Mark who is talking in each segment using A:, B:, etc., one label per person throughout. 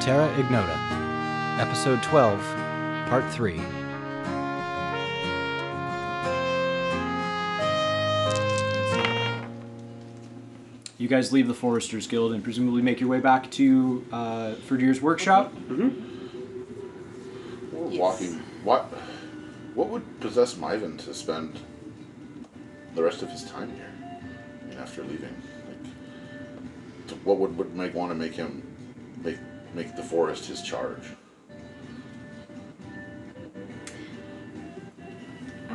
A: Terra Ignota, Episode 12, Part 3. You guys leave the Foresters Guild and presumably make your way back to uh, Ferdier's workshop.
B: We're
C: Yes.
B: walking. What? What would possess Myvan to spend the rest of his time here? I mean, after leaving, like, to- what would would make want to make him make make the forest his charge?
D: Uh,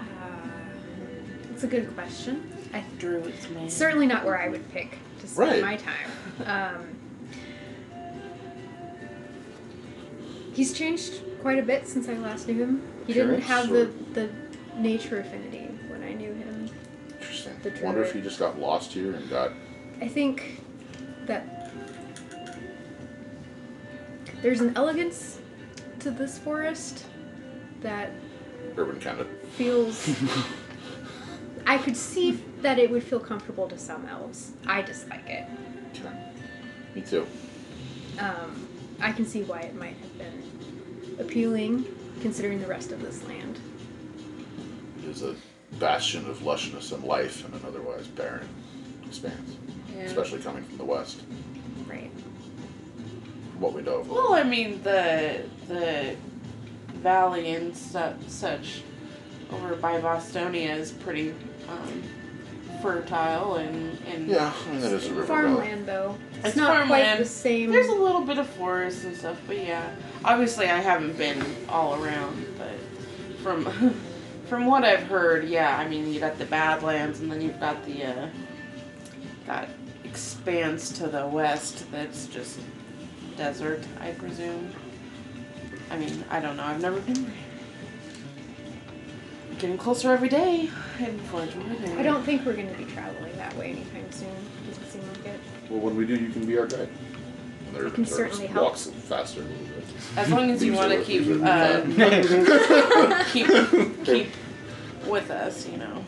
D: It's a good question. I,
C: Druid's man.
D: certainly not where I would pick to spend
B: Right.
D: my time. Um, he's changed quite a bit since I last knew him. He didn't
B: Appearance
D: have
B: or-
D: the, the nature affinity when I knew him.
B: Interesting.
D: The
B: Wonder if he
D: druid.
B: just got lost here and got.
D: I think that there's an elegance to this forest that
B: Urban kind of.
D: feels. I could see that it would feel comfortable to some elves. I dislike it.
B: Me too.
D: Um, I can see why it might have been appealing, considering the rest of this land.
B: It is a bastion of lushness and life in an otherwise barren expanse, especially coming from the west.
D: Right.
B: from What we know of.
C: Well, I mean the the valley and su- such over by Bostonia is pretty um, fertile and and
B: Yeah, I mean that is a river valley.
D: Farmland, though, it's,
C: It's
D: not quite
C: farmland.
D: the same.
C: There's a little bit of forest and stuff, but yeah. Obviously, I haven't been all around, but from from what I've heard, yeah. I mean, you got the Badlands, and then you've got the uh, that expanse to the west that's just desert, I presume. I mean, I don't know. I've never been there. Getting closer every day, heading for Jordan.
D: I don't think we're going to be traveling that way anytime soon. Doesn't seem like it.
B: Well, when we do, you can be our guide. And the urban
D: can
B: tourist
D: certainly help.
B: Walks faster a little bit.
C: As long as you
B: Leaves
C: want
B: her-
C: to keep
B: leaves
C: uh,
B: her with that.
C: keep keep with us, you know.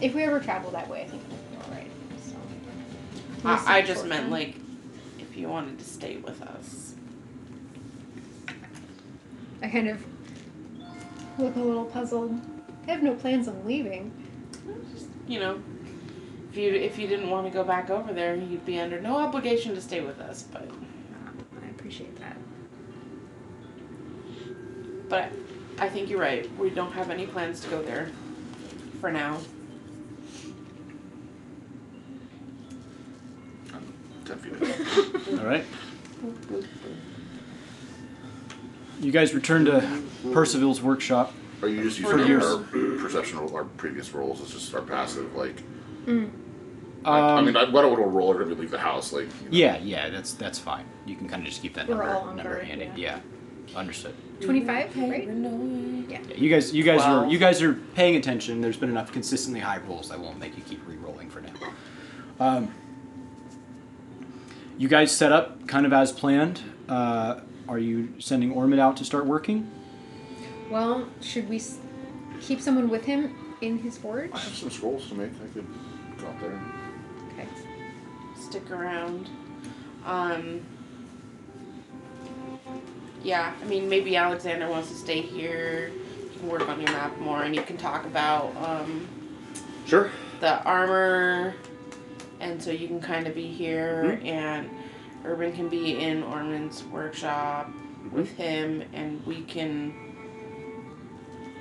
D: If we ever travel that way, I think we'll be alright. So. We'll see
C: I, I
D: in
C: just
D: short
C: meant
D: term.
C: like if you wanted to stay with us.
D: I kind of look a little puzzled. I have no plans on leaving.
C: Just, you know, if you if you didn't want to go back over there, you'd be under no obligation to stay with us. But
D: Um, I appreciate that.
C: but I think you're right. We don't have any plans to go there for now.
B: Ten feet ahead.
A: All right. You guys return to Percival's workshop.
B: Are you just
C: For
B: using
C: years.
B: our perception of our previous rolls? It's just our passive, like. I
C: Mm.
A: Um,
B: mean, I, what would a roller if we leave the house? Like, you know,
A: yeah, yeah, that's that's fine. You can kind of just keep that
D: We're
A: number
D: all on
A: number
D: guard,
A: handy. Yeah.
D: yeah.
A: understood.
D: 25, right?
A: Yeah, you guys, you guys are
C: Wow.
A: you guys are paying attention. There's been enough consistently high rolls that won't make you keep re-rolling for now. Um, you guys set up kind of as planned. Uh, are you sending Ormond out to start working?
D: Well, should we s- keep someone with him in his forge?
B: I have some scrolls to make. I could go out there. and-
D: Okay.
C: Stick around. Um. Yeah, I mean maybe Alexander wants to stay here. You can work on your map more, and you can talk about um,
B: Sure.
C: the armor, and so you can kind of be here, and Urban can be in Orman's workshop with him, and we can.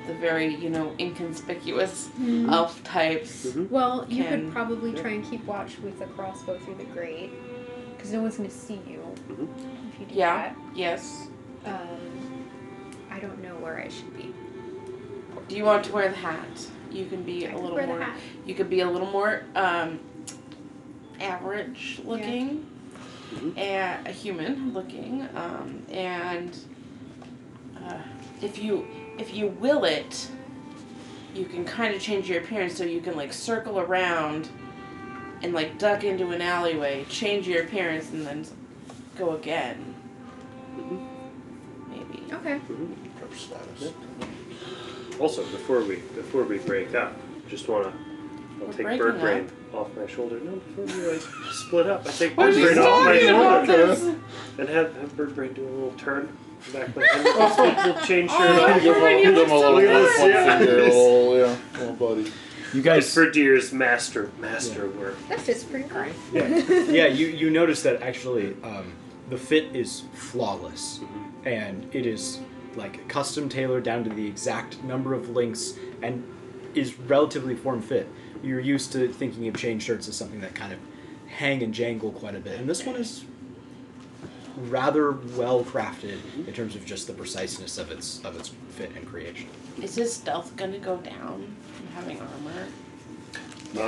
C: The very you know inconspicuous
D: Hmm?
C: elf types.
D: Well, you
C: Uh, Can-
D: could probably try and keep watch with a crossbow through the grate, because no one's going to see you if you do
C: Mm-hmm. Yeah. Yes.
D: that. Um, I don't know where I should be.
C: Do you want to wear the hat? You can be
D: I
C: a
D: could
C: little
D: wear the
C: more.
D: hat.
C: You could be a little more um, average looking, and a human looking, um, and uh, if you if you will it, you can kind of change your appearance so you can like circle around, and like duck into an alleyway, change your appearance, and then s- go again. Maybe.
D: Okay.
B: Grab status.
E: Also, before we before we break up, just wanna I'll
C: We're
E: take
C: breaking
E: bird
C: up.
E: brain off my shoulder. No, before we like split up, I take
C: What
E: bird
C: are you
E: brain off my
C: talking about?
E: shoulder.
C: There's,
E: and have, have Bird Brain do a little turn back behind him. Just a little chain shirt
C: Oh,
E: on.
C: yeah.
B: Give him a, give him a little,
E: Look at
B: little
E: this, yeah.
B: finger, little, yeah, little buddy.
A: You guys,
E: For deer's master master work.
D: That fits pretty great.
F: Yeah, yeah. You you notice that actually um, the fit is flawless, and it is like custom tailored down to the exact number of links, and is relatively form fit. You're used to thinking of chain shirts as something that kind of hang and jangle quite a bit, and this one is rather well crafted in terms of just the preciseness of its of its fit and creation.
C: Is his stealth gonna go down from having armor?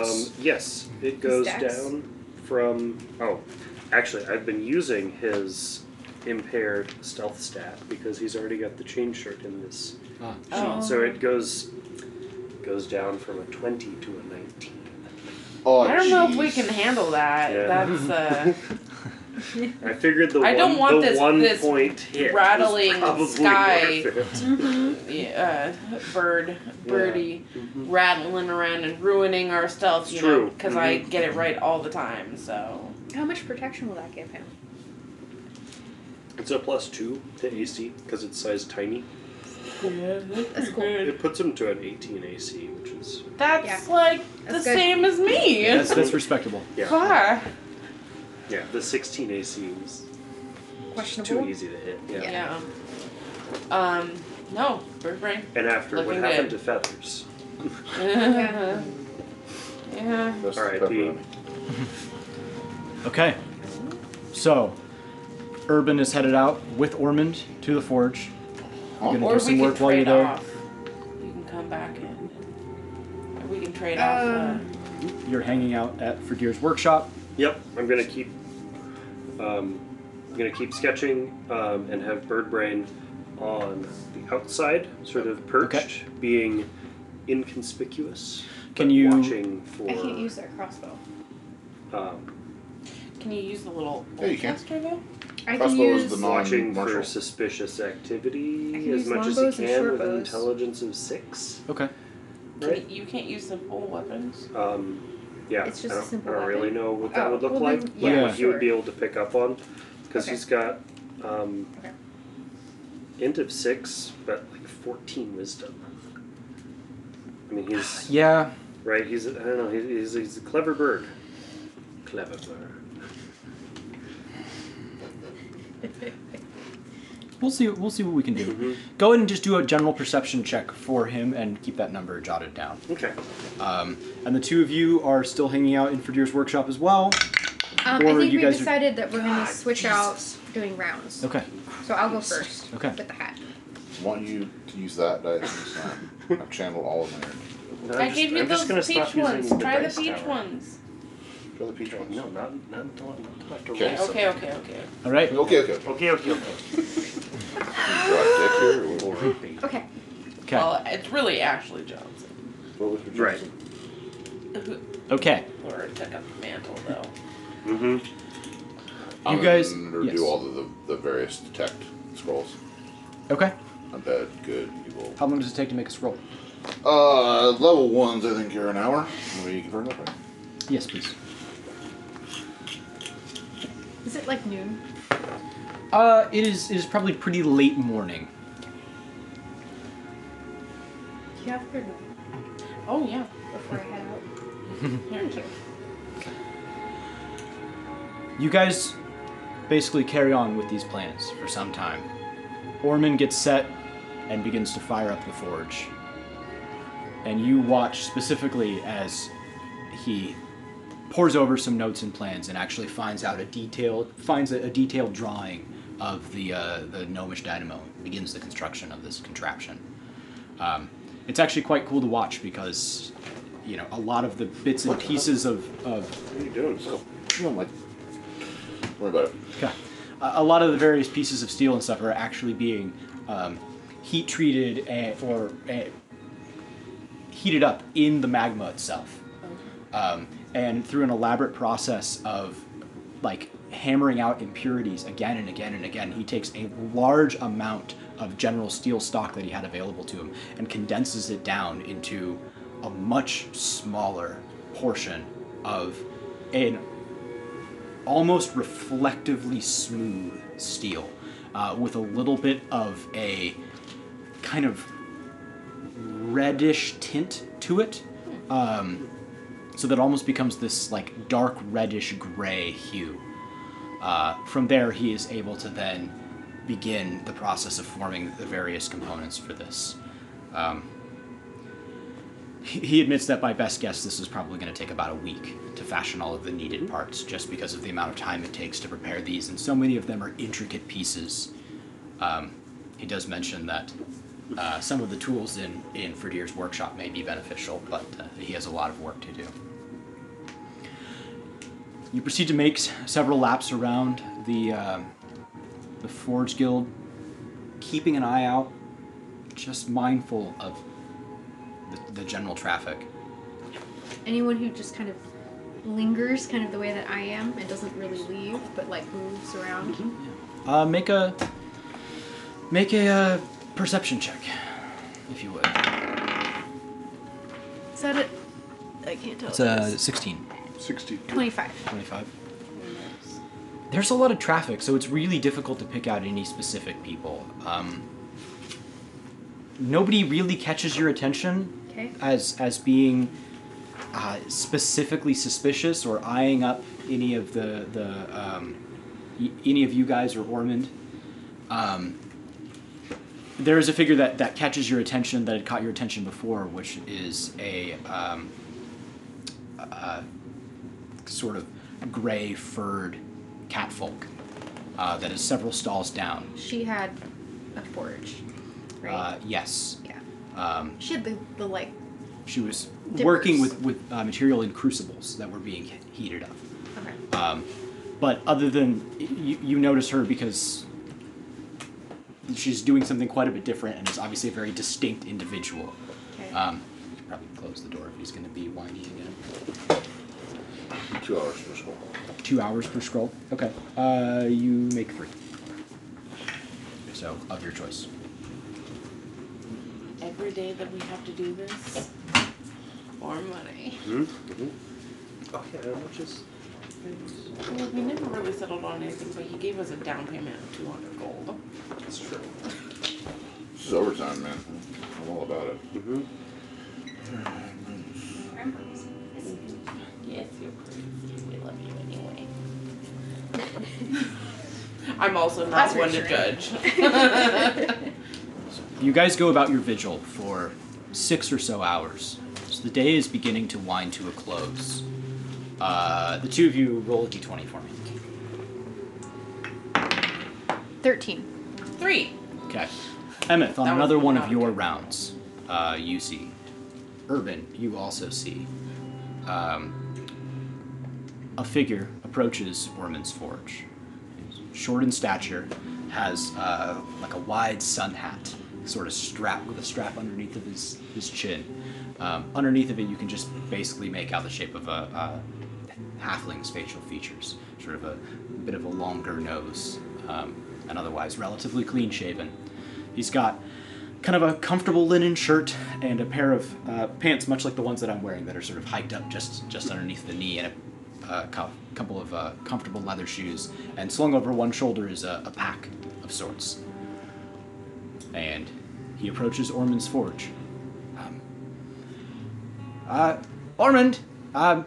E: Um, yes, it goes
D: Stacks.
E: down from. Oh, actually, I've been using his impaired stealth stat because he's already got the chain shirt in this.
F: Ah.
C: Oh.
E: So it goes goes down from a twenty to a nineteen.
B: Oh,
C: I don't know if we
B: jeez.
C: can handle that.
E: Yeah.
C: That's uh,
E: I figured the
C: I
E: one
C: don't want
E: the
C: this-
E: one
C: this
E: point hit was
C: rattling
E: probably
C: sky.
E: worth it.
C: yeah, uh, bird birdie
E: Mhm.
C: rattling around and ruining our stealth. You know,
E: True.
C: because I get it right all the time. So
D: How much protection will that give him?
E: It's a plus two to AC because it's size tiny.
C: yeah, that's
D: cool.
E: It puts him to an eighteen AC, which is
C: That's
D: Yeah.
C: like
D: That's
C: the
D: good.
C: same as me.
A: that's, that's respectable.
E: yeah
C: Fuck.
E: yeah. The sixteen AC was
D: Questionable.
E: too easy to hit. Yeah.
C: Yeah. Um. No, bird brain.
E: And after what
C: Looking
E: happened
C: good.
E: to feathers?
C: yeah. Yeah.
B: That's the
E: Alright,
B: pepperoni.
A: Okay. So, Urban is headed out with Ormond to the forge.
B: Huh?
A: Gonna
C: Or
A: do
C: we
A: some
C: can
A: work while you're
C: trade
A: there.
C: off. You can come back in. Or we can trade
D: Uh,
C: off.
A: You're hanging out at Ferdir's workshop.
E: Yep, I'm gonna keep. Um, I'm gonna keep sketching um, and have bird brain on the outside, sort of perched,
A: Okay.
E: being inconspicuous.
A: Can
E: but
A: you-
E: watching for?
D: I can't use that crossbow.
E: um,
C: Uh, can you use the little
B: Yeah, you can.
C: caster though?
D: I can
B: Crossbow is
D: use.
B: the non-
E: watching for
B: martial.
E: suspicious
D: I
E: activity
D: can
E: as
D: use
E: much as
D: longbows
E: he
D: and
E: can with an
D: shortbows.
E: intelligence of six.
A: Okay.
C: Can
E: Right.
C: you, you can't use simple weapons.
E: Um, yeah,
D: It's just
E: I
D: a
E: don't,
D: simple
E: I don't really
D: weapon.
E: know what that
D: Oh,
E: would look
D: well
E: like,
D: then,
E: but
A: yeah,
E: what you would be
D: sure.
E: able to pick up on, because
D: Okay.
E: he's got um,
D: Okay.
E: int of six, but like fourteen wisdom. I mean, he's
A: Yeah.
E: right. He's I don't know. He's he's, he's a clever bird. Clever bird.
D: Um,
A: We'll see. We'll see what we can do.
E: Mhm.
A: Go ahead and just do a general perception check for him and keep that number jotted down.
E: Okay.
A: Um, and the two of you are still hanging out in Ferdir's workshop as well.
D: Um, I
A: Or
D: think
A: you
D: we
A: guys are-
D: decided that we're going to switch
E: Jesus.
D: out doing rounds.
A: Okay.
D: So I'll go first.
A: Okay.
D: With the hat.
B: want you to use that dice this time. I've channeled all of my energy.
E: No,
C: I
E: I'm
C: gave
E: just,
C: you
E: I'm
C: those
E: just gonna
C: peach
E: stop using
C: ones.
E: The
C: Try the
E: dice
C: peach
E: tower.
C: ones.
B: Try the peach ones.
E: No, not not until not until after
B: Okay.
E: roll
C: Okay, okay, okay.
A: All right.
B: Okay, okay. okay.
E: Okay. Okay. Okay.
B: You got dick here? What-
D: Okay.
A: Okay.
C: Well, it's really Ashley Johnson.
B: What was your
E: Right.
B: choice?
C: Who
A: Okay.
C: or took up the mantle though.
E: Mm-hmm.
B: I'm
A: You guys-
B: gonna
A: yes.
B: do all of the, the various detect scrolls.
A: Okay.
B: Undead, good, evil.
A: How long does it take to make a scroll?
B: Uh, level ones, I think you're an hour. Maybe you can burn that right.
A: Yes, please.
D: Is it like noon?
A: Uh, it is. It is probably pretty late morning.
D: Do you have good one
C: Oh yeah.
D: before I head out?
C: Here it is.
A: You guys basically carry on with these plans for some time. Orman gets set and begins to fire up the forge. And you watch specifically as he pores over some notes and plans and actually finds out a detailed finds a, a detailed drawing of the uh, the gnomish dynamo and begins the construction of this contraption. Um, it's actually quite cool to watch because you know a lot of the bits and pieces of, of
E: What are you doing?
B: So, you know, like, don't worry about it.
A: yeah. A a lot of the various pieces of steel and stuff are actually being um, heat treated and, or uh, heated up in the magma itself. Um, and through an elaborate process of like hammering out impurities again and again and again, he takes a large amount of general steel stock that he had available to him and condenses it down into a much smaller portion of an almost reflectively smooth steel uh, with a little bit of a kind of reddish tint to it. Um, so that almost becomes this like dark reddish gray hue. Uh, from there, he is able to then begin the process of forming the various components for this. Um, he he admits that by best guess, this is probably going to take about a week to fashion all of the needed parts, just because of the amount of time it takes to prepare these, and so many of them are intricate pieces. Um, he does mention that uh, some of the tools in in Fredir's workshop may be beneficial, but uh, he has a lot of work to do. You proceed to make s- several laps around the um, the Forge Guild, keeping an eye out, just mindful of the, the general traffic.
D: Anyone who just kind of lingers, kind of the way that I am, and doesn't really leave, but like moves around.
A: Uh, make a make a uh, perception check, if you would.
D: Is that it? I can't tell.
A: It's uh,
D: what that
A: a
D: is.
A: 16,
B: 60.
D: 25.
A: 25. There's a lot of traffic, so it's really difficult to pick out any specific people. Um, nobody really catches your attention
D: Okay.
A: as as being uh, specifically suspicious or eyeing up any of the the um, y- any of you guys or Ormond. Um, there is a figure that that catches your attention that had caught your attention before, which is a um, uh, sort of gray furred catfolk uh, that is several stalls down.
D: She had a forge, right?
A: Uh, yes.
D: yeah.
A: Um,
D: She had the, the like.
A: She was
D: Dippers.
A: working with, with uh, material in crucibles that were being he- heated up.
D: Okay.
A: Um, but other than you, you notice her because she's doing something quite a bit different and is obviously a very distinct individual.
D: Okay.
A: Um, should probably close the door if he's going to be whiny again.
B: Two hours for school.
A: Two hours per scroll. Okay. Uh, you make three. So of your choice.
C: Every day that we have to do this, more money.
E: Mm-hmm. Oh yeah, how much is?
C: Well, we never really settled on anything, but he gave us a down payment of 200 gold.
E: That's true.
B: This is overtime, man. I'm all about it.
E: Mm-hmm.
C: Yes, you're crazy. We love you anyway. I'm also not
D: That's
C: one to judge.
D: reassuring.
A: You guys go about your vigil for six or so hours. So the day is beginning to wind to a close. Uh, the two of you roll a d20 for me.
D: 13.
C: Three.
A: Okay. Emmett, on
C: That was
A: another one
C: not
A: of
C: a
A: your
C: good-
A: rounds, uh, you see. Urban, you also see. Um, a figure approaches Ormond's Forge. Short in stature, has uh, like a wide sun hat, sort of strap with a strap underneath of his, his chin. Um, underneath of it, you can just basically make out the shape of a, uh halfling's facial features, sort of a bit of a longer nose, um, and otherwise relatively clean shaven. He's got kind of a comfortable linen shirt and a pair of uh, pants, much like the ones that I'm wearing, that are sort of hiked up just just underneath the knee, and a uh, cou- couple of uh, comfortable leather shoes. And slung over one shoulder is a, a pack of sorts. And he approaches Ormond's forge. Um, uh, Ormond, um,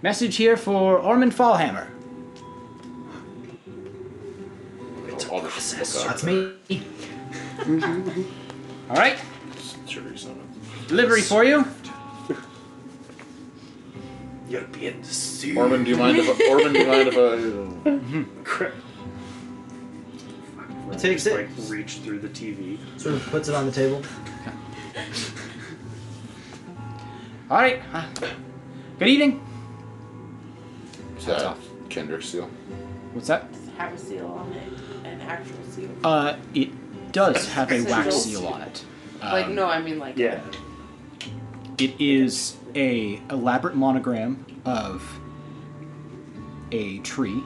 A: message here for Ormond Fallhammer.
B: I'll just look up.
A: That's me. All right,
B: Serious on
A: delivery for you.
E: European
B: it.
E: soup.
B: Orman, do you mind if I, uh, Orman, do you mind if I?
E: Crap.
G: It takes
E: Just,
G: it.
E: Like reach through the TV.
G: Sort of puts it on the table.
A: All right. uh, Good evening.
B: Is
A: That's
B: that
A: off.
B: Kendrick Seal?
A: What's that?
C: Have a seal on it, an actual seal.
A: Uh, it does have a wax
C: Sigil.
A: seal on it.
C: like
A: Um,
C: no, I mean like
E: Yeah.
A: It is a elaborate monogram of a tree,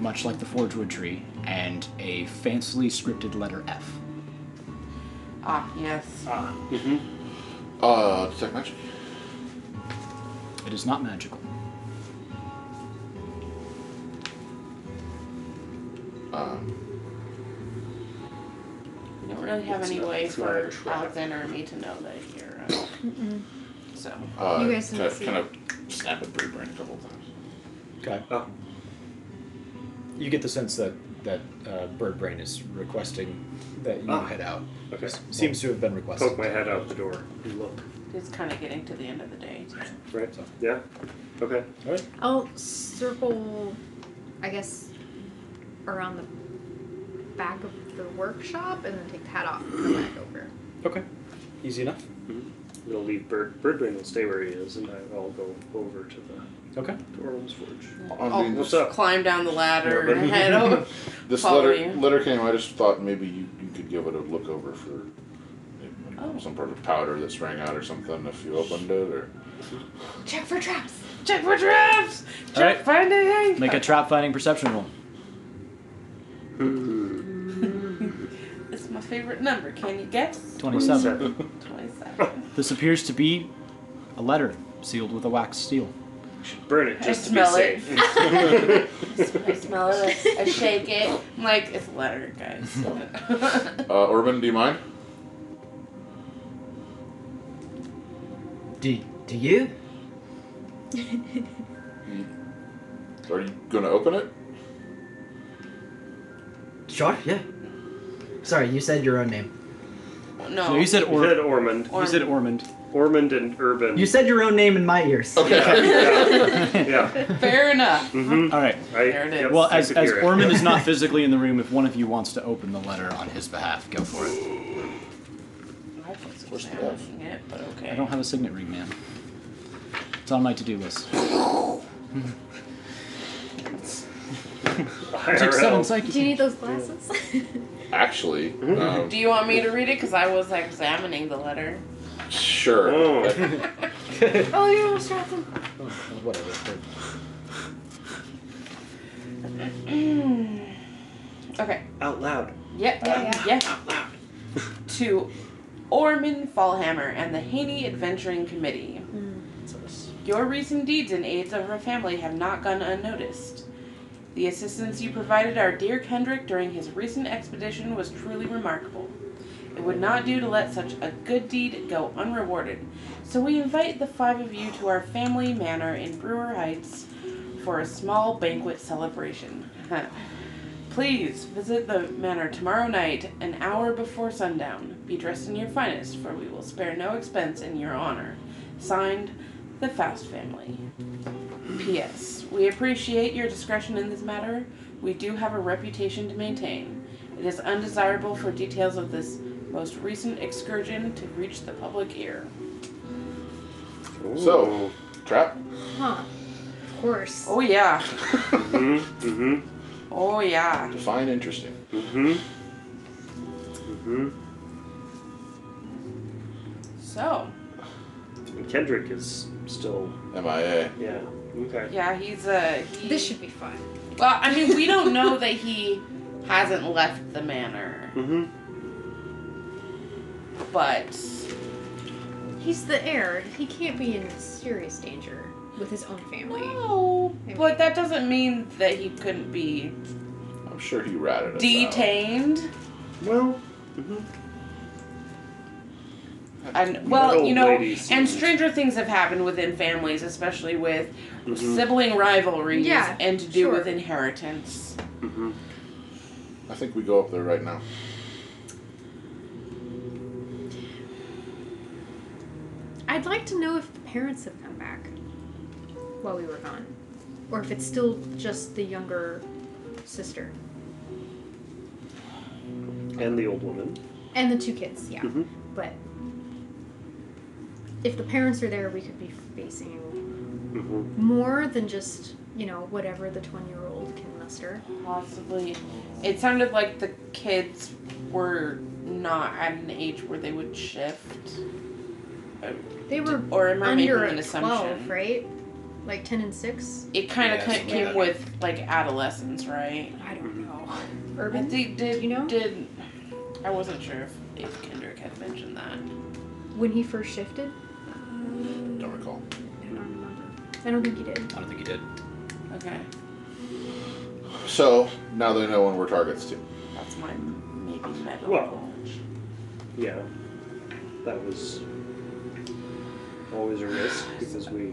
A: much like the Forgewood tree, and a fancily scripted letter F.
C: Ah, yes.
E: Ah. Mm-hmm.
B: Uh, detect magic.
A: It is not magical.
B: Um,
C: We don't really have
E: It's
C: any
E: not-
C: way
E: it's not a
C: for
E: trap.
C: Alexander or me to know that you're. Uh, so
B: uh,
D: You guys
B: kind
D: didn't
B: of,
D: see
B: kind of snap at Bird Brain a couple times.
F: Okay.
E: Oh,
F: You get the sense that that uh, Bird Brain is requesting that you
E: Ah.
F: head out.
E: okay.
F: Seems to have been
E: Poke
F: requested.
E: my head out the door and look.
C: it's kind of getting to the end of the day. Too.
E: Right? Yeah? Okay.
F: All right.
D: I'll circle, I guess, around the back of the workshop and then take the hat off and come back over.
F: Okay. Easy enough.
E: We'll leave Bird. Birdbrain will stay where he is, and I'll go over to the
F: Okay.
E: to Orland's Forge.
B: I mean,
E: Oh, What's up?
C: Oh, Climb down the ladder, Oh,
E: Yeah, but-
C: head over.
B: This
C: Follow
B: letter
C: you.
B: letter came. I just thought maybe you, you could give it a look over for
C: Oh.
B: some sort of powder that sprang out or something if you opened it or
D: Check for traps.
C: Check for traps. Check
A: Alright.
C: find anything.
A: Make a trap finding perception roll.
C: It's my favorite number. Can you guess?
A: 27.
C: Twenty-seven.
A: This appears to be a letter sealed with a wax seal.
E: Burn it just
C: I
E: to
C: smell
E: be
C: it.
E: safe.
C: I smell it. I shake it. I'm like, it's a letter, guys.
B: uh, Urban. Do you mind?
G: Do, do you?
B: Are you gonna open it?
G: Sure, yeah. Sorry, you said your own name.
C: Oh.
A: No, you said
E: You
A: or-
E: said Ormond.
A: you said Ormond.
E: Ormond and Urban.
G: You said your own name in my ears.
E: Yeah. Yeah. yeah.
C: Fair enough.
E: Mm-hmm.
A: All right.
E: I,
C: There it is.
E: yep,
A: Well,
E: I
A: as,
E: could
A: as
E: hear it.
A: Ormond is not physically in the room, if one of you wants to open the letter on his behalf, go for it.
C: I wasn't
B: Where's the
C: examining it, but okay.
A: I don't have a signet ring, man. It's on my to do list.
E: IRL.
A: Take seven
D: Do
A: psychic.
D: you need those glasses?
B: Actually, um,
C: Do you want me to read it? Because I was examining the letter.
B: sure.
E: Oh.
D: oh, you almost dropped them.
F: Oh, whatever.
C: okay.
E: Out loud.
C: Yeah, yeah,
D: Yeah,
C: yeah. to Orman Fallhammer and the Haney Adventuring Committee. Your recent deeds and aids of her family have not gone unnoticed. The assistance you provided our dear Kendrick during his recent expedition was truly remarkable. It would not do to let such a good deed go unrewarded, so we invite the five of you to our family manor in Brewer Heights for a small banquet celebration. Please visit the manor tomorrow night, an hour before sundown. Be dressed in your finest, for we will spare no expense in your honor. Signed, the Faust family. P.S. We appreciate your discretion in this matter. We do have a reputation to maintain. It is undesirable for details of this most recent excursion to reach the public ear.
B: So, trap.
D: Huh. Of course.
C: Oh, yeah.
E: Mm-hmm. Mm-hmm.
C: Oh, yeah.
B: Define interesting.
E: Mm-hmm. Mm-hmm.
C: So,
E: And Kendrick is still,
B: MIA.
E: yeah. Okay.
C: yeah, he's a. he-
D: This should be fun.
C: Well, I mean, we don't know that he hasn't left the manor,
E: Mm-hmm.
C: but
D: He's the heir. He can't be in serious danger with his own family.
C: no. But that doesn't mean that he couldn't be
B: I'm sure he ratted us out.
C: detained.
E: Well. Mm-hmm.
C: And well,
E: Old
C: you know,
E: lady
C: and
E: seems-
C: stranger things have happened within families, especially with
E: Mm-hmm.
C: sibling rivalries
D: Yeah,
C: and to do
D: sure.
C: with inheritance.
E: Mm-hmm.
B: I think we go up there right now.
D: I'd like to know if the parents have come back while we were gone, or if it's still just the younger sister
E: And the old woman.
D: and the two kids. Yeah,
E: Mhm.
D: but if the parents are there, we could be facing
E: Mm-hmm.
D: more than just you know whatever the twenty-year-old can muster.
C: Possibly, it sounded like the kids were not at an age where they would shift.
D: They were
C: Or am I making
D: under
C: an assumption?
D: twelve, right? Like ten and six.
C: It kind
F: Yeah,
C: of
F: something
C: came
F: like that.
C: with like adolescence, right?
D: I don't know.
C: I
D: Urban.
C: think did
D: you know?
C: did I wasn't sure if, if Kendrick had mentioned that.
D: when he first shifted.
B: Don't recall.
D: I don't remember. I don't think he did.
A: I don't think he did.
C: Okay.
B: So now they know when we're targets too.
C: That's my maybe metal
E: Well.
C: knowledge.
E: Yeah, that was always a risk because we.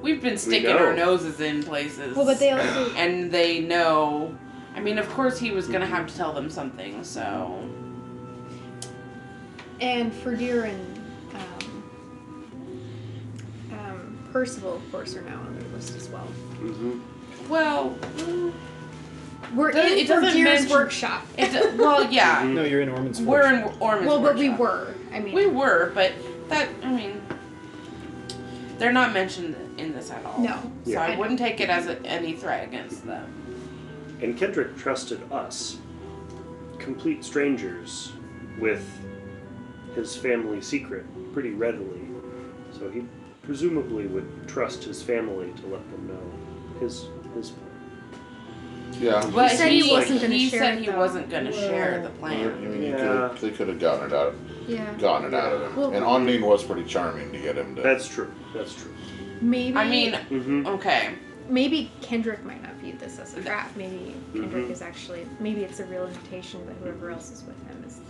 C: We've been sticking our
E: know.
C: noses in places.
D: Well, but they also
C: and they know. I mean, of course, he was
E: Mm-hmm.
C: gonna have to tell them something. So
D: and for deer and um, um, Percival, of course, are now on their list as well.
E: Mm-hmm.
C: well, mm,
D: We're
C: Doesn't-
D: in
C: it
D: for
C: doesn't
D: Deer's
C: mention-
D: workshop.
C: it, d- well,
E: Mm-hmm.
C: yeah,
F: No, you're in Ormond's
C: we're in Ormond's
D: well, but we
C: workshop.
D: were. I mean,
C: We were, but that I mean, they're not mentioned in this at all.
D: No.
C: So
E: Yeah.
C: I wouldn't take it as a, any threat against them.
E: And Kendrick trusted us, complete strangers, with his family secret pretty readily. So he presumably would trust his family to let them know his his plan.
B: Yeah.
C: But
D: said he
C: he,
D: wasn't gonna
C: he
D: share
C: said
D: it,
C: he
D: though.
C: wasn't gonna share the
B: I
C: plan.
B: mean, you
E: Yeah.
B: coulda- they could have gotten it out, of-
D: yeah.
B: gotten it out of him.
D: Well-
B: and Ondine was pretty charming to get him to.
E: That's true. That's true.
D: Maybe.
C: I mean,
E: Mm-hmm.
C: okay.
D: maybe Kendrick might not view this as a trap. Maybe Kendrick
E: Mm-hmm.
D: is actually. Maybe it's a real invitation, but whoever else is with him is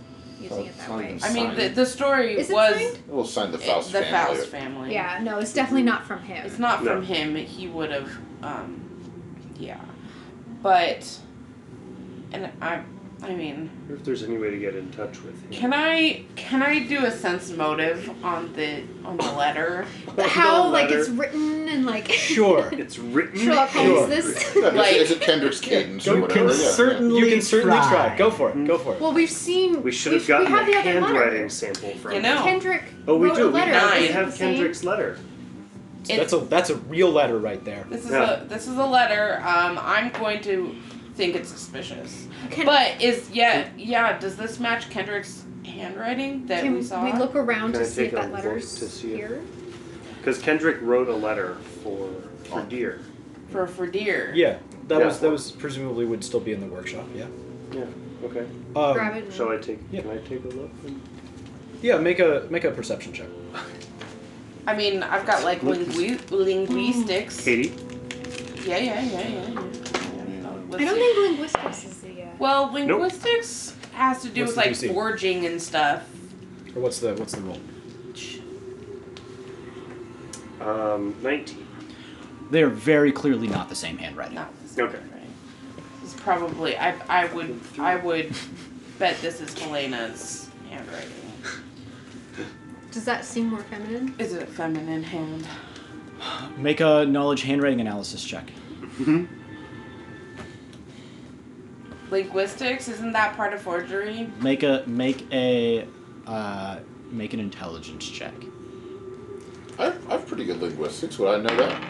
D: using it
B: it's
D: that
B: not
D: way.
B: even
C: I mean, the,
B: Signed.
C: the story
D: Is it
C: was
D: signed?
B: we'll sign the
C: it-
B: Faust
C: the
B: family.
C: Faust family.
D: Yeah. No, it's definitely not from him.
C: It's not
E: No.
C: from him. He would have, um, yeah. But, and I, I mean,
E: If there's any way to get in touch with him.
C: can I can I do a sense motive on the on the letter?
D: But how
E: The
D: like
E: letter-
D: it's written and like
F: Sure.
E: It's written.
D: Sherlock Holmes this.
B: Yeah,
C: Like-
B: it's, it's a Kendrick's cadence
F: You
B: or
F: can
B: whatever. yeah, yeah.
F: certainly you can certainly try. Go for it. Go for it.
D: well, we've seen.
E: We should
D: we've-
E: have gotten
D: we have
E: a
D: the other letter.
E: handwriting sample from.
C: You
E: him.
C: know.
D: Kendrick.
E: Oh, we
D: wrote
E: do.
D: A letter.
C: have-
E: We,
D: Is
E: we
D: it
E: have
D: the same?
E: Kendrick's letter.
F: that's
C: It's,
F: a that's a real letter right there.
C: this is
E: Yeah.
C: a this is a letter. Um, I'm going to think it's suspicious.
D: Can,
C: But is yeah yeah? Does this match Kendrick's handwriting that
D: can
C: we saw?
D: we look around to
E: Can I
D: see if
E: take a
D: that
E: look
D: letter's
E: to see if-
D: here?
E: Because Kendrick wrote a letter for for
B: Oh.
E: Deer.
C: for for deer?
F: Yeah, that
E: Yeah.
F: was that was presumably would still be in the workshop. Yeah.
E: Yeah. Okay.
F: Um,
D: Grab it. and-
E: Oh, Shall I take?
F: Yeah.
E: Can I take a look? and-
F: Yeah, make a make a perception check.
C: I mean, I've got like lingui- linguistics.
E: Katie.
C: Yeah, yeah, yeah, yeah. yeah. yeah.
D: I don't think linguistics is the. Uh,
C: Well, linguistics has to do
F: What's
C: with
F: the
C: like
F: DC?
C: forging and stuff.
F: Or what's the what's the roll?
E: Um, nineteen.
A: They are very clearly not the same handwriting.
C: Not this
E: Okay.
C: handwriting. This is probably I I would I would bet this is Helena's handwriting.
D: does that seem more feminine?
C: Is it feminine hand?
A: Make a knowledge handwriting analysis check.
C: Linguistics isn't that part of forgery?
A: Make a make a uh, make an intelligence check.
B: I, I have pretty good linguistics. Would I know that?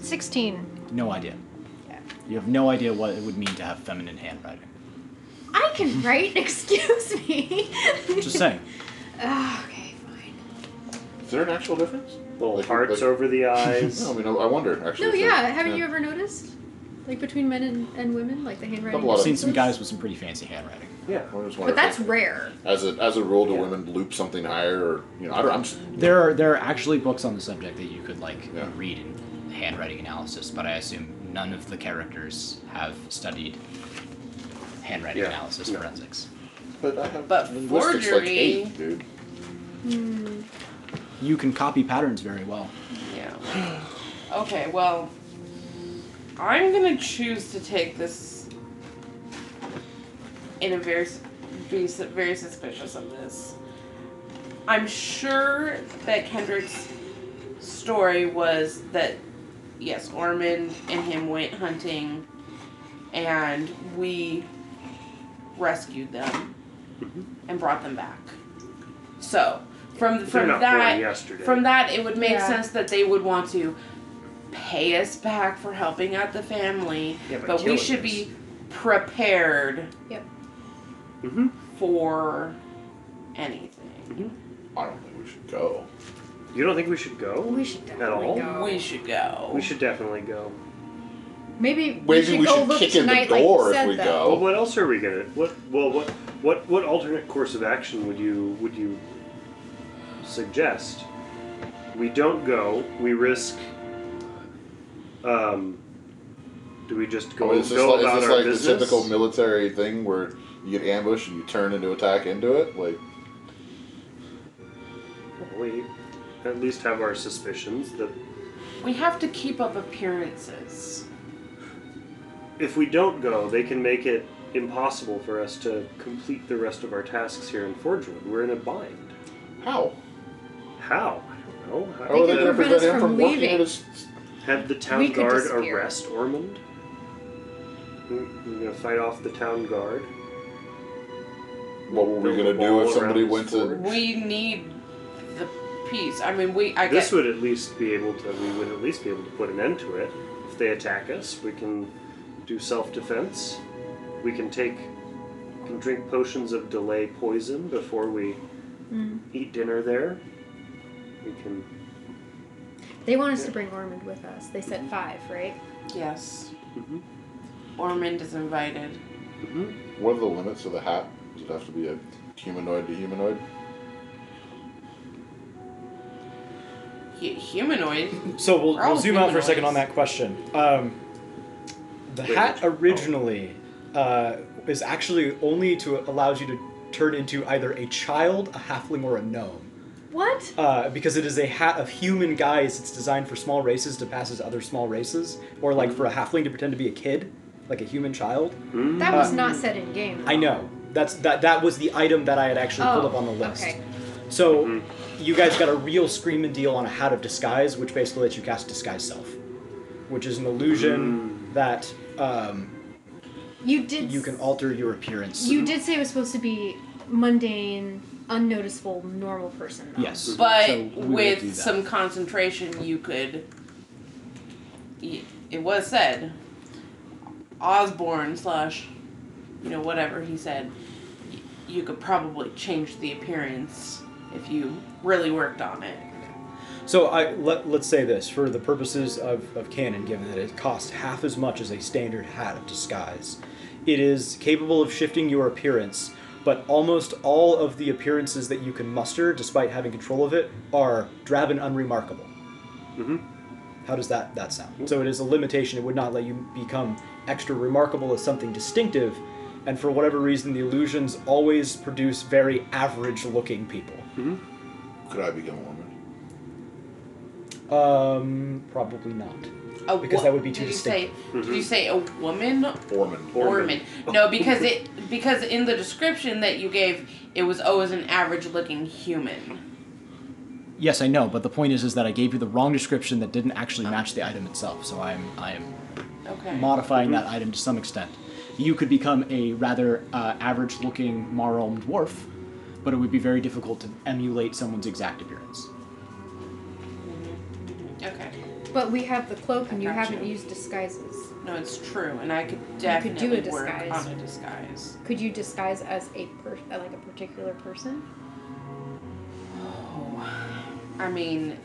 D: Sixteen.
A: No idea.
D: Yeah.
A: You have no idea what it would mean to have feminine handwriting.
D: I can write. Excuse me.
A: Just saying.
D: Ah, okay, fine.
B: Is there an actual difference?
E: Little
B: Like-
E: hearts
B: like- Oh,
E: over the
B: No, I
E: eyes.
B: mean, I, I wonder actually.
D: No,
B: if there-
D: yeah. Haven't you ever noticed, like between men and, and women, like the handwriting?
B: Couple of-
A: I've seen some guys with some pretty fancy handwriting.
B: I
E: yeah.
B: just wonder
D: But
B: if
D: that's
B: they-
D: rare.
B: as a as a rule, do
E: Yeah.
B: women loop something higher, or you know, I don't. I'm just,
A: There are there are actually books on the subject that you could like
B: Yeah.
A: read in handwriting analysis, but I assume none of the characters have studied handwriting
E: Yeah.
A: analysis
E: No.
A: forensics.
B: but I have
C: But
B: linguistics like
C: forgery-
B: eight, dude.
D: Hmm.
A: You can copy patterns very well.
C: Yeah. Okay, well, I'm gonna choose to take this in a very s- be s- very suspicious of this. I'm sure that Kendrick's story was that yes, Ormond and him went hunting, and we rescued them
E: Mm-hmm.
C: and brought them back. So from
E: They're
C: from
E: not
C: that
E: born yesterday.
C: from that, it would make
D: Yeah.
C: sense that they would want to pay us back for helping out the family,
E: Yeah, by
C: but we
E: killing
C: should
E: us.
C: be prepared
D: Yep.
E: Mm-hmm.
C: for anything.
B: I don't think we should go.
E: You don't think we should go?
D: We should
E: At all?
D: definitely go.
C: We should go.
E: We should definitely go.
D: Maybe we
B: Maybe
D: should
B: we
D: go
B: should
D: look
B: kick in the
D: tonight,
B: door if
D: like you said,
B: we
D: though.
B: go.
E: Well, what else are we gonna? What? Well, what? What? What alternate course of action would you would you suggest? We don't go. We risk um, Do we just go
B: Oh,
E: and
B: is this
E: go
B: like, is
E: about
B: this
E: our
B: like the
E: business?
B: typical military thing where you get ambushed and you turn into attack into it? Like,
E: we at least have our suspicions that
C: We have to keep up appearances.
E: if we don't go, they can make it impossible for us to complete the rest of our tasks here in Forgewood. We're in a bind.
B: how?
E: How? I don't know. How
B: How are they
D: They can
B: going to
D: prevent
B: prevent
D: us
B: him
D: from
B: from working
D: leaving.
B: at his
E: Have the
D: We
E: town
D: could
E: guard
D: disappear.
E: arrest Ormond? We- We're gonna fight off the town guard.
B: What were we
E: Build
B: gonna
E: a
B: do
E: wall
B: if somebody
E: around
B: went
E: this
B: to?
E: fort.
C: We need the peace. I mean, we. I
E: This
C: get,
E: would at least be able to. We would at least be able to put an end to it. If they attack us, we can do self-defense. We can take, can drink potions of delay poison before we
D: Mm.
E: eat dinner there. We can.
D: They want us to bring Ormond with us. They said five, right?
C: Yes.
E: Mhm.
C: Ormond is invited.
E: Mhm.
B: What are the limits of the hat? Does it have to be a humanoid to humanoid?
C: He, humanoid.
F: So we'll,
C: We're all
F: we'll zoom out for a second on
C: humanoids.
F: that question. Um, the
E: Wait,
F: hat
E: which- oh.
F: originally uh, is actually only to allows you to turn into either a child, a halfling, or a gnome.
D: What?
F: Uh, because it is a hat of human guise. It's designed for small races to pass as other small races, or like
E: Mm-hmm.
F: for a halfling to pretend to be a kid, like a human child.
E: Mm.
D: That was not said in game.
F: I know. That's that. That was the item that I had actually
D: Oh,
F: pulled up on the list.
D: okay.
F: So,
E: Mhm.
F: you guys got a real scream and deal on a hat of disguise, which basically lets you cast disguise self, which is an illusion that um,
D: You did.
F: you can alter your appearance.
D: You did say it was supposed to be mundane, unnoticeable, normal person. though.
F: yes,
C: But
F: So we will do
C: with
F: that.
C: some concentration, you could. y- It was said. Osborne slash, you know, whatever he said. y- You could probably change the appearance if you really worked on it.
F: So I let, let's say this for the purposes of, of canon, given that it costs half as much as a standard hat of disguise, it is capable of shifting your appearance, but almost all of the appearances that you can muster, despite having control of it, are drab and unremarkable.
E: Mhm.
F: How does that that sound? So it is a limitation. It would not let you become extra remarkable as something distinctive, and for whatever reason, the illusions always produce very average-looking people.
B: Could I become a woman?
F: Um, probably not.
C: A
F: Because
C: wo-
F: that would be too
C: did you say, Did you
E: Mhm.
C: say a woman
B: Orman.
E: Ormond.
C: Ormond. No, because it because in the description that you gave, it was always an average-looking human.
A: Yes, I know, but the point is, is that I gave you the wrong description that didn't actually match the item itself. So I'm, I am
C: Okay.
A: modifying that item to some extent. You could become a rather uh, average-looking Marolm dwarf, but it would be very difficult to emulate someone's exact appearance.
C: Okay.
D: But we have the cloak, and you
C: I got
D: haven't
C: you.
D: used disguises.
C: No, it's true, and I could
D: You could
C: definitely
D: do a
C: work
D: disguise.
C: on a disguise.
D: Could you disguise as a per- uh, like a particular person? Oh.
C: I mean,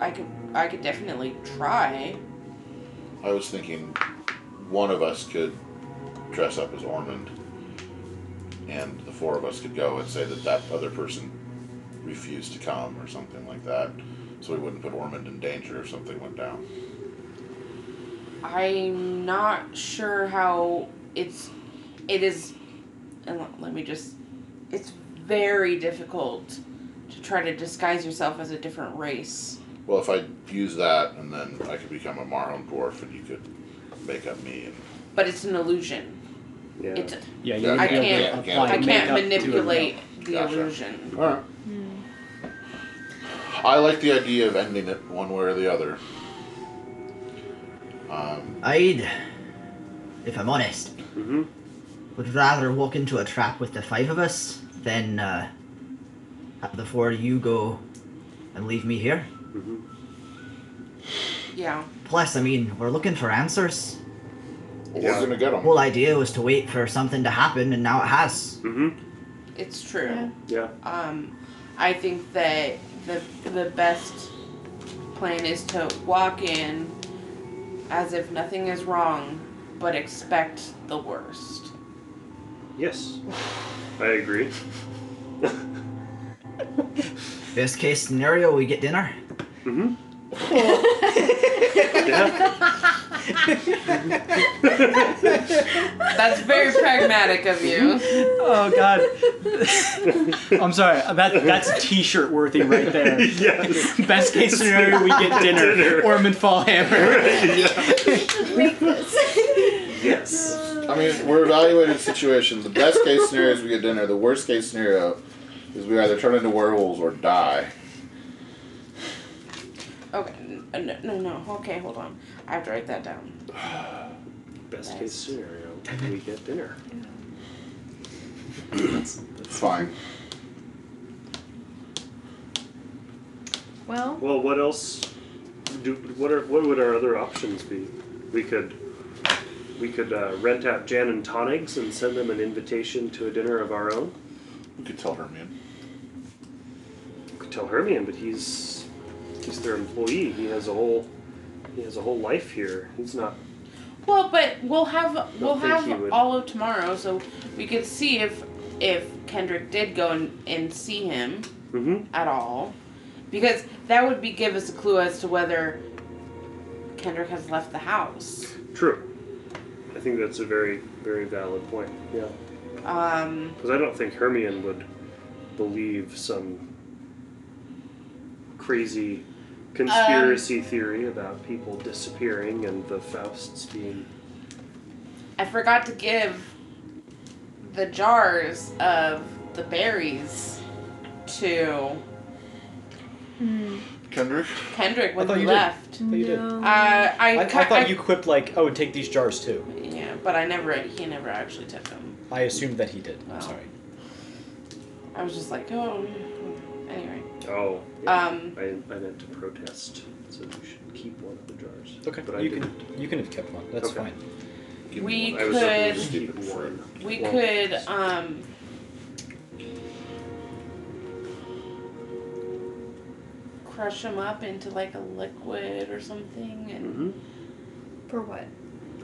C: I could I could definitely try.
B: I was thinking one of us could dress up as Ormond, and the four of us could go and say that that other person refused to come or something like that, so we wouldn't put Ormond in danger if something went down.
C: I'm not sure how it's it is and let- let me just it's very difficult to try to disguise yourself as a different race.
B: Well, if I use that, and then I could become a Marlin dwarf, and you could make up me. And
C: But it's an illusion.
E: hmm, Yeah.
C: It's
A: Yeah, you
B: Yeah,
A: would
C: I
A: be able to
C: can't-
A: apply
C: I can't
A: makeup to it.
C: manipulate the
B: Gotcha.
C: illusion.
B: all right, I like the idea of ending it one way or the other. Um,
G: I'd, if I'm honest,
E: Mhm.
G: would rather walk into a trap with the five of us than uh, have the four of you go and leave me here.
C: Yeah.
G: Plus, I mean, we're looking for answers.
B: well,
E: Yeah.
B: We're gonna get
G: The
B: them.
G: whole idea was to wait for something to happen, and now it has.
E: Mhm.
C: It's true.
D: Yeah.
E: Yeah.
D: Uh.
C: Um, I think that the the best plan is to walk in as if nothing is wrong, but expect the worst.
E: Yes. I agree.
G: Best case scenario, we get dinner.
E: Mhm.
D: Cool.
C: That's very pragmatic of you.
A: Oh God. I'm sorry. uh, That that's t-shirt worthy right there.
E: yes.
A: Best case scenario, we get dinner,
E: Dinner.
A: or Midfall Hammer.
D: Make this.
E: Yes.
B: I mean, we're evaluating the situation. The best case scenario is we get dinner. The worst case scenario is we either turn into werewolves or die.
C: Okay, n- no, no, no. Okay, hold on. I have to write that down.
E: Best case scenario, we get dinner.
B: It's fine.
D: Well,
E: Well, what else? Do what are what would our other options be? We could we could uh, rent out Jan and Tonigs and send them an invitation to a dinner of our own.
B: You could tell Hermione.
E: We could tell Hermione, but he's he's their employee. He has a whole he has a whole life here. He's not.
C: Well, but we'll have we'll
E: think he
C: have
E: would.
C: all of tomorrow, so we could see if if Kendrick did go and, and see him
E: hmm
C: at all, because that would be give us a clue as to whether Kendrick has left the house.
E: True. I think that's a very very valid point. Yeah.
C: Um,
E: Because I don't think Hermione would believe some crazy
C: Um,
E: conspiracy theory about people disappearing and the Fausts being.
C: I forgot to give the jars of the berries to
D: mm,
B: Kendrick?
C: Kendrick when
F: thought
C: he
F: you did.
C: left.
F: thought you did.
D: no.
C: Uh, I,
F: I, I
C: cut-
F: thought you quipped like, "Oh, take these jars too."
C: Yeah, but I never. He never actually took them.
F: I assumed that he did.
C: Wow.
F: I'm sorry.
C: I was just like, oh. Anyway,
E: Oh.
C: um,
E: I, I meant to protest, so you should keep one of the jars.
F: Okay,
E: But I
F: you
E: didn't.
F: can you can have kept one. That's
E: Okay.
F: fine.
C: we
E: I was hoping to
C: could
E: keep one.
C: we
E: Well,
C: could um. Crush them up into like a liquid or something, and
E: mhm.
D: For what?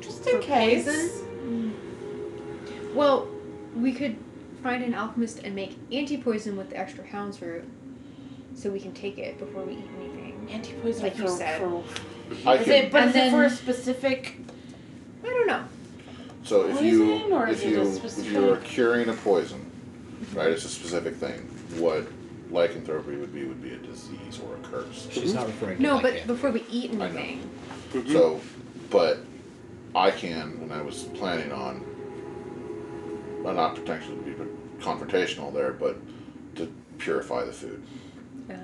C: just
D: For
C: in case.
D: poison? Mm. Well, we could find an alchemist and make anti-poison with the extra hound's root, so we can take it before we eat anything.
C: Anti-poison
D: Like you
C: for,
D: said.
C: for
B: I
C: is
B: can,
C: it, but
D: And
C: is it for a
D: then-
C: specific?
D: I don't know.
B: So if
C: Poison,
B: you
C: or
B: if
C: is it
B: you
C: a
B: if
C: specific-
B: you're curing a poison, right? It's a specific thing. What lycanthropy would be would be a disease or a curse.
F: She's not referring to
D: No,
F: like
D: but
F: it.
D: before we eat
B: know.
D: anything,
E: Mhm.
B: So, but I can, and I was planning on, well, not potentially be confrontational there, but to purify the food,
D: uh,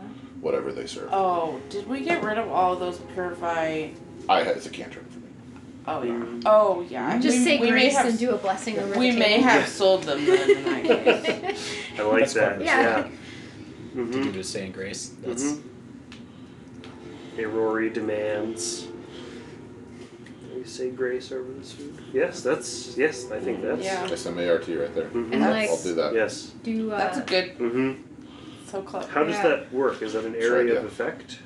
B: whatever they serve.
C: Oh, did we get rid of all those purify?
B: I it's a cantrip for me.
C: Oh yeah.
E: Mm.
C: Oh yeah.
D: just
C: we,
D: say
C: we may
D: grace
C: have,
D: and do a blessing over
C: We
D: the
C: may
D: table.
C: have sold them then in that case.
E: I like
F: That's
E: that.
F: fine.
E: Yeah.
D: Yeah.
F: Did you
E: Mhm.
F: just say in grace? That's
E: Mhm.
D: Mm-hmm.
E: A Rory demands. We say grace over this food. Yes, that's yes. I think that's
C: Yeah.
B: S M A R T right there.
C: Mm-hmm.
E: Mhm.
D: And like-
B: I'll do that.
E: yes.
D: do. Uh,
C: That's a good.
E: hmm
C: So close.
E: How does
D: Yeah.
E: that work? Is that an
B: Sure,
E: area
B: yeah.
E: of effect?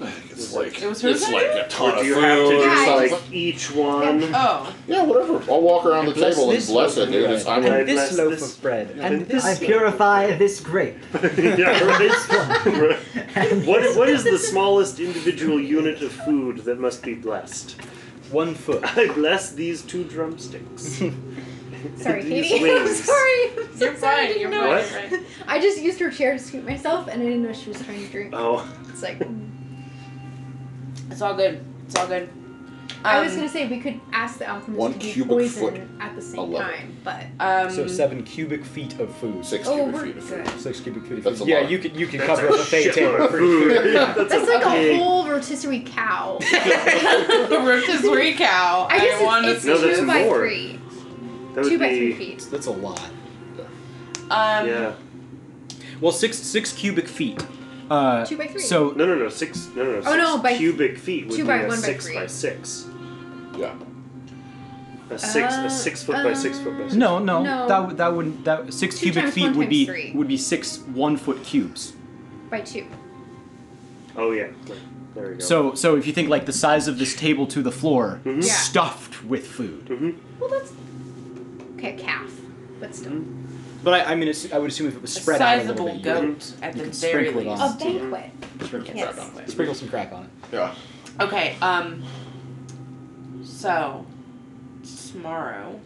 B: I think it's
E: It's
B: like
C: It was her
B: it's
C: idea?
B: like a ton
E: or
B: of
E: do you
B: food
E: have to
B: or
E: just
B: something.
E: like each one?
C: Oh,
B: Yeah, whatever. I'll walk around the
F: Bless
B: table and
F: this
B: bless it,
F: loaf of
B: dude.
F: bread,
B: It's, I mean,
E: I
F: and this
E: bless
F: loaf
E: this-
F: of bread,
E: yeah.
F: and this.
G: I purify this grape.
E: yeah,
G: this
E: right.
G: one. And
E: What, what is the smallest individual unit of food that must be blessed?
F: One foot.
E: I bless these two drumsticks.
D: Sorry,
E: These
D: Katie. I'm
E: wings.
D: sorry. I'm so
C: you're
D: sorry, I
C: fine.
D: didn't
C: You're
D: know.
E: What?
C: fine. Right.
D: I just used her chair to scoot myself, and I didn't know she was trying to drink.
E: Oh,
D: It's like
B: Um,
D: mm.
C: It's all good. It's all good.
D: I was
C: Um,
D: gonna say we could ask the alchemist
B: one
D: to do
B: cubic
D: poison
B: foot.
D: at the same
B: Eleven.
D: time, but
C: Um,
F: So seven cubic feet of food.
B: six
D: oh,
B: Uh, cubic
D: we're
B: feet of food.
D: good.
F: Six cubic feet of
B: That's a
F: food. Yeah,
B: lot.
F: you could you could
E: that's
F: cover up
E: a
F: a fake table
E: shitload of
F: pretty
E: food.
F: quick.
E: That's,
D: That's
E: a
D: like a
E: big-
D: whole rotisserie cow.
C: rotisserie cow.
D: I guess
C: want
D: it's, it's
E: No, that's
D: two by
E: more.
D: three.
E: That would
D: Two by
E: be,
D: three feet.
F: That's a lot.
C: um,
E: Yeah.
F: Well, six six cubic feet. Uh,
D: Two by three.
F: So
E: No, no, no. Six. No, no, no.
D: Oh, no,
E: six
D: by-
E: cubic feet would
D: two
E: be
D: by
E: a
D: one by
E: six
D: three.
E: by six.
B: Yeah.
E: A six.
D: Uh,
E: a six foot by six foot by six.
A: No, no,
D: No.
A: that would that wouldn't that six
D: Two
A: cubic
D: times
A: feet
D: one
A: would
D: times
A: be
D: three.
A: would be six one foot cubes.
D: By two.
E: Oh yeah. There we go.
A: So so if you think like the size of this table to the floor,
F: Mm-hmm.
E: Mhm.
D: Yeah.
A: stuffed with food.
E: Mhm.
D: Well, that's okay. A calf, but still
E: Mm,
F: But I, I mean, it's- I would assume if it was
C: a
F: spread out a
C: sizable
F: little bit, you
C: goat at
F: you
C: the
A: could
C: very
A: sprinkle it
C: least.
D: a
F: on.
D: banquet.
B: Sprinkle
D: Yes.
B: crap on it.
F: could sprinkle some crack on it.
B: Yeah.
C: Okay, um so tomorrow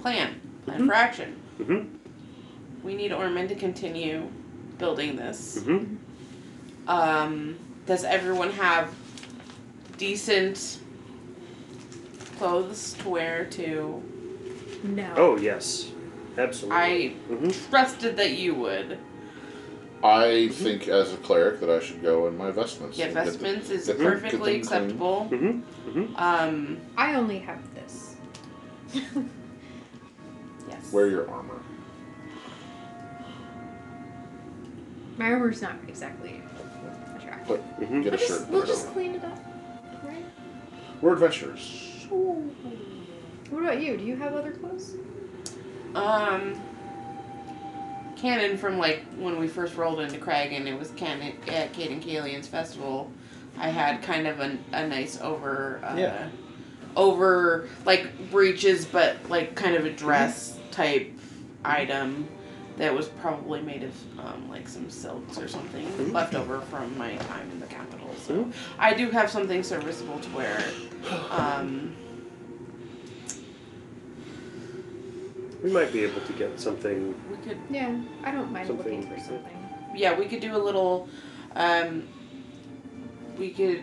C: plan. Plan for action.
E: Mm-hmm.
C: We need Ormond to continue building this.
E: Mm-hmm.
C: Um does everyone have decent clothes to wear to
D: No.
E: Oh yes, absolutely.
C: I
E: Mhm.
C: trusted that you would.
B: I think as a cleric that I should go in my vestments.
C: Yeah,
B: and get the-
C: vestments is
B: get them- get them
C: perfectly
B: clean.
C: acceptable.
E: Mhm.
C: Um
D: I only have this.
C: yes.
B: Wear your armor.
D: My armor's not exactly attractive.
B: But
E: Mhm.
B: get a
D: We'll
B: shirt.
D: just,
B: and
D: we'll
B: put it
D: just
B: over.
D: clean it up. Right?
B: We're adventurers.
D: What about you? Do you have other clothes?
C: Um, canon from like when we first rolled into Craig and it was canon at Kate and Kalian's festival. I had kind of a, a nice over uh,
F: Yeah.
C: over like breeches, but like kind of a dress type item that was probably made of um, like some silks or something left over from my time in the capital. So I do have something serviceable to wear. Um,
E: We might be able to get something.
C: we could
D: Yeah, I don't mind looking
E: Something-
D: for something.
C: yeah, we could do a little. Um, we could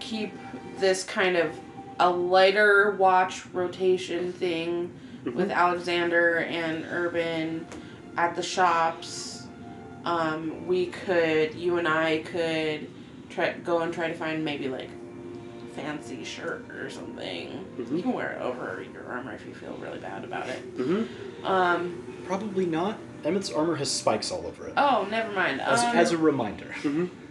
C: keep this kind of a lighter watch rotation thing
F: Mm-hmm.
C: with Alexander and Urban at the shops. Um, we could, you and I could try go and try to find maybe like fancy shirt or something.
F: Mm-hmm.
C: You can wear it over your armor if you feel really bad about it.
E: Mhm.
C: Um,
F: Probably not. Emmett's armor has spikes all over it.
C: oh, never mind.
F: As,
C: um,
F: as a reminder.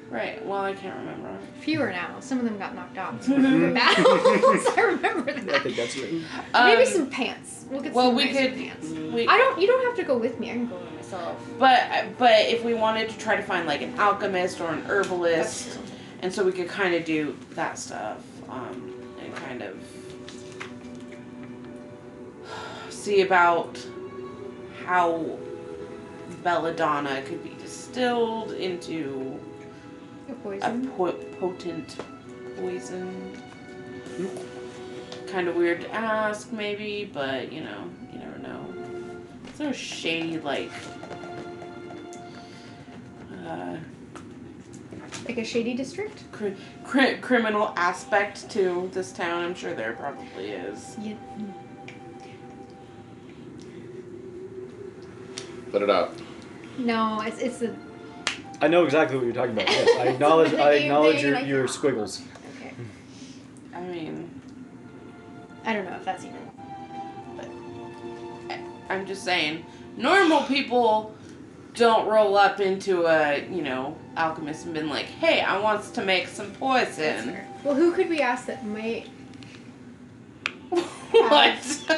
C: right. Well, I can't remember.
D: Fewer now. Some of them got knocked off. battles. I remember
F: I
D: that.
F: think that's true.
D: Maybe
C: Um,
D: some pants. We'll get
C: well,
D: some
C: we
D: nicer
C: could-
D: pants.
C: We,
D: I don't. You don't have to go with me. I can go by myself.
C: but but if we wanted to try to find like an alchemist or an herbalist, and so we could kind of do that stuff, um, and kind of see about how belladonna could be distilled into
D: A
C: a
D: poison.
C: po- potent poison. Kind of weird to ask, maybe, but you know, you never know. Is there a shady like? Uh,
D: like a shady district.
C: cri- cri- criminal aspect to this town. I'm sure there probably is.
D: You,
B: Let it out.
D: no, it's it's the.
F: I know exactly what you're talking about. Yes, I acknowledge. I acknowledge your,
D: Like-
F: your squiggles.
D: Okay.
C: I mean,
D: I don't know if that's even.
C: I'm just saying, normal people don't roll up into a you know alchemist and been like, hey, I wants to make some
D: That's
C: poison.
D: fair. Well, who could we ask that might?
C: what?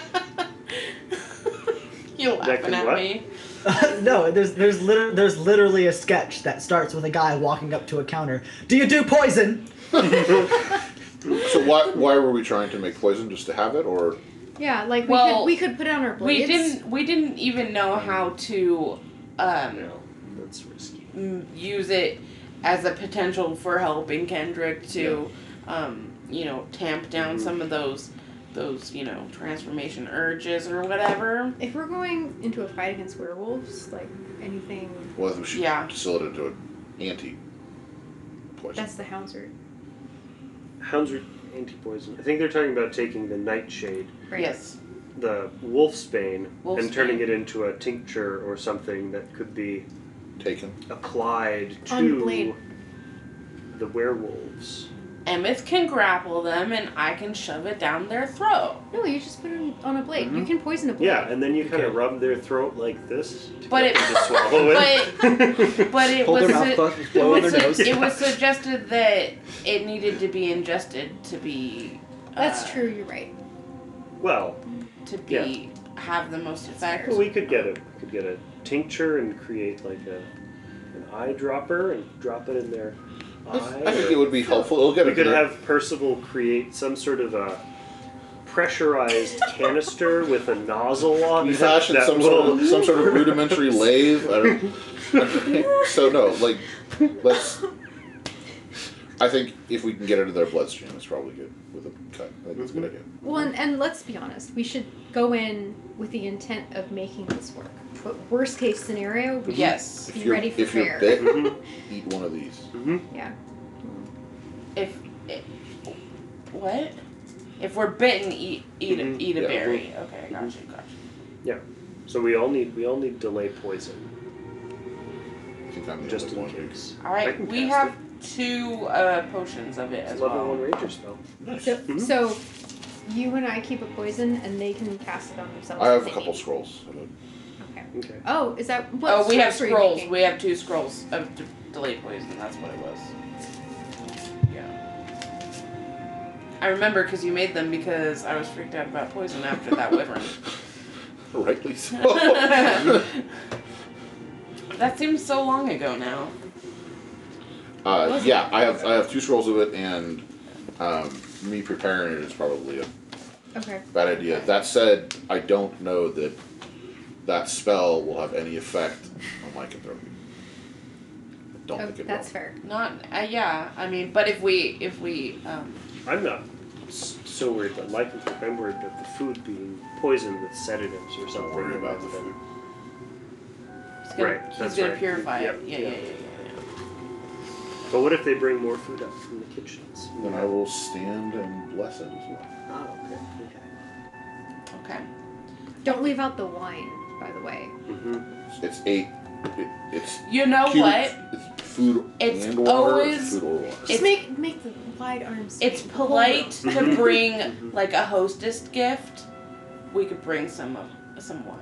C: You're
E: Uh, That
C: laughing
E: could
C: at
E: what?
C: me.
G: no, there's there's liter- there's literally a sketch that starts with a guy walking up to a counter. Do you do poison?
B: So why why were we trying to make poison just to have it or
D: Yeah, like we
C: Well,
D: could we could put it on our
C: We
D: blades.
C: didn't. We didn't even know how to um,
E: No, that's risky.
C: m use it as a potential for helping Kendrick to, um, you know, tamp down
E: Mm-hmm.
C: some of those, those you know, transformation urges or whatever.
D: If we're going into a fight against werewolves, like anything,
B: well we should
C: Yeah.
B: distill it into an anti poison.
D: that's the houndsword,
E: Hounds are anti-poison. I think they're talking about taking the nightshade,
D: right?
C: Yes.
E: the wolfsbane,
C: Wolfsbane.
E: and turning it into a tincture or something that could be
B: Taken.
E: applied to
D: On blade.
E: the werewolves.
C: Emmett can grapple them, and I can shove it down their throat.
D: No, you just put it on a blade.
C: Mm-hmm.
D: You can poison a blade.
E: Yeah, and then you kind of
F: Okay.
E: rub their throat like this to
C: But
E: get
C: it-
E: them to swallow it.
C: But it
F: Hold
C: was
F: their mouth
C: su-
F: closed,
C: it
F: blow on
C: was
F: their
C: su-
F: nose.
C: it was suggested that it needed to be ingested to be.
D: That's
C: uh,
D: true. You're right.
E: well,
C: To be have the most effect.
E: we could get a we could get a tincture and create like a an eyedropper and drop it in their eye.
B: I think it would be helpful. It'll get
E: We
B: a
E: could
B: gri-
E: have Percival create some sort of a pressurized canister with a nozzle on
B: you
E: it
B: fashion
E: that
B: some
E: will
B: sort of some sort of rudimentary lathe. I don't, so no, like let's I think if we can get into their bloodstream, it's probably good with a cut. I think it's a
E: Mhm.
B: good idea.
D: Well, and, and let's be honest, we should go in with the intent of making this work. But worst case scenario, we
C: Yes.
B: If
D: be
B: you're,
D: ready for
B: if
D: fair.
B: you're
E: Mhm.
B: bit, eat one of these.
E: Mm-hmm.
D: yeah.
C: If, i what? If we're bitten, eat eat
E: Mhm.
F: Mm-hmm.
C: a, eat a
B: Yeah.
C: berry. Okay, I got you, got you.
E: So we all need we all need delay poison.
B: I think I'm the
E: Just
B: only
E: in
B: one who-
E: case.
C: All
E: I
C: right,
E: can
C: we
E: cast
C: have two uh, potions of it
E: It's
C: as
E: level one
C: well.
E: ranger spell.
D: So,
C: Mm-hmm.
E: Mhm.
D: so you and I keep a poison, and they can cast it on themselves.
B: I
D: if
B: have a
D: they
B: couple
D: need.
B: scrolls.
D: Okay.
E: Okay.
D: Oh, is that what?
C: Oh, we have
D: sorts were you
C: scrolls.
D: making?
C: We have two scrolls of d- delayed poison. That's what it was. Yeah. I remember because you made them because I was freaked out about poison after that wyvern.
E: Oh,
B: Rightly so.
C: That seems so long ago now.
B: uh,
C: Wasn't
B: yeah,
C: it?
B: I have I have two scrolls of it, and um, me preparing it is probably a
D: Okay.
B: bad idea. That said, I don't know that that spell will have any effect on my control. I don't
D: Oh,
B: think it
D: that's
B: will.
D: fair.
C: Not. Uh, yeah. I mean, but if we if we um,
E: I'm not s- so worried about lycanthropy. I'm worried about the food being poisoned with sedatives or something.
B: Don't worry about the
E: rather than-
B: food.
C: he's gonna,
E: Right,
C: he's
E: that's
C: gonna
E: right.
C: purify
E: Yep,
C: it. Yeah,
E: yeah.
C: yeah, yeah, yeah, yeah.
E: But what if they bring more food up from the kitchens?
B: Then I will stand and bless it as well.
E: Oh, okay. okay.
C: Okay.
D: Don't leave out the wine, by the way.
E: Mm-hmm.
B: It's eight. It, it's
C: You know
B: cubed-
C: what?
B: It's food
C: It's
B: and water.
C: always-
B: food or water.
D: Just
C: It's-
D: make make the wide arms.
C: It's
D: swing.
C: polite to
E: Mhm.
C: bring
E: Mhm.
C: like a hostess gift. We could bring some of some wine.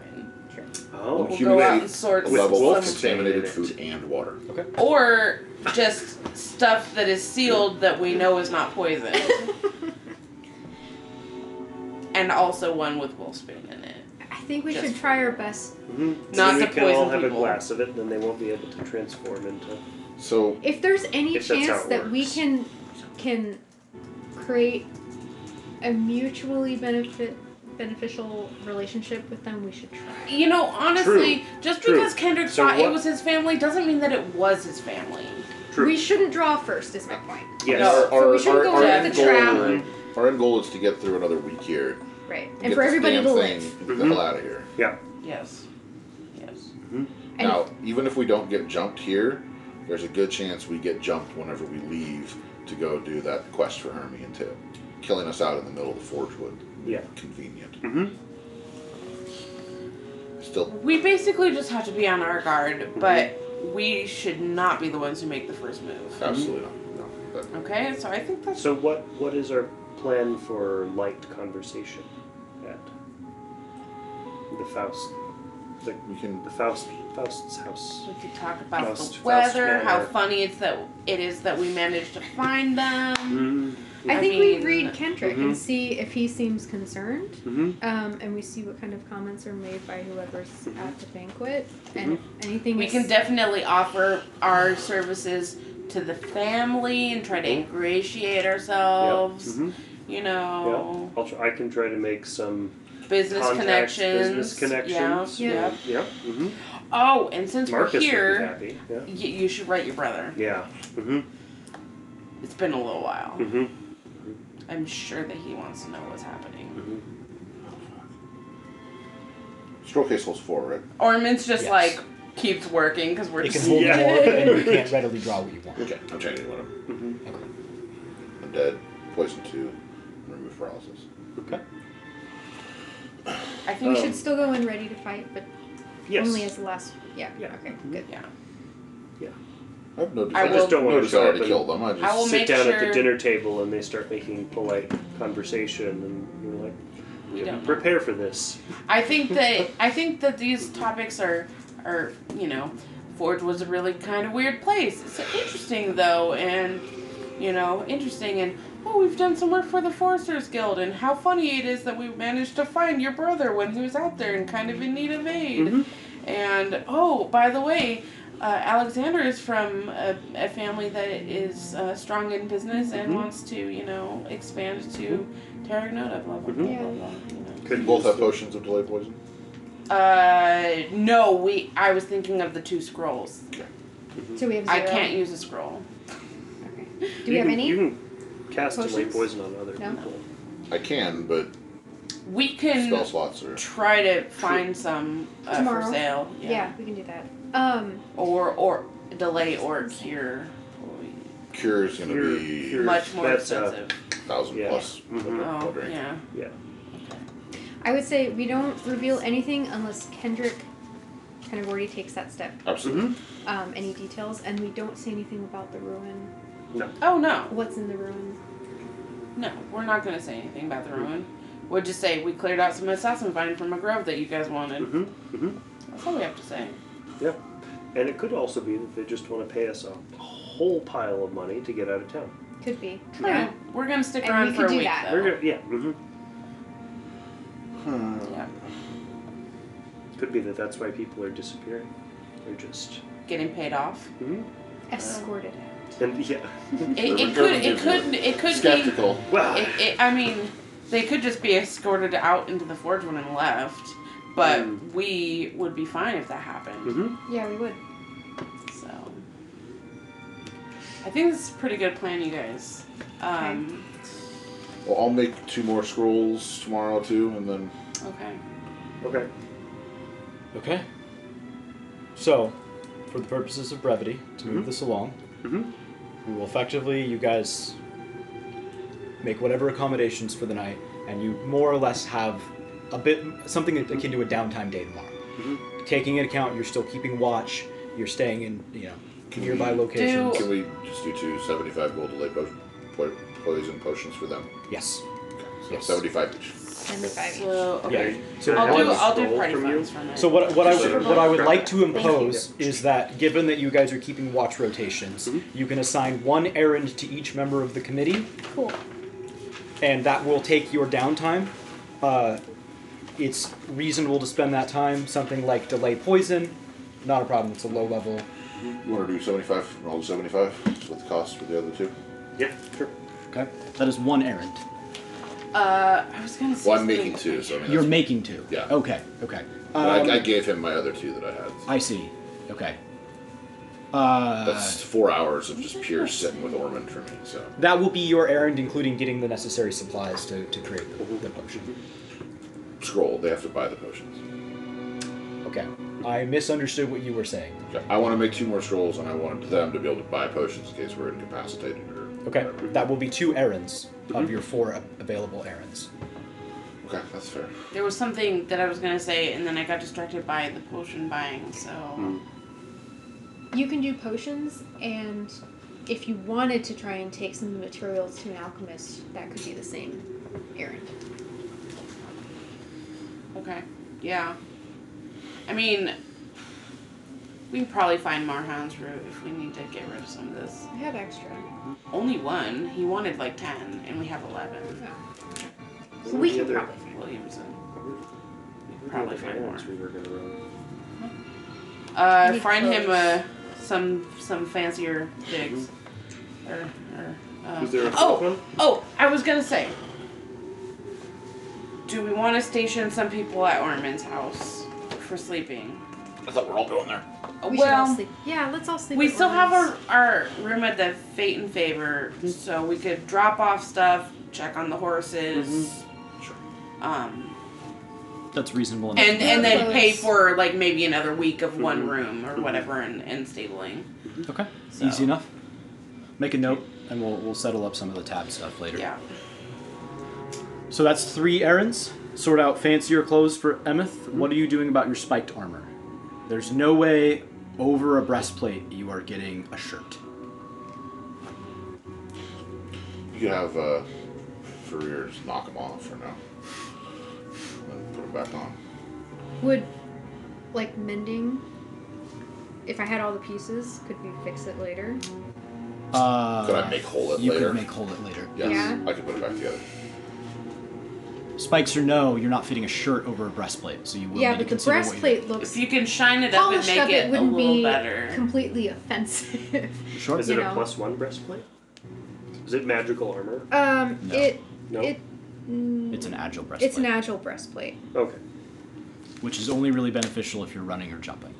E: Oh,
C: We'll
B: you
C: go out
B: made
C: and sort
B: A
E: with
B: level of
E: wolf
C: some,
B: contaminated
E: stain in it.
B: food and water.
C: or just stuff that is sealed that we know is not poison, and also one with wolfsbane in it.
D: I think we
C: Just-
D: should try our best.
E: mm-hmm.
C: Not
E: then we
C: to
E: can all
C: poison
E: have
C: people.
E: a glass of it, then they won't be able to transform into.
B: So
D: If there's any
E: If that's how
D: chance
E: it
D: that we
E: works.
D: can can create a mutually benefit beneficial relationship with them, we should try.
C: You know, honestly, just
E: True.
C: because Kendrick
E: So
C: thought it
E: what-
C: was his family doesn't mean that it was his family.
E: True.
D: We shouldn't draw first, is my point.
E: yes.
C: No.
B: our,
D: So we
B: our,
D: shouldn't
B: our,
D: go
B: our,
C: into
B: end
C: the
B: goal,
D: trap.
B: our end goal is to get through another week here.
D: Right.
B: get
D: And for
B: this
D: everybody
B: damn
D: to
B: thing
D: live.
B: and the
E: Mhm.
B: hell out of here.
E: Yeah.
C: Yes. Yes.
D: And
B: Now, even if we don't get jumped here, there's a good chance we get jumped whenever we leave to go do that quest for Hermie and Tip. Killing us out in the middle of the Forge would be
E: Yeah.
B: convenient.
E: Mm-hmm.
B: Still,
C: We basically just have to be on our guard, but we should not be the ones who make the first move.
B: absolutely not. No, that-
C: Okay, so I think that's
E: So what what is our plan for light conversation at the Faust the,
B: we can
E: the Faust Faust's house?
C: we could talk about
E: Faust-
C: the
E: Faust
C: weather,
E: Manor.
C: how funny it's that it is that we managed to find them.
E: Mm-hmm.
D: I
C: I
D: think
C: mean-
D: we read Kendrick
E: Mhm.
D: and see if he seems concerned,
E: Mm-hmm.
D: um, and we see what kind of comments are made by whoever's
E: Mhm.
D: at the banquet, and if
E: Mm-hmm.
D: anything
C: We
D: is-
C: can definitely offer our services to the family and try to ingratiate ourselves.
E: Mm-hmm.
C: You know,
E: I'll try, I can try to make some
C: Oh. business
E: contacts,
C: connections.
E: business connections.
C: Yeah.
D: Yeah.
C: yeah.
E: Yeah. Mm-hmm.
C: Oh, and since
E: Marcus
C: we're
E: would be
C: here,
E: happy. Yeah.
C: y- you should write your brother.
E: Yeah. Mm-hmm.
C: It's been a little while.
E: Mm-hmm.
C: I'm sure that he wants to know what's happening.
E: Mm-hmm.
B: Stroll case holds four, right?
C: Ormond's just
F: Yes.
C: like keeps working because we're
F: It can
C: just
F: hold
E: Yeah.
F: more, and you can't readily draw what you want.
B: Okay, I'm changing one of them.
E: Mm-hmm.
B: I'm dead, poison two, and remove paralysis.
C: I
D: We
C: think
E: Um,
D: should still go in ready to fight, but
E: Yes.
D: only as the last. Yeah.
E: Yeah.
D: Okay. Good.
C: yeah.
B: I have no
C: I
B: desire,
C: just
E: don't
B: no
E: wanna
B: desire to
E: sharpen-
B: kill them. I just
C: I will
E: sit
C: make
E: down
C: sure
E: at the dinner table and they start making polite conversation and you're like
C: we don't. know.
E: prepare for this
C: I think that I think that these topics are are you know, Forge was a really kind of weird place. It's interesting though, and you know, interesting and oh, we've done some work for the Foresters Guild, and how funny it is that we managed to find your brother when he was out there and kind of in need of aid.
E: Mhm.
C: And oh, by the way. Uh, Alexander is from a, a family that is uh, strong in business and
E: Mhm.
C: wants to, you know, expand to Terragnota, blah, blah, blah,
E: Mhm.
C: blah, blah, you know.
E: could
B: We both have potions of delay poison.
C: Uh, no, we. I was thinking of the two scrolls.
D: So we have
C: I
D: zero.
C: can't use a scroll.
D: Okay. Do we have
E: can,
D: any?
E: You can cast delay
D: potions?
E: poison on other
D: No?
E: people.
B: I can, but spell
C: We can
B: slots are.
C: try to find some uh, for
D: Tomorrow.
C: sale. Yeah.
D: Yeah. we can do that. Um,
C: Or or delay or cure.
B: Cure is going to
E: Cure-
B: be
E: cure.
C: Much more
E: That's, uh,
C: expensive.
B: thousand
E: Yeah.
B: plus.
F: Mm-hmm.
E: Mhm.
C: Oh
B: wondering.
C: yeah.
E: Yeah.
D: I would say we don't reveal anything unless Kendrick kind of already takes that step.
B: Absolutely.
F: Mm-hmm.
E: Mm-hmm.
D: Um, any details, and we don't say anything about the ruin.
C: Oh no.
D: What's in the ruin?
C: No, we're not gonna say anything about the ruin. We'll just say we cleared out some assassin vine from a grove that you guys
B: Mm-hmm.
C: wanted.
E: hmm hmm
C: That's all we have to say.
E: Yeah. And it could also be that they just want to pay us a whole pile of money to get out of town.
D: Could be.
C: True. We're gonna stick
D: And
C: around
D: we
C: for
D: could
C: a
D: do
C: week
D: that.
C: though.
E: We're gonna- yeah. hmm
C: Yeah.
E: Could be that that's why people are disappearing. They're just.
C: Getting paid off.
E: hmm
D: Escorted.
E: And yeah.
C: It,
B: They were
C: it could
B: driven
C: it
B: to
C: could it could be
B: Skeptical.
E: Well.
C: it, it, I mean, they could just be escorted out into the forge when I'm left. But
E: Mm.
C: we would be fine if that happened.
E: hmm
D: Yeah, we would.
C: So I think this is a pretty good plan, you guys. Um,
B: Well, I'll make two more scrolls tomorrow too, and then
C: okay.
E: Okay.
F: Okay. So, for the purposes of brevity, to move
E: Mhm.
F: this along,
E: Mhm.
F: we will effectively, you guys make whatever accommodations for the night, and you more or less have a bit something akin to a downtime day tomorrow. Taking into account you're still keeping watch, you're staying in you know nearby locations.
B: can we just do two 75 gold delay po- po- poison potions for them?
F: Yes.
B: So
F: Yes.
B: 75 each.
D: 75 each.
C: So okay.
E: So
C: I'll
E: now
C: do
E: a
C: I'll do
E: scroll
C: party
E: from you.
C: funds from it.
F: So what, what I
B: Consider-
F: what I would like to
D: you.
F: impose is that given that you guys are keeping watch rotations,
E: Mhm.
F: you can assign one errand to each member of the committee,
D: Cool.
F: and that will take your downtime. Uh, it's reasonable to spend that time. Something like delay poison, not a problem. It's a low level.
B: You want to do 75? Roll 75. Split the cost with the other two.
E: Yeah. Sure.
A: Okay. That is one errand.
C: Uh, I was gonna say.
B: Well, I'm
C: something-
B: making two, so I mean.
A: You're
B: that's-
A: making two.
B: Yeah.
A: Okay. Okay.
B: but
A: Um,
B: I, I gave him my other two that I had.
A: I see. Okay. Uh,
B: That's four hours of just pure sitting with Ormond for me. So
F: That will be your errand, including getting the necessary supplies to, to create the, the potion.
B: scroll. They have to buy the potions.
F: Okay. I misunderstood what you were saying.
B: Okay, I want to make two more scrolls, and I want them to be able to buy potions in case we're incapacitated or
F: Okay.
B: whatever.
F: That will be two errands of your four a- available errands.
B: Okay, that's fair.
C: There was something that I was gonna say, and then I got distracted by the potion buying. So
D: You can do potions, and if you wanted to try and take some of the materials to an alchemist, that could be the same errand.
C: okay, yeah. I mean, we can probably find Marhan's root if we need to get rid of some of this.
D: I have extra.
C: Only one. He wanted like ten, and we have eleven.
E: What were
D: We
E: the
D: can
E: other-
D: probably find
C: Williamson.
E: what were the
C: probably
E: other
C: find
E: errands
C: more.
E: We were gonna run.
C: Uh,
D: Need
C: find him
D: clothes.
C: uh, some some fancier digs.
D: Mm-hmm.
C: Or, or, um,
E: Was there a
C: oh,
E: fourth one?
C: Oh, I was gonna say. Do we want to station some people at Orman's house for sleeping?
B: I thought we're all going there.
D: We should all
C: well,
D: sleep. Yeah, let's all sleep.
C: we
D: at
C: still have
D: once.
C: our, our room at the Fate and Favor, so we could drop off stuff, check on the horses,
B: Sure.
C: um,
A: that's reasonable enough.
C: and and then pay
D: Clothes.
C: for like maybe another week of one
E: Mhm.
C: room or whatever, and, and stabling.
A: Okay.
C: So-
A: Easy enough. Make a note, and we'll we'll settle up some of the tab stuff later.
C: Yeah.
A: So that's three errands. Sort out fancier clothes for Emeth. What are you doing about your spiked armor? There's no way over a breastplate you are getting a shirt.
B: You could have uh, Ferrier just knock them off for now, and put them back on.
D: Would, like, mending, if I had all the pieces, could we fix it later?
A: Uh,
B: Could I make whole it
A: you
B: later?
A: could make hold it later.
B: Yes,
D: Yeah.
B: I could put it back together.
A: Spikes or no, you're not fitting a shirt over a breastplate, so you will
D: yeah,
A: need to
D: but the
A: consider what you-
D: breastplate
C: If
D: looks
C: you can shine it up and
D: polished
C: make
D: up,
C: it,
D: it
C: a
D: wouldn't
C: little
D: be
C: better.
D: completely offensive.
A: Sure.
E: Is
D: You
E: it a
D: know.
E: plus one breastplate? Is it magical armor?
D: um,
A: No.
D: it
E: No.
D: it mm,
A: It's an agile breastplate,
D: it's an agile breastplate.
E: Okay.
D: Mm-hmm.
A: which is only really beneficial if you're running or jumping.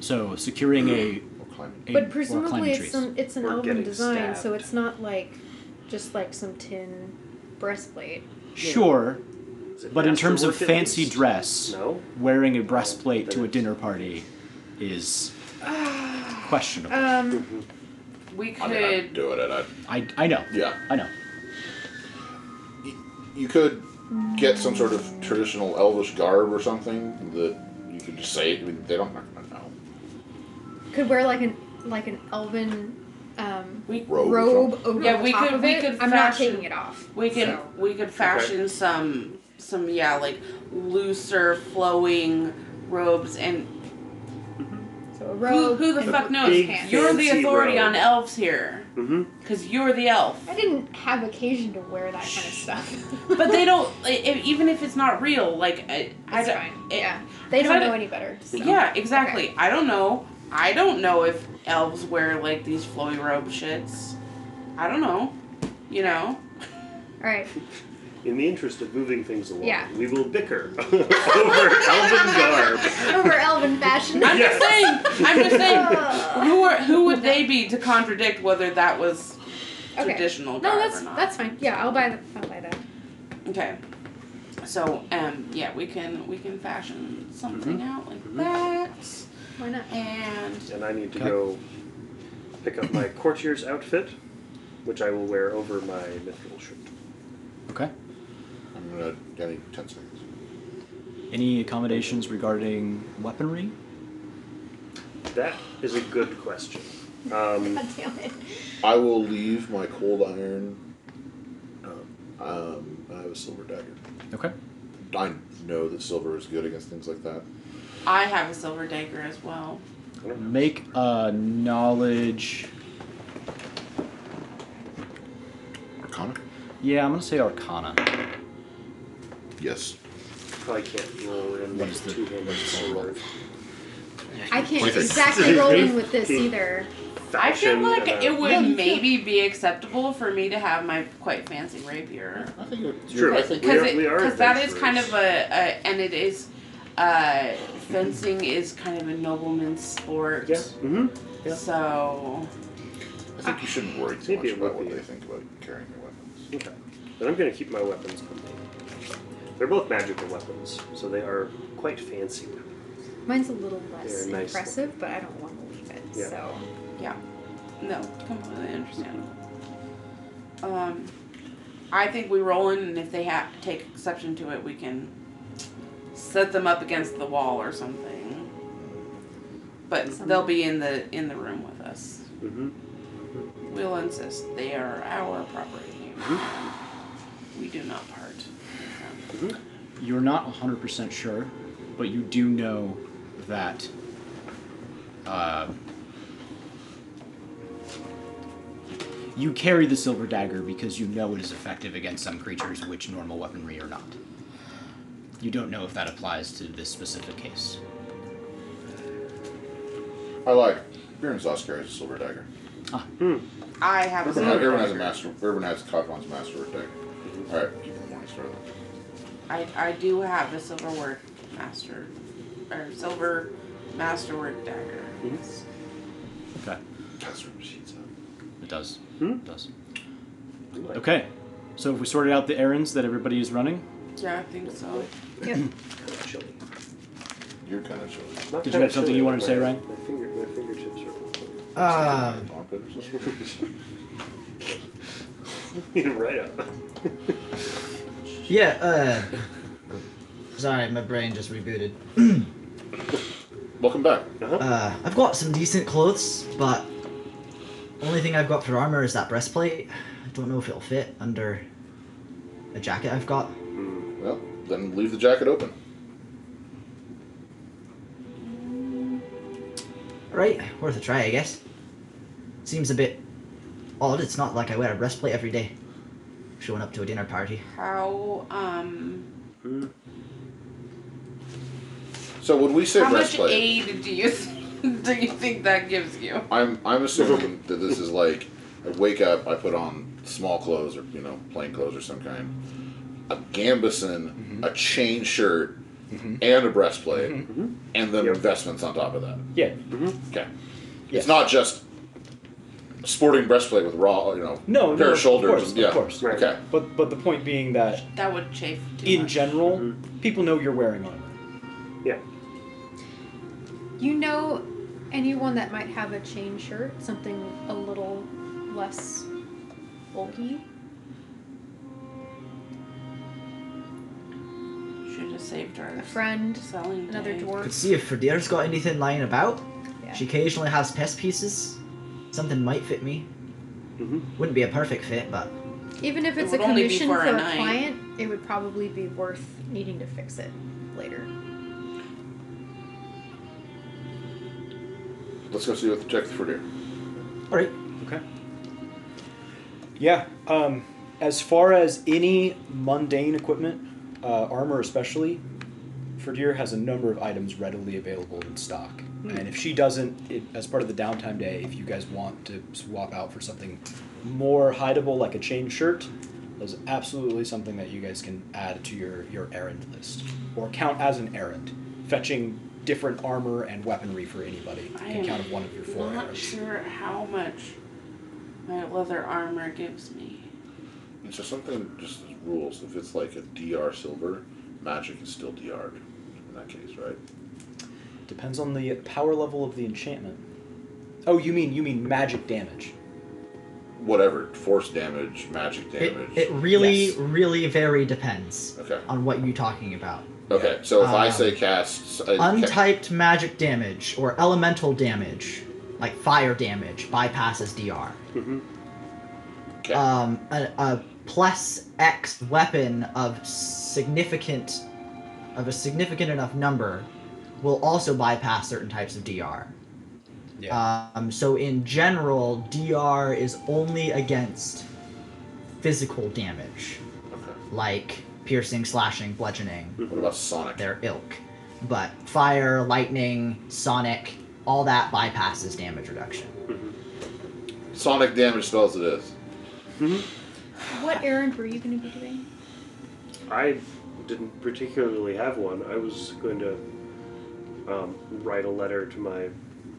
A: So securing a
B: climbing.
A: Aim- or climbing
D: But presumably it's
A: trees.
D: some it's an
E: Or
D: elven
E: getting
D: design, so
E: stabbed.
D: it's not like just like some tin breastplate.
A: Sure,
E: Is it
A: but in
E: master
A: terms of
E: work at
A: fancy
E: least?
A: dress,
E: No.
A: wearing a breastplate
E: Then
A: to a
E: it's-
A: dinner party is questionable.
D: Um
C: We
B: I mean, I'd
C: could.
B: do it. I'd,
A: I, I know.
B: yeah.
A: I know.
B: You could get some sort of traditional elvish garb or something that you could just say. I mean, they don't. They're not gonna know.
D: could wear like an like an elven um
C: We
B: Robe. or
D: robe
B: something.
D: over
C: Yeah,
D: the
C: we
D: top
C: could-
D: of
C: we
D: it.
C: could
D: I'm not
C: fashion-
D: taking it off.
C: we could
D: So-
C: we could fashion some some yeah like looser flowing robes and
D: So a
C: who,
D: robe.
C: who the
D: and
C: fuck knows?
E: big
D: pants.
C: You're the
E: Fancy
C: authority
E: robe.
C: on elves here
E: Mm-hmm.
C: because you're the elf.
D: I didn't have occasion to wear that kind of stuff.
C: But they don't i- i- even if it's not real. Like I, I
D: It's
C: don't-
D: fine.
C: it-
D: yeah, they
C: I
D: don't
C: don't-
D: know any better. So.
C: Yeah, exactly. I don't know. I don't know if elves wear like these flowy robe shits. I don't know. You know.
D: All right.
E: In the interest of moving things along,
D: Yeah.
E: we will bicker over elven garb.
D: Over elven fashion.
C: I'm just saying. I'm just saying.
D: Ugh.
C: Who are who would they be to contradict whether that was
D: Okay.
C: traditional
D: No,
C: garb
D: that's
C: or not?
D: that's fine. Yeah, I'll buy that. I'll buy that.
C: okay. So um yeah, we can we can fashion something out like
E: Mhm.
C: that,
D: Why not?
C: and
E: And I need to
F: Okay.
E: go pick up my courtier's outfit, which I will wear over my mithril shirt.
A: Okay.
B: I'm gonna. I need ten seconds.
A: Any accommodations regarding weaponry?
E: That is a good question. Um,
D: God damn it.
B: I will leave my cold iron. Um, um, I have a silver dagger.
A: Okay.
B: I know that silver is good against things like that.
C: I have a silver dagger as well.
A: Make a knowledge.
B: Arcana?
A: Yeah, I'm gonna say Arcana.
B: Yes.
E: probably can't roll in
A: What is the-
E: with two-handed sword.
D: I can't
B: Twenty-six.
D: exactly roll in with this either.
C: I feel
E: Fashion
C: like
E: and uh,
C: it
E: a-
C: would
D: Yeah, you
C: maybe be acceptable for me to have my quite fancy rapier.
B: I think it's
E: True. I think we are-
C: it-
E: we are
C: 'cause that is kind of a,
E: adventurers.
C: a and it is uh, fencing is kind of a nobleman's sport.
E: Yeah. Mm-hmm. yeah.
C: So
B: I think you shouldn't worry too
E: Maybe
B: much
E: it
B: about
E: would
B: what
E: be.
B: they think about carrying your weapons.
E: Okay. Then I'm going to keep my weapons on me. They're both magical weapons, so they are quite fancy. Mm-hmm.
D: Mine's a little less
E: They're nice.
D: impressive, but I don't want to leave it.
E: Yeah.
D: So
C: yeah, no, completely understandable. Um, I think we roll in, and if they have take exception to it, we can set them up against the wall or something. But they'll be in the in the room with us.
E: Mm-hmm.
C: We'll insist they are our property. We do not part.
A: You're not 100% sure, but you do know that uh, you carry the silver dagger because you know it is effective against some creatures which normal weaponry are not. You don't know if that applies to this specific case.
B: I like. Urban's Sauce carries a silver dagger.
C: I have a
B: Urban,
C: silver
B: Urban has a
C: dagger.
B: master. Urban has Cogmon's masterwork dagger.
E: Mm-hmm.
B: Alright, keep in mind, start
C: I, I do have a silver work master or silver masterwork dagger. Yes.
A: Okay.
B: That's where she's at.
A: It does.
E: Hmm?
A: It does. Okay. So if we sorted out the errands that everybody is running,
C: Yeah, I think so.
E: Chilly.
B: You're kind of chilly.
E: Not
A: Did you
E: kinda
A: have something
E: chilly,
A: you wanted to
E: but
A: say,
E: my-
A: Ryan?
E: My, finger, my fingertips are
G: Um,
B: Armpit or something?
E: right up.
G: yeah, uh. Sorry, my brain just rebooted.
B: Welcome back.
G: Uh, I've got some decent clothes, but only thing I've got for armor is that breastplate. I don't know if it'll fit under a jacket I've got.
E: Hmm.
B: Well, then leave the jacket open.
G: Right, worth a try, I guess. Seems a bit odd. It's not like I wear a breastplate every day. Showing up to a dinner party.
C: How um
B: So when we say
C: how much
B: breastplate,
C: aid do you do you think that gives you?
B: I'm I'm assuming that this is like I wake up, I put on small clothes or you know plain clothes or some kind, a gambeson,
E: Mm-hmm.
B: a chain shirt, and a breastplate, and then
E: Yep.
B: investments on top of that.
F: Yeah.
B: Okay,
F: Yes.
B: It's not just sporting breastplate with raw, you know,
F: No, no,
B: pair
F: of
B: of shoulders.
F: course, of
B: yeah.
F: course.
E: Right.
B: Okay.
F: But but the point being that
C: That would chafe too
F: in
C: much.
F: general, people know you're wearing armor.
E: Yeah.
D: You know anyone that might have a chain shirt, something a little less bulky?
C: Should have saved her.
D: A friend,
C: Selling
D: another
C: day.
D: dwarf.
G: Could see if Ferdir's got anything lying about.
D: Yeah.
G: She occasionally has pest pieces. Something might fit me.
E: Mhm.
G: Wouldn't be a perfect fit, but
D: Even if
C: It
D: it's a
C: would only be
D: commission
C: for
D: for,
C: a
D: a,
C: night.
D: client, it would probably be worth needing to fix it later.
B: Let's go see what the check for deer.
G: all right.
F: Okay. Yeah. Um, as far as any mundane equipment, uh, armor especially, Ferdir has a number of items readily available in stock.
C: Hmm.
F: And if she doesn't, it, as part of the downtime day, if you guys want to swap out for something more hideable like a chain shirt, is absolutely something that you guys can add to your, your errand list or count as an errand. Fetching different armor and weaponry for anybody
C: I
F: can
C: am
F: count as one of your four
C: Not
F: errands.
C: sure how much my leather armor gives me.
B: It's just something, just rules. If it's like a DR silver, magic is still DR in that case, right?
F: Depends on the power level of the enchantment. Oh, you mean you mean magic damage?
B: Whatever, force damage, magic
G: It,
B: damage.
G: it really,
F: Yes.
G: really very depends
B: Okay.
G: on what you're talking about.
B: okay, so if I
G: Um,
B: say cast, I, ca-
G: Untyped magic damage or elemental damage, like fire damage, bypasses DR.
B: okay.
G: um, a, a plus X weapon of significant of a significant enough number will also bypass certain types of DR. Um, so in general, DR is only against physical damage,
B: okay.
G: like piercing, slashing, bludgeoning,
B: What about Sonic?
G: their ilk. But fire, lightning, sonic, all that bypasses damage reduction.
B: Sonic damage spells it is.
D: What errand were you going to be doing?
E: I didn't particularly have one. I was going to um, write a letter to my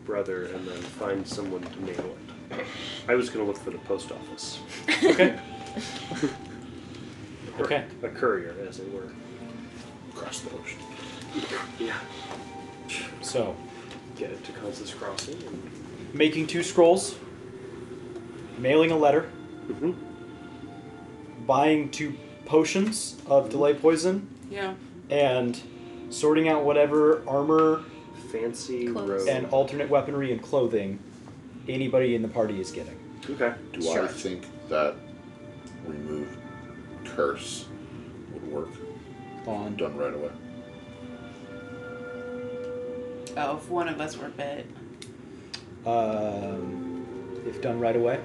E: brother and then find someone to mail it. I was going to look for the post office.
F: Okay.
E: Or
F: Okay.
E: A courier, as it were.
B: Across the ocean.
E: Yeah.
F: So,
E: Get it to Constance Crossing. And,
F: making two scrolls, mailing a letter,
E: Mhm.
F: buying two potions of delay poison,
C: Yeah.
F: and sorting out whatever armor
E: Fancy
D: Clothes.
E: road.
F: and alternate weaponry and clothing anybody in the party is getting.
E: okay.
B: Do
D: Sure.
B: I think that remove curse would work?
F: On
B: Done right away.
C: Oh, if one of us were bit.
F: um, if done right away,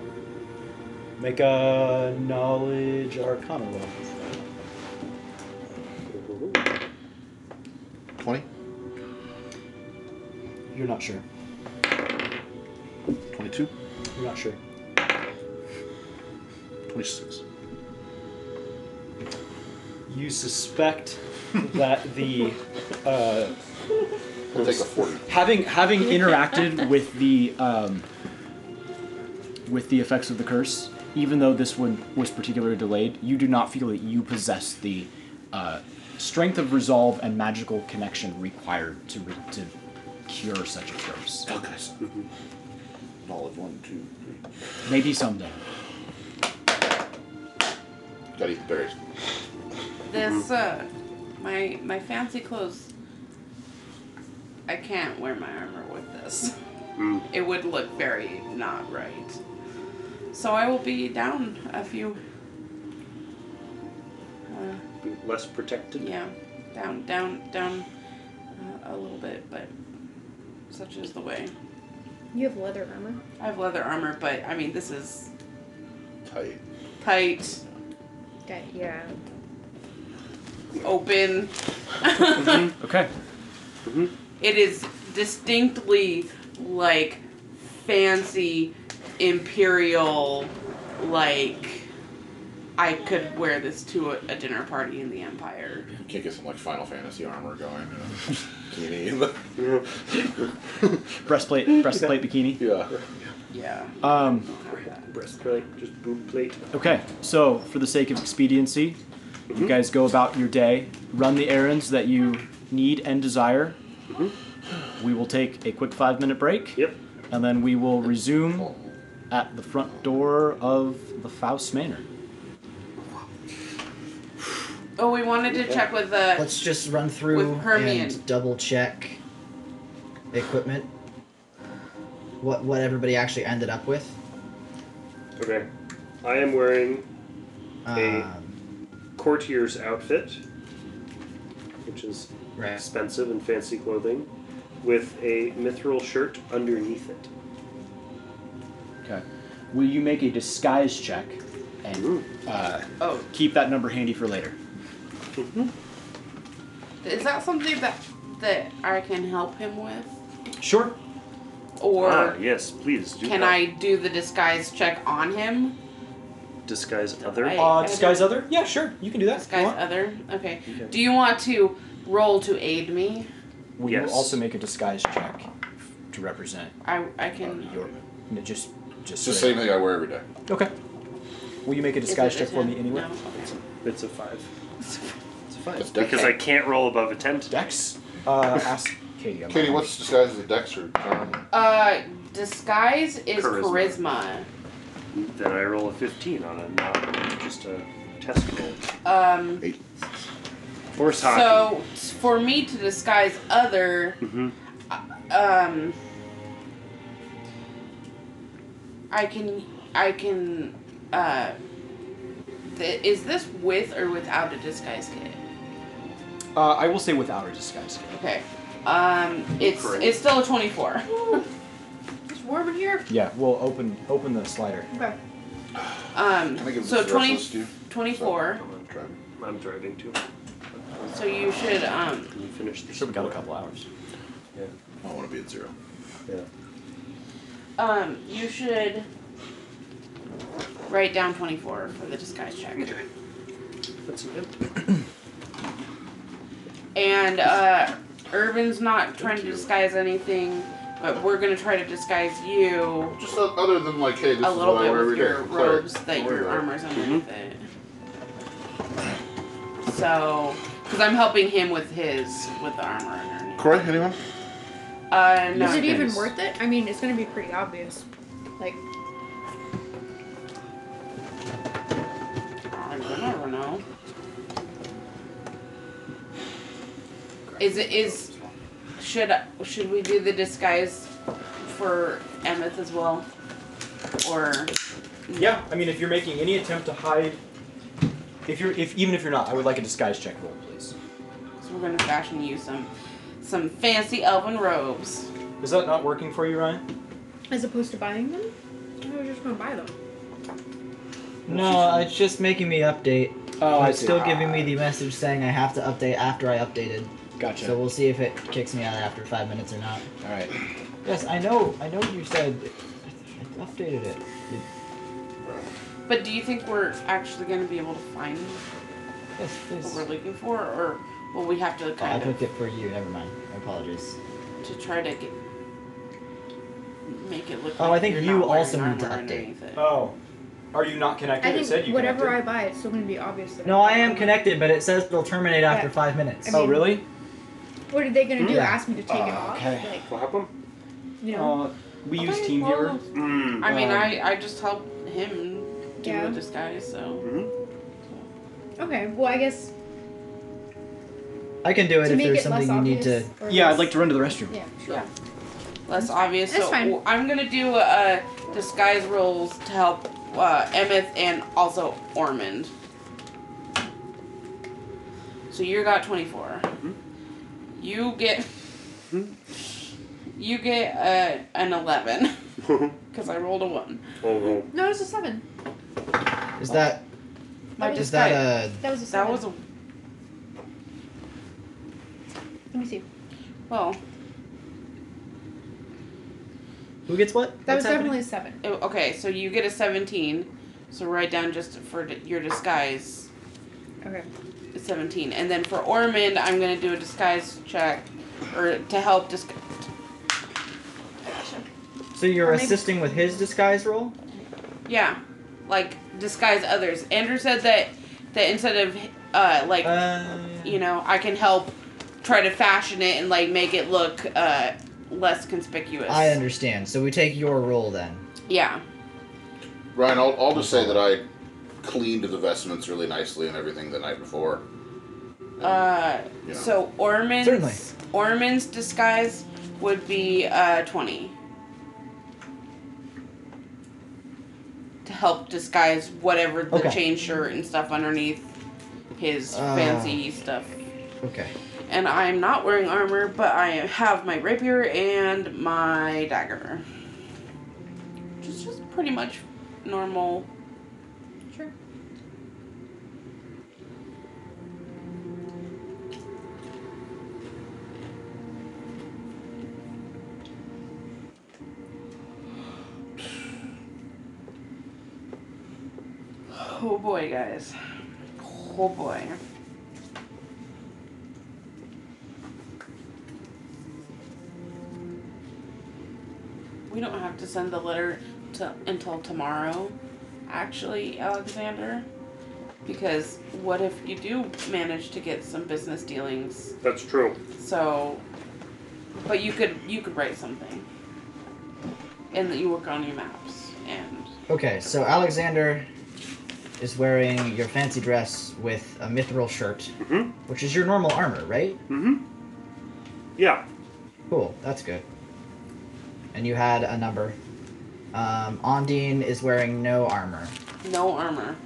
F: make a knowledge arcana roll.
B: Twenty.
F: You're not sure.
B: Twenty-two.
F: You're not sure.
B: Twenty-six.
F: You suspect that the uh,
B: I'll take a forty.
A: having having interacted with the um, with the effects of the curse, even though this one was particularly delayed, you do not feel that you possess the uh, strength of resolve and magical connection required to re- to cure such a curse.
B: Okay. so- Knowledge one, two, three.
A: Maybe someday.
B: Gotta eat the berries.
C: This uh my my fancy clothes I can't wear my armor with this.
E: Mm.
C: It would look very not right. So I will be down a few uh,
E: Be less protected.
C: yeah, down down down uh, a little bit, but such is the way.
D: You have leather armor.
C: I have leather armor, but I mean this is
B: Tight.
C: tight,
D: That, yeah.
C: open.
A: Okay.
C: It is distinctly like fancy imperial like I could wear this to a, a dinner party in the Empire.
B: You can't get some like Final Fantasy armor going, you know,
F: breastplate, breastplate bikini.
B: yeah.
C: Yeah.
F: Um,
E: Breastplate, just boob plate.
F: okay, so for the sake of expediency, you guys go about your day, run the errands that you need and desire. We will take a quick five minute break,
E: Yep.
F: and then we will resume
B: Oh,
F: at the front door of the Faust Manor.
C: Oh, we wanted to check with uh, the.
G: Let's just run through
C: With Hermione.
G: and double check equipment. What what everybody actually ended up with.
E: Okay. I am wearing A.
G: Um,
E: courtier's outfit, which is
G: right.
E: expensive and fancy clothing, with a mithril shirt underneath it.
F: Okay. Will you make a disguise check and uh,
C: Oh,
F: keep that number handy for later?
C: is that something that that I can help him with,
F: Sure.
C: or
E: ah,
F: Uh,
E: yes, please do.
C: can
E: help.
C: I do the disguise check on him?
E: disguise other?
C: I-
F: Uh, disguise other? Yeah, sure. You can do that. if you
C: Disguise
F: want.
C: other. Okay. Do you want to roll to aid me?
F: Will
E: Yes.
F: you also make a disguise check to represent
C: I I can.
F: Uh, your just just
B: It's the
F: so-
B: same thing I wear every day.
F: Okay. Will you make a
C: is
F: disguise
C: it a
F: check for me
C: 10?
F: anyway?
C: No, okay.
E: It's a five. It's a
B: That's
E: five.
B: dex.
E: Because I can't roll above a ten. today.
F: Dex. Uh, ask Katie. I'm
B: Katie, what's disguised as a dex or charm?
C: Uh, disguise is
E: Charisma.
C: charisma.
E: Then I roll a fifteen on a not just a test roll.
C: Um.
B: Eight.
E: Force hockey.
C: So s- for me to disguise other, uh,
E: Mhm.
C: um, I can I can uh, th- is this with or without a disguise kit?
F: Uh, I will say without a disguise.
C: Okay, um, it's
E: Great.
C: it's still a twenty four.
D: It's warm in here.
F: Yeah, we'll open open the slider.
D: Okay.
C: Um,
B: Can I give this
C: so
B: the
C: 20,
B: rest of this
C: 24,
E: I'm on
B: Try.
E: dri- I'm driving too.
C: So you should um.
E: Can you finish this?
F: Sure, we got a couple hours.
E: Yeah.
B: I want to be at zero.
E: Yeah.
C: Um, you should write down 24 for the disguise check.
E: Okay. That's it.
C: And uh, Urban's not trying to disguise anything, but we're gonna try to disguise you
B: Just o- other than like, hey, this
C: a
B: is
C: little
B: what I
C: bit
B: wear every
C: with
B: day.
C: your
B: I'm cleric.
C: robes that
B: Don't worry
C: your
B: about it.
C: armor's underneath it. So, because I'm helping him with his with the armor underneath.
B: Corey, anyone?
C: Uh,
D: Is it
C: no.
D: even
F: Nice.
D: worth it? I mean, it's gonna be pretty obvious. Like,
C: I don't know. Is it is should should we do the disguise for Emmett as well, or?
F: Yeah, I mean, if you're making any attempt to hide, if you're if even if you're not, I would like a disguise check roll, please.
C: So we're gonna fashion you some some fancy elven robes.
F: Is that not working for you, Ryan?
D: as opposed to buying them, I was just gonna buy them.
G: No, it's just making me update.
F: Oh,
G: it's still giving me the message saying I have to update after I updated.
F: Gotcha.
G: So we'll see if it kicks me out after five minutes or not.
F: All right.
G: Yes, I know. I know you said I, I updated it.
C: But do you think we're actually gonna be able to find
G: Yes,
C: what
G: please.
C: we're looking for, or will we have to
G: I
C: kind
G: clicked it for you. Never mind. I apologize.
C: of to try to get make it look?
G: Oh, I
C: like
G: think
C: you're
G: you
C: not wearing
G: also need to
C: armor
G: update.
C: underneath it?
F: Oh, are you not connected?
D: I
F: it
D: think
F: said you
D: whatever
F: connected.
D: I buy, it's still gonna be obvious. that
G: No, I am
D: buying it.
G: connected, but it says it'll terminate after
D: Yeah.
G: five minutes.
D: I
F: Oh,
D: mean-
F: really?
D: What are they gonna do?
G: Yeah.
D: Ask me to take it
F: Oh,
D: off?
F: okay.
D: Like,
E: What happened?
D: you know,
F: Uh, we use
C: Okay,
F: TeamViewer.
C: well,
E: Mm.
C: I mean,
F: Um,
C: I I just helped him do
D: Yeah.
C: a disguise, so
E: Mhm.
G: Oh.
D: okay. Well, I guess
G: I can do it
D: to
G: if
D: make
G: there's
D: it less
G: something you need
D: obvious.
G: to.
D: or
F: Yeah, I'd
D: less-
F: like to run to the restroom.
D: Yeah,
C: yeah, less obvious.
D: That's
C: so
D: fine.
C: w- I'm gonna do uh, disguise rolls to help uh, Emmett and also Ormond. So you got 24. You get. You get uh, an 11 because I rolled a one.
E: Oh, no.
D: No, it was a seven.
G: Is that
C: My
G: is
C: disguise.
G: that uh,
D: That was a
C: that
D: seven.
C: was a
D: Let me see.
C: well.
G: a who gets what?
D: That was
G: What's happening?
D: definitely a seven.
C: it- okay, so you get a 17, So write down just for d- your disguise
D: Okay.
C: 17. And then for Ormond, I'm going to do a disguise check or to help dis-
G: So you're
D: Or maybe-
G: assisting with his disguise roll?
C: Yeah, like disguise others. Andrew said that that instead of uh, like
G: Uh,
C: you know I can help try to fashion it and like make it look uh, less conspicuous.
G: I understand. So we take your roll then.
C: Yeah.
B: Ryan, I'll, I'll just say that I cleaned the vestments really nicely and everything the night before.
C: Uh,
B: Yeah.
C: So Ormond's
G: Certainly.
C: Ormond's disguise would be uh, twenty to help disguise whatever the
G: Okay.
C: chain shirt and stuff underneath his
G: Uh.
C: fancy stuff.
G: Okay.
C: And I'm not wearing armor, but I have my rapier and my dagger. Which is just pretty much normal.
D: Sure.
C: Oh boy, guys. Oh boy. We don't have to send the letter to until tomorrow, actually, Alexander. Because what if you do manage to get some business dealings?
E: That's true.
C: So, but you could you could write something, and that you work on your maps and
G: Okay, so Alexander is wearing your fancy dress with a mithril shirt,
B: Mm-hmm.
E: Mhm.
G: which is your normal armor, right?
E: Mm-hmm. Yeah.
G: Cool, that's good. And you had a number. Um, Ondine is wearing no armor,
C: no armor.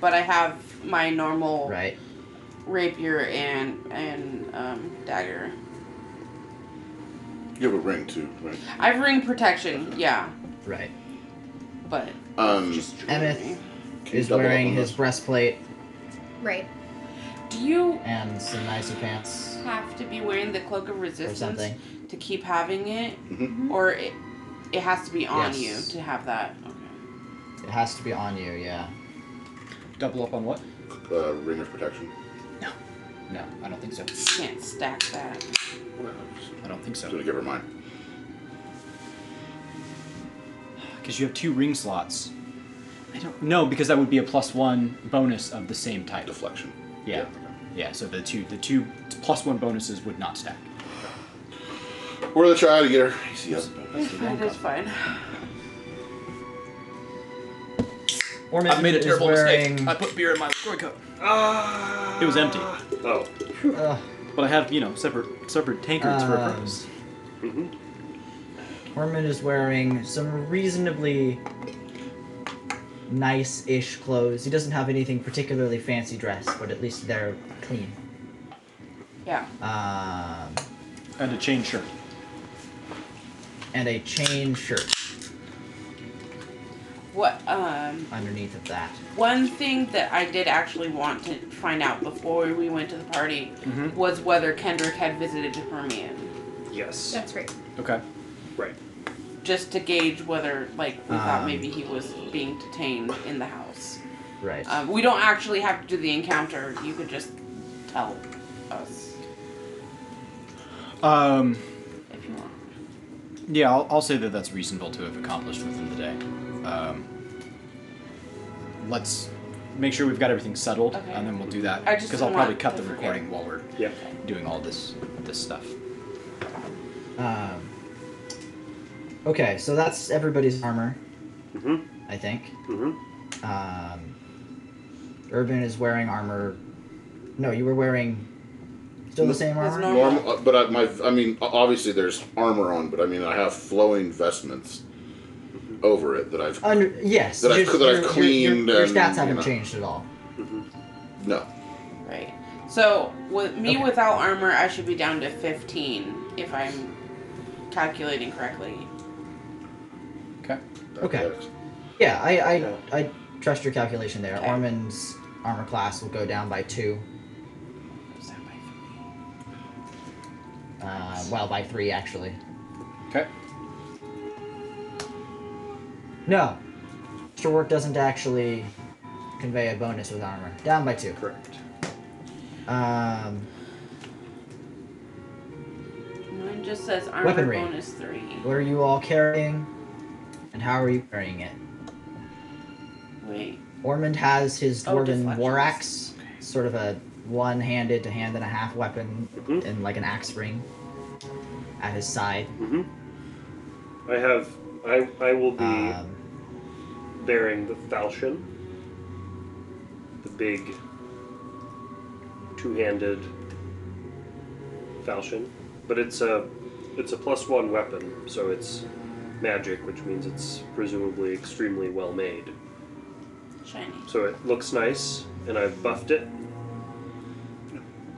C: But I have my
B: Oh.
C: normal
G: right?
C: rapier and and um, dagger.
B: You have a ring too, right?
C: I have ring protection, yeah,
G: Right.
C: but
B: Um,
C: just
G: Emmett
C: jewelry.
B: can you
G: Is
B: double up
G: wearing
B: on
G: his
B: this?
G: breastplate
D: Right.
C: Do you
G: and some nicer pants
C: have to be wearing the cloak of
G: or
C: resistance
G: something.
C: to keep having it,
B: Mhm.
C: or it it has to be on
G: Yes.
C: you to have that? Okay.
G: It has to be on you, yeah.
A: Double up on what?
B: Uh, ring of protection.
A: No, I don't think so.
C: Can't stack that.
A: I don't think
B: I'm
A: so.
B: gonna give her mine.
A: Because you have two ring slots. I don't. No, because that would be a plus one bonus of the same type.
B: Deflection.
A: Yeah. Yeah. So the two the two plus one bonuses would not stack.
B: okay. We're gonna try to get her. AC up.
C: That is fine.
G: Ormond is wearing,
A: put beer in my LaCroix cup.
E: Uh,
A: It was empty,
E: Oh.
G: Ugh.
A: but I have you know separate separate tankards for a
G: Um,
A: purpose.
E: Mm-hmm.
G: Ormond is wearing some reasonably nice-ish clothes. He doesn't have anything particularly fancy dressed, but at least they're clean.
C: Yeah.
G: Um,
A: And a chain shirt.
G: and a chain shirt
C: What um
G: underneath of that.
C: one thing that I did actually want to find out before we went to the party
G: Mm-hmm.
A: Mhm.
C: was whether Kendrick had visited Hermione,
E: Yes.
D: That's right.
A: Okay.
E: Right.
C: just to gauge whether like we thought
G: Um.
C: maybe he was being detained in the house.
G: Right.
C: Um, we don't actually have to do the encounter. You could just tell us
A: Um.
C: if you want.
A: Yeah, I'll, I'll say that that's reasonable to have accomplished within the day. Um, let's make sure we've got everything settled,
C: Okay.
A: and then we'll do that.
C: I just
A: I'll
C: didn't
A: probably
C: want
A: cut
C: to
A: the
C: forget.
A: recording while we're
E: Yeah.
A: doing all this this stuff.
G: Um, okay, so that's everybody's armor,
E: Mm-hmm.
G: I think.
E: Mm-hmm.
G: Um, Urban is wearing armor. No, you were wearing still the same
C: His
G: armor.
C: normal-
B: Normal, uh, but I, my, I mean, o- obviously there's armor on, but I mean, I have flowing vestments over it that I've
G: Under, yes.
B: That I've-
G: your-
B: that I've
G: your- your-
B: cleaned
G: Your, your,
B: and,
G: stats
B: you
G: haven't
B: know.
G: changed at all.
B: no.
C: Right. So with me
G: Okay.
C: without armor, I should be down to fifteen if I'm calculating correctly.
A: Okay.
G: Okay.
B: That-
G: Yeah, I I,
E: Yeah.
G: I trust your calculation there.
C: Okay.
G: Armin's armor class will go down by two,
C: Is that my-
G: uh, well, by three actually.
A: Okay.
G: No, extra work doesn't actually convey a bonus with armor. Down by two.
E: Correct.
G: Um,
C: Mine just says armor
G: Weaponry.
C: bonus three.
G: what are you all carrying? And how are you carrying it?
C: Wait.
G: Ormond has his
C: Oh,
G: dwarven
C: deflections.
G: war axe, sort of a one-handed to hand and a half weapon,
E: Mhm.
G: and like an axe ring at his side.
E: hmm Mm-hmm. I have. I I will be
G: Um,
E: bearing the falchion, the big two-handed falchion, but it's a it's a plus one weapon, so it's magic, which means it's presumably extremely well made.
C: Shiny.
E: So it looks nice, and I've buffed it.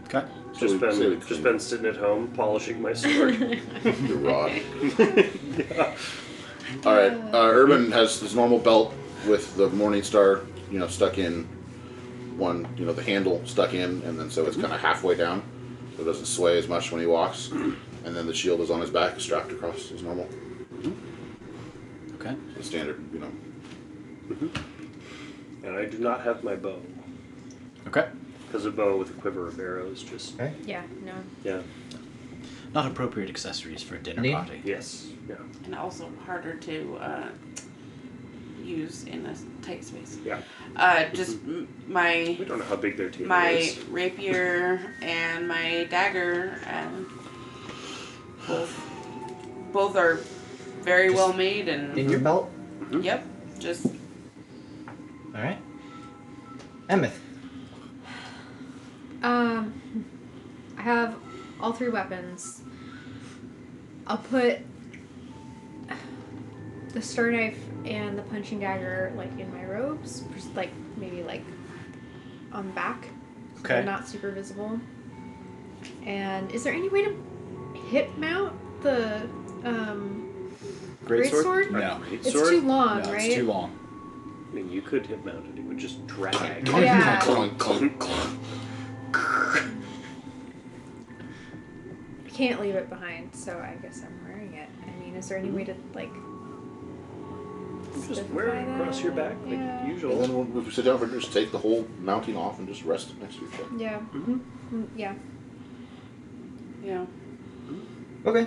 A: Okay.
B: So
E: Just
B: we say
E: been
B: it's
E: just been sitting at home polishing my sword.
B: Your rod.
E: Yeah.
B: All right. Uh, Urban has his normal belt with the Morning Star, you know, stuck in one, you know, the handle stuck in, and then so
E: Mm-hmm.
B: it's kind of halfway down, so it doesn't sway as much when he walks. And then the shield is on his back, strapped across as normal,
A: Okay.
B: the standard, you know.
E: and I do not have my bow
A: Okay.
E: because a bow with a quiver of arrows just
G: okay.
D: Yeah, no.
E: yeah
A: Not appropriate accessories for a dinner
G: Neat.
A: party.
E: yes yeah
C: And also harder to uh, use in a tight space.
E: yeah.
C: Uh, just m- my
E: We don't know how big their team
C: my
E: is.
C: rapier and my dagger and both both are very
G: Just
C: well made and
G: In your belt.
C: yep just
G: All right. Emmeth.
D: Um, I have all three weapons. I'll put the star knife and the punching dagger like in my robes, just, like maybe like on the back, so they're
A: Okay.
D: not super visible. And is there any way to hip mount the um?
A: Great sword?
D: Greatsword?
A: No.
D: It's
E: Sword?
D: too long,
A: no,
D: right?
A: it's too long.
E: I mean, you could hit mount it. It would just drag.
D: Yeah.
B: Clunk, clunk, clunk.
D: I can't leave it behind, so I guess I'm wearing it. I mean, is there
A: Mm-hmm.
D: any way to like?
E: just wear it
D: specify
E: across
D: that?
E: your back
D: Yeah.
E: like
B: And
E: usual.
B: then when we sit down for dinner, just take the whole mounting off and just rest it next to each other.
D: Yeah.
E: Mhm.
B: Hmm.
D: Mm, Yeah.
C: you know I
G: Okay.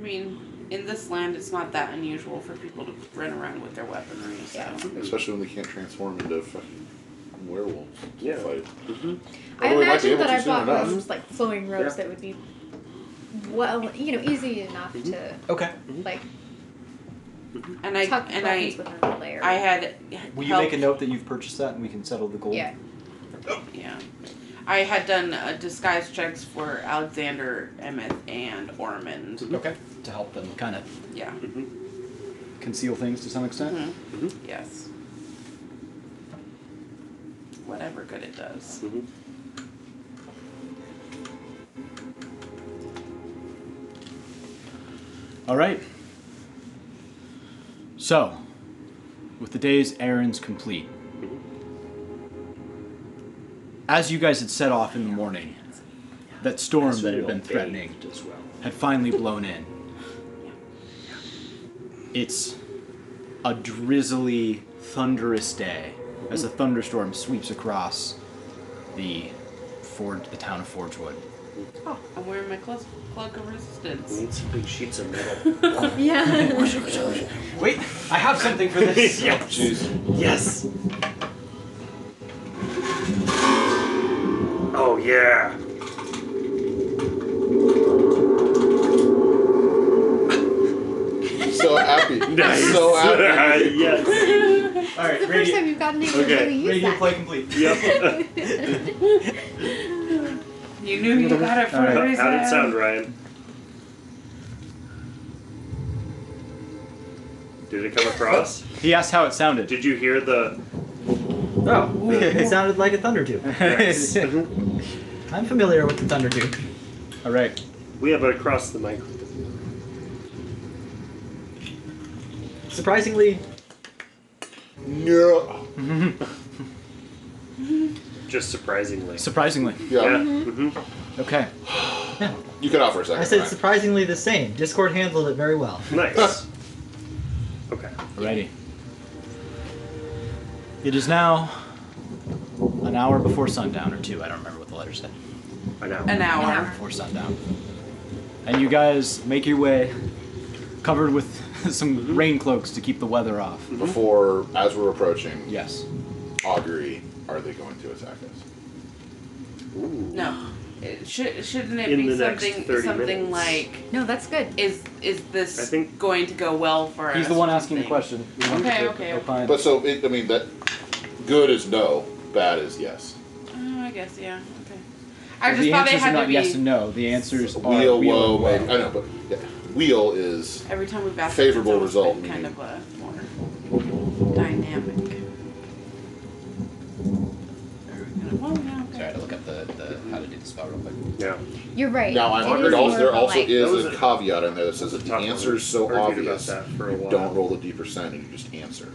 C: mean in this land it's not that unusual for people to run around with their weaponry so
D: Yeah.
B: Especially when they can't transform into fucking werewolves. to
E: Yeah.
B: Fight.
D: I
B: Although we might be
D: imagine
B: able
D: that
B: to
D: I
B: soon
D: bought
B: enough.
D: robes like flowing robes that would be well, you know, easy enough
B: Mm-hmm.
D: to
F: Okay.
D: like
C: and I
D: tuck
C: and
D: weapons
C: I
D: within the layer.
C: I had
A: Will you
C: help-
A: make a note that you've purchased that and we can settle the gold?
D: yeah.
C: yeah I had done uh, disguise checks for Alexander Emmett and Ormond
A: Okay. To help them kind of
E: Mm-hmm.
C: yeah
A: conceal things to some extent.
C: Mhm.
E: Mhm.
C: yes whatever good it does
E: Mhm.
A: All right. So, with the day's errands complete, as you guys had set off in the morning, that storm
E: That's
A: that had
E: real
A: been threatening
E: bathed as well.
A: had finally blown in. It's a drizzly, thunderous day as a thunderstorm sweeps across the Ford, the town of Forgewood.
C: oh I'm wearing my cloak, cloak of resistance
E: We need some big sheets of metal.
D: Yeah.
F: Wait, I have something for this.
E: yeah.
B: Jeez.
F: Yes.
E: Oh yeah.
B: So happy.
E: Nice.
B: So happy.
E: yes.
F: All right.
D: the first time you've gotten anyone
E: Okay,
D: really use
F: radio
D: that.
F: play complete.
E: Yep.
C: You knew you got it for
A: All right.
C: a
E: Mm-hmm.
C: reason.
E: How did it sound, Ryan? Did it come across?
A: He asked how it sounded.
E: Did you hear the?
G: Oh, it sounded like a thunder duke. I'm familiar with the thunder duke.
A: All right.
E: We have it across the mic.
G: Surprisingly,
B: No.
E: Just surprisingly.
A: Surprisingly.
B: Yeah.
E: yeah. hmm
A: Okay.
B: You can offer a second.
G: I said
B: Ryan.
G: surprisingly the same. Discord handled it very well.
E: Nice. okay.
A: Alrighty. It is now an hour before sundown, or two. I don't remember what the letter said.
E: An hour.
C: An hour.
D: hour.
A: Before sundown. And you guys make your way, covered with some rain cloaks to keep the weather off.
B: Before, as we're approaching,
A: Yes.
B: Augury, are they going to attack us?
E: Ooh.
C: No. It- Should, shouldn't it
E: In
C: be
E: the next
C: something
E: 30
C: something
E: minutes.
C: like
D: No, that's good.
C: is is this
E: I think-
C: going to go well for us?
A: He's the one
C: or
A: asking the
C: something?
A: question.
C: Okay, okay.
A: Opine.
B: But so, it, I mean, that good is no, bad is yes.
C: Oh, I guess yeah. Okay. I just
A: the
C: thought they
A: answers are
C: had to
A: not
C: be
A: yes and no. The answers are
B: Wheel,
A: wheel
B: woe,
A: and
B: maybe. I know, but yeah. wheel is
C: every time we've asked.
B: Favorable
C: it's
B: result,
C: always been Kind
B: meaning-
C: of a more dynamic. Well, yeah,
H: Sorry, I
C: okay.
H: had to look up the, the how to do the spell real quick.
E: Yeah.
D: You're right.
B: now. I'm
D: It is
B: there also,
D: more
B: there
D: of a,
B: also
D: like-
E: That
B: is
E: was
B: a
E: a-
B: caveat in there that says if the
E: Tough one.
B: answer is so
E: Argued about
B: obvious,
E: that for a
B: you
E: while.
B: don't roll the d percent and you just answer.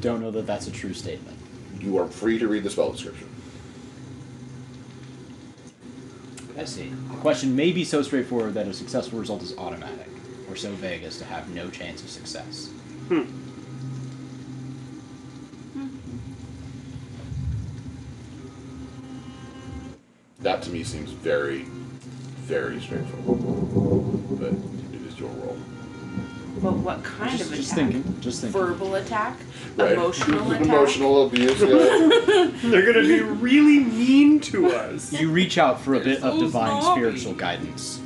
A: Don't know that that's a true statement.
B: You are free to read the spell description.
A: I see. The question may be so straightforward that a successful result is automatic, or so vague as to have no chance of success.
B: That to me seems very, very straightforward. But it is your role.
C: But what kind
A: just,
C: of
A: just
C: attack?
A: thinking. Just thinking.
C: Verbal attack,
B: Right.
C: emotional attack.
B: Emotional abuse. Yeah.
E: They're gonna be really mean to us.
A: you reach out for a
C: There's
A: bit of
C: those
A: divine
C: knobby.
A: spiritual guidance.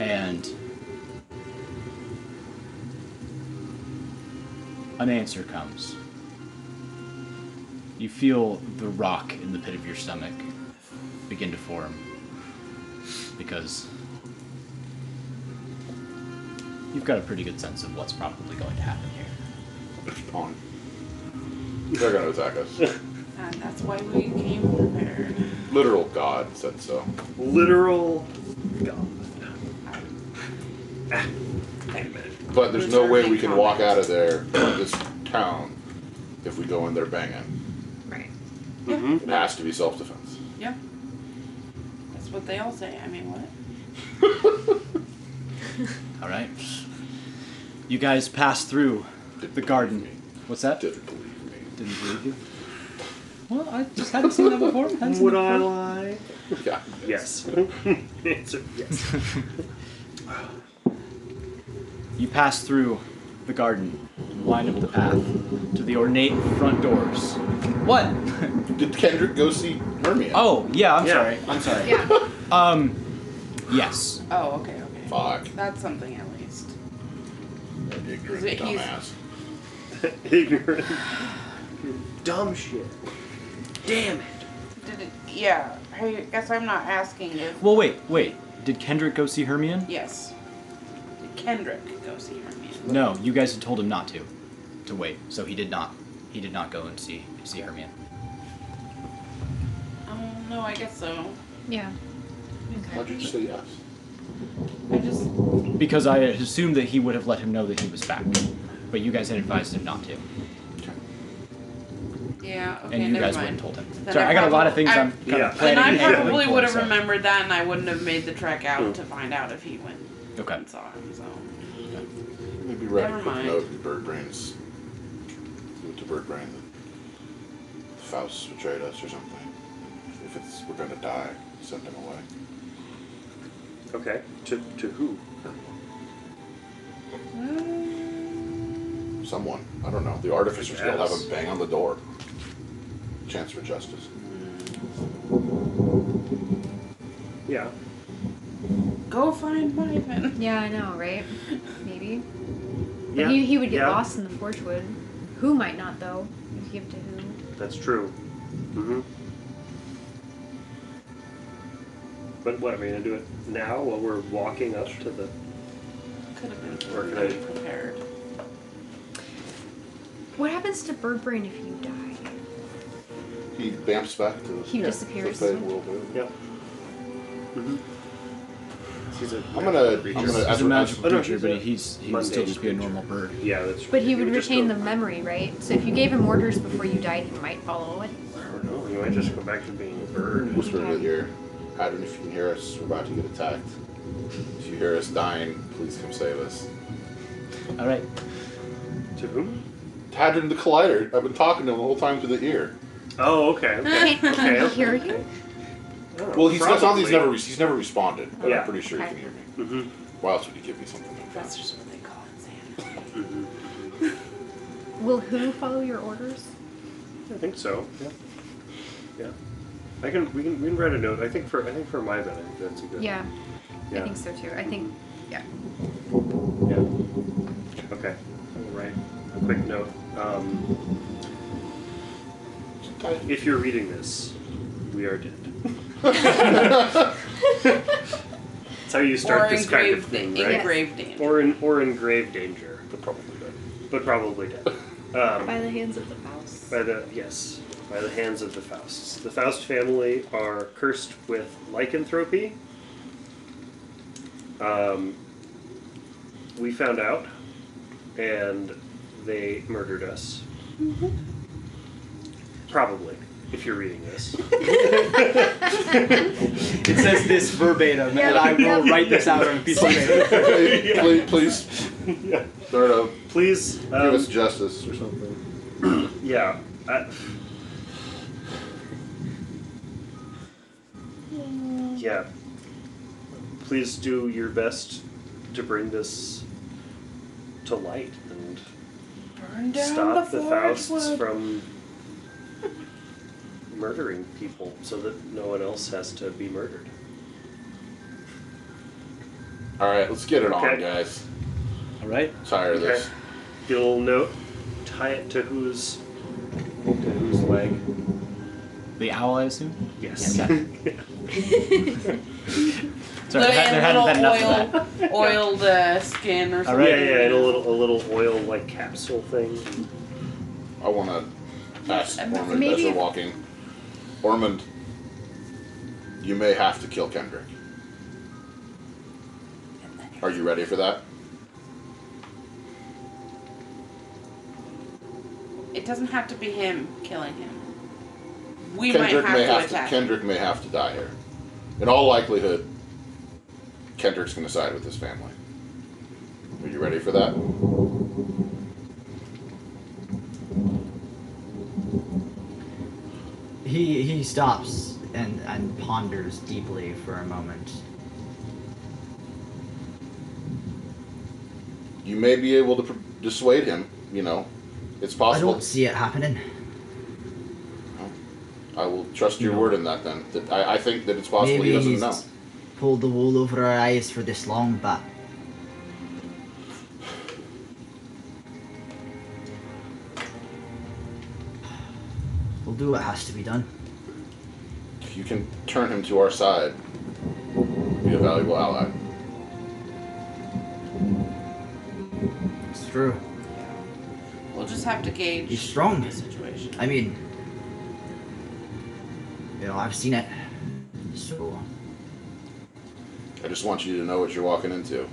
A: And an answer comes. You feel the rock in the pit of your stomach begin to form. Because you've got a pretty good sense of what's probably going to happen here.
B: Pawn. They're gonna attack us.
C: And that's why we came prepared.
B: Literal God said so.
E: Literal Ah, God.
B: But there's no way we
C: Reserving
B: can walk out of there from this town if we go in there banging.
D: Right.
E: Mm-hmm.
B: It has to be self defense.
C: Yeah. That's what they all say. I mean, what?
A: All right? You guys pass through the garden. What's that?
B: Didn't believe me.
A: Didn't believe you. Well, I just hadn't seen that before. Hadn't seen
E: Would
A: that
E: I
A: before.
E: lie?
B: Yeah.
E: Yes. Answer yes.
A: You pass through the garden, and wind up the path to the ornate front doors. What?
B: Did Kendrick go see Hermia?
A: Oh, yeah. I'm
E: Yeah.
A: sorry. I'm sorry.
D: Yeah.
A: Um, yes.
C: Oh, okay, okay.
B: Fuck.
C: That's something at least.
B: Ignorant
C: He's-
B: dumbass.
E: Ignorant. Dumb shit. Damn it.
C: Did it? Yeah. I guess I'm not asking if.
A: Well, wait, wait. Did Kendrick go see Hermione?
C: Yes. Kendrick go see Hermione.
A: No, you guys had told him not to, to wait. So he did not. He did not go and see see Hermione.
C: Oh no, I guess so.
D: Yeah.
B: Why'd you just say yes?
C: I just
A: Because I assumed that he would have let him know that he was back, but you guys had advised him not to.
C: yeah. Okay,
A: and you
C: never
A: guys
C: mind.
A: wouldn't told him.
C: Then
A: Sorry,
C: I
A: I, got a lot of
C: probably-
A: things
C: I-
A: I, am kind
E: Yeah.
A: of
C: And
A: planning.
C: I
A: and everything
C: probably
A: for,
C: would have
A: so-
C: remembered that, and I wouldn't have made the trek out
E: Hmm.
C: to find out if he went
A: Okay.
C: and saw him. So
B: Maybe write
C: Never
B: a quick
C: mind.
B: note to Bird Brains. To Bird Brain that Faust betrayed us or something. If it's we're gonna die, send him away.
E: Okay. To to who?
B: Someone. I don't know. The artificer's gonna have
E: Yes.
B: him bang on the door. Chance for justice.
E: Yeah.
C: go find Myvin.
D: Yeah, I know, right? Maybe. But
E: Yeah.
D: he, he would get
E: yeah.
D: lost in the Forge Wood. Who might not, though? If you give to who?
E: That's true. Mm-hmm. But what, am I gonna do it now while we're walking up to the
C: Could have been
E: Where could
C: really
E: I-
C: prepared.
D: What happens to Bird Brain if you die?
B: He bamps back to the
D: He disappears.
B: the world.
E: Yeah. Mm-hmm. He's a
B: I'm gonna-
E: creature.
B: I'm gonna-
A: He's
B: as
A: a
B: we're-
A: magical
E: as- Oh, no,
A: creature,
E: he's
A: but
E: a
A: he's he would still
E: mundane
A: just be a
E: creature.
A: normal bird.
E: Yeah, that's true.
D: But he would
E: would just
D: retain
E: go-
D: the memory, right? So if you gave him orders before you died, he might follow away.
E: I don't know. Oh, You might just go back to being a bird.
B: Whisper in your ear. Adam, if you can hear us, we're about to get attacked. If you hear us dying, please come save us.
A: All right.
E: To whom?
B: To had it in the collider. I've been talking to him the whole time through the ear.
E: Oh, okay. Okay.
D: Can
E: okay,
D: he
E: okay,
D: hear
E: okay.
D: you?
E: Oh,
B: Well, he's not something
E: probably.
B: he's never re- he's never responded. But
E: Yeah.
B: I'm pretty sure he
D: Okay.
B: can hear me.
E: Mhm.
B: Why else would he give me something like that?
C: That's just what they call it, Santa.
D: Will who follow your orders?
E: I think so. Yeah. Yeah. I can. We can. We can write a note. I think for. I think for my event, I think that's a good.
D: Yeah,
E: Yeah.
D: I think so too. I think, yeah.
E: Yeah. Okay. I'll write a quick note. Um, if you're reading this, we are dead. That's how you start
C: or
E: this kind of
C: engraved-
E: thing, right?
C: engraved name.
E: Or in or in grave danger,
B: But probably not.
E: but probably dead. Um,
D: By the hands of the mouse.
E: By the yes, by the hands of the Fausts. The Faust family are cursed with lycanthropy. Um, we found out, and they murdered us. Probably, if you're reading this.
F: It says this verbatim, and I will
D: Yeah.
F: write this out on a piece of paper.
B: please, please, start up.
E: Please
B: Give
E: um,
B: us justice or something.
E: Yeah. I... Yeah. Please do your best to bring this to light and
C: Burn down
E: stop
C: the,
E: the,
C: forge
E: Fausts
C: wood.
E: from murdering people so that no one else has to be murdered.
B: All right, let's get it on,
E: Okay.
B: guys.
A: All right.
B: Tired of this.
E: Okay. You'll note, tie it to whose to whose leg.
A: The owl, I assume.
E: Yes.
A: Sorry, there, ha- there hadn't been enough of that.
C: little oil, oiled uh, skin or something.
A: All right.
E: Yeah, yeah, and a little a little oil like capsule thing.
B: I want to ask
C: I'm-
B: Ormond as
D: um, maybe-
B: we're walking. Ormond, you may have to kill Kendrick. Are you ready for that?
C: It doesn't have to be him killing him. We
B: Kendrick
C: might have
B: may
C: to
B: have
C: attack.
B: to. Kendrick may have to die here. In all likelihood, Kendrick's going to side with his family. Are you ready for that?
G: He he stops and and ponders deeply for a moment.
B: You may be able to pr- dissuade him. You know, it's
G: I
B: possible.
G: don't see it happening.
B: I, will trust your
G: No.
B: word in that. Then that I, I think that it's possible
G: Maybe
B: he doesn't
G: he's
B: know.
G: pulled the wool over our eyes for this long, but we'll do what has to be done.
B: If you can turn him to our side, be a valuable ally.
G: It's true.
C: We'll just have to gauge
G: He's strong.
C: the situation.
G: I mean, you know, I've seen it. So
B: I just want you to know what you're walking into.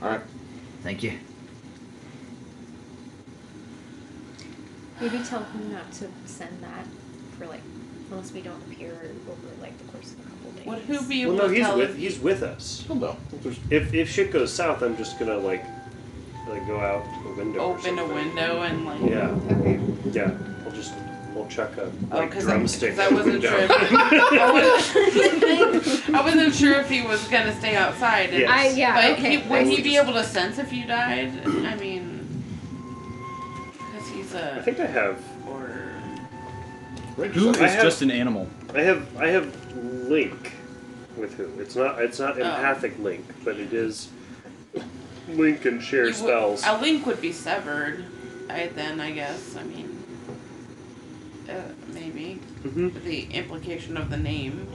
B: All right.
G: thank you.
D: Maybe tell him not to send that for like, unless we don't appear over like the course of a couple days.
C: Would who be able
E: Well, no,
C: to
E: he's
C: tell
E: with
C: if-
E: he's with us.
B: Well, no. There's,
E: If if shit goes south, I'm just gonna like like go out a window. or
C: open a
E: something.
C: window and like?
E: Yeah,
D: Okay.
E: yeah. I'll just we'll chuck a
C: Oh,
E: like
C: 'cause I-
E: drumstick.
C: 'cause I wasn't
E: window.
C: I wasn't, I wasn't sure if he was gonna stay outside. and-
E: Yeah.
D: I yeah.
C: But
D: okay.
C: he, would
E: I
C: he
E: would
C: be
E: just-
C: able to sense if you died? I mean, because he's
E: I
C: a
E: think I have
C: or
A: Who
E: I
A: is
E: have-
A: just an animal?
E: I have I have link with who. It's not it's
C: Oh.
E: not empathic link, but it is link and share
C: You would-
E: spells.
C: a link would be severed. I then I guess. I mean, uh, maybe
E: hmm
C: the implication of the name.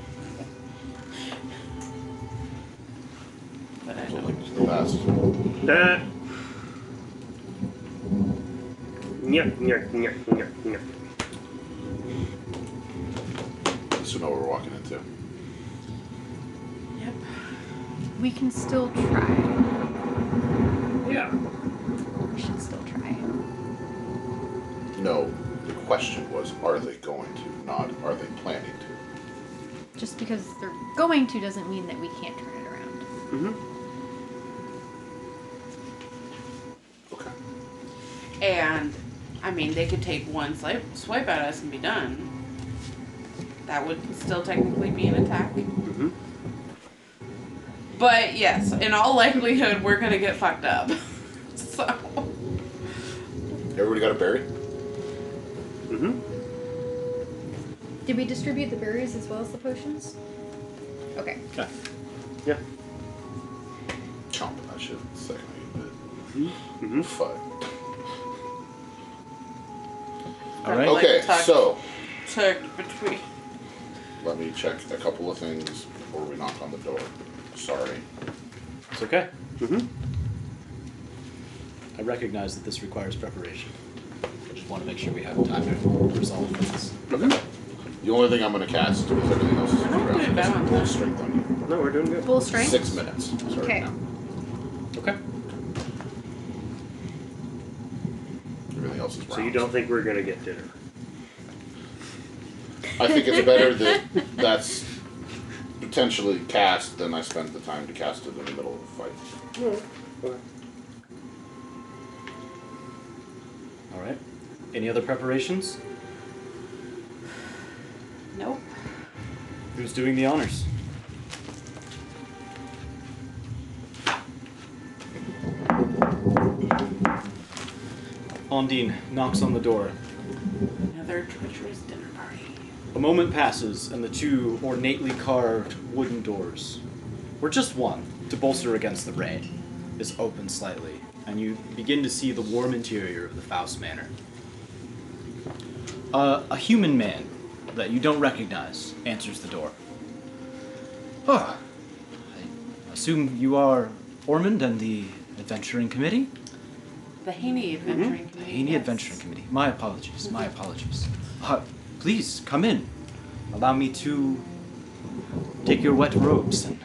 C: But I
B: there's no
C: don't.
B: link to the past.
E: That. Nyah, nyah, nyah, nyah, nyah.
B: Just to know what we're walking into.
C: Yep.
D: We can still try.
E: Yeah.
D: We should still try.
B: No. The question was, are they going to? Not, are they planning to?
D: Just because they're going to doesn't mean that we can't turn it around.
E: hmm
C: And, I mean, they could take one swipe, swipe at us and be done. That would still technically be an attack.
E: Mm-hmm.
C: But yes, in all likelihood, we're gonna get fucked up. so,
B: Everybody got a berry?
E: Mm-hmm.
D: Did we distribute the berries as well as the potions? Okay.
A: Okay.
E: Yeah.
B: Chomp that shit the second I get
E: Mm-hmm.
B: it. Fuck.
A: All right.
C: Like
B: Okay,
C: tucked.
B: so
C: tucked between.
B: let me check a couple of things before we knock on the door. Sorry.
A: It's okay.
E: Mm-hmm.
A: I recognize that this requires preparation. I just want to make sure we have time to resolve this.
E: Mm-hmm.
B: Okay. The only thing I'm gonna cast is everything else is
C: I'm pretty
B: around.
C: bad on
B: Full
C: that.
B: strength on you.
E: No, we're doing good.
D: Full strength?
B: Six minutes. Sorry
D: Okay.
B: now.
A: Okay.
B: Everything else is
E: So you
B: round.
E: don't think we're gonna get dinner?
B: I think it's better that that's potentially cast than I spend the time to cast it in the middle of the fight.
E: Okay.
A: All right. Any other preparations?
C: Nope.
A: Who's doing the honors? Ondine knocks on the door.
C: Another treacherous dinner party.
A: A moment passes, and the two ornately carved wooden doors, or just one, to bolster against the rain, is open slightly, and you begin to see the warm interior of the Faust Manor. Uh, a human man that you don't recognize answers the door. Ah, I assume you are Ormond and the Adventuring Committee?
C: The Haney Mm-hmm. Adventuring
A: The
C: Committee.
A: Haney
C: yes.
A: Adventuring Committee. My apologies. My apologies. Uh, please come in. Allow me to take your wet robes and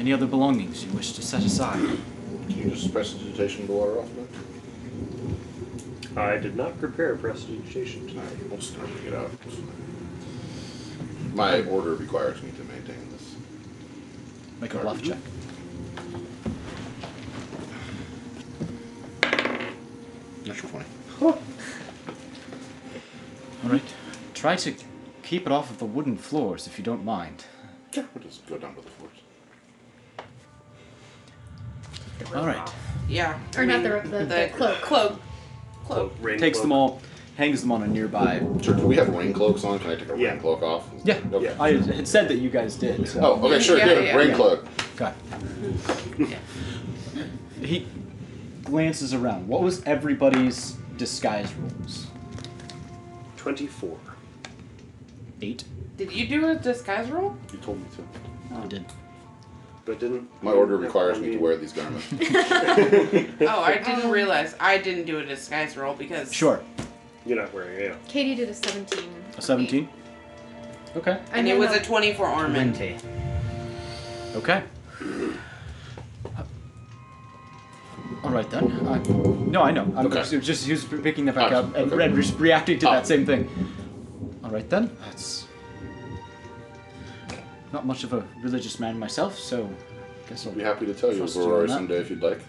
A: any other belongings you wish to set aside.
B: Can you just prestidigitation the water off then?
E: I did not prepare prestidigitation
B: I
E: tonight.
B: will start to get out. My order requires me to maintain this.
A: Make a bluff check.
B: Natural 20.
A: All right. Try to keep it off of the wooden floors if you don't mind.
B: What does go down to the force?
A: All right.
C: Yeah.
D: Or not the- the- the cloak.
C: Cloak.
E: Cloak,
C: Cloak.
E: rain
A: Takes
E: cloak.
A: them all, hangs them on a nearby.
B: Sure, do we have rain cloaks on? Can I take a
E: Yeah.
B: rain cloak off?
A: Yeah.
B: Okay.
E: Yeah.
A: I had said that you guys did. So.
B: Oh, okay, sure,
C: Yeah,
B: good.
C: yeah,
B: rain
C: yeah.
B: cloak.
A: God. he glances around. What was everybody's disguise rules?
E: Twenty-four.
A: Eight.
C: Did you do a disguise roll?
B: You told me to.
A: I did.
E: But didn't
B: My order requires me to wear these garments.
C: Oh, I didn't realize I didn't do a disguise roll because.
A: Sure.
E: You're not wearing it.
D: Katie did a 17.
A: A seventeen. Okay.
C: And it was a 24 Ormond.
G: Twenty.
A: Okay. All right then. I, no, I know. I'm
B: Okay.
A: just, just he was picking that back
B: Ah,
A: up and
B: okay.
A: Red was reacting to
B: Ah.
A: that same thing. Oh. All right then. That's not much of a religious man myself, so I guess I'll
B: I'd be happy to tell you,
A: Trust you on
B: Aurora,
A: that.
B: someday if you'd like.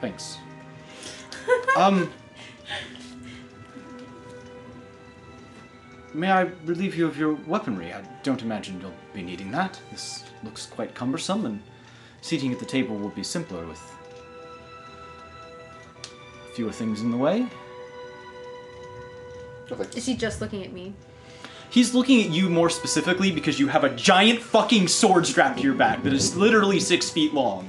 A: Thanks. um. May I relieve you of your weaponry? I don't imagine you'll be needing that. This looks quite cumbersome, and seating at the table will be simpler with fewer things in the way.
B: No, thank you.
D: Is he just looking at me?
A: He's looking at you more specifically because you have a giant fucking sword strapped to your back that is literally six feet long.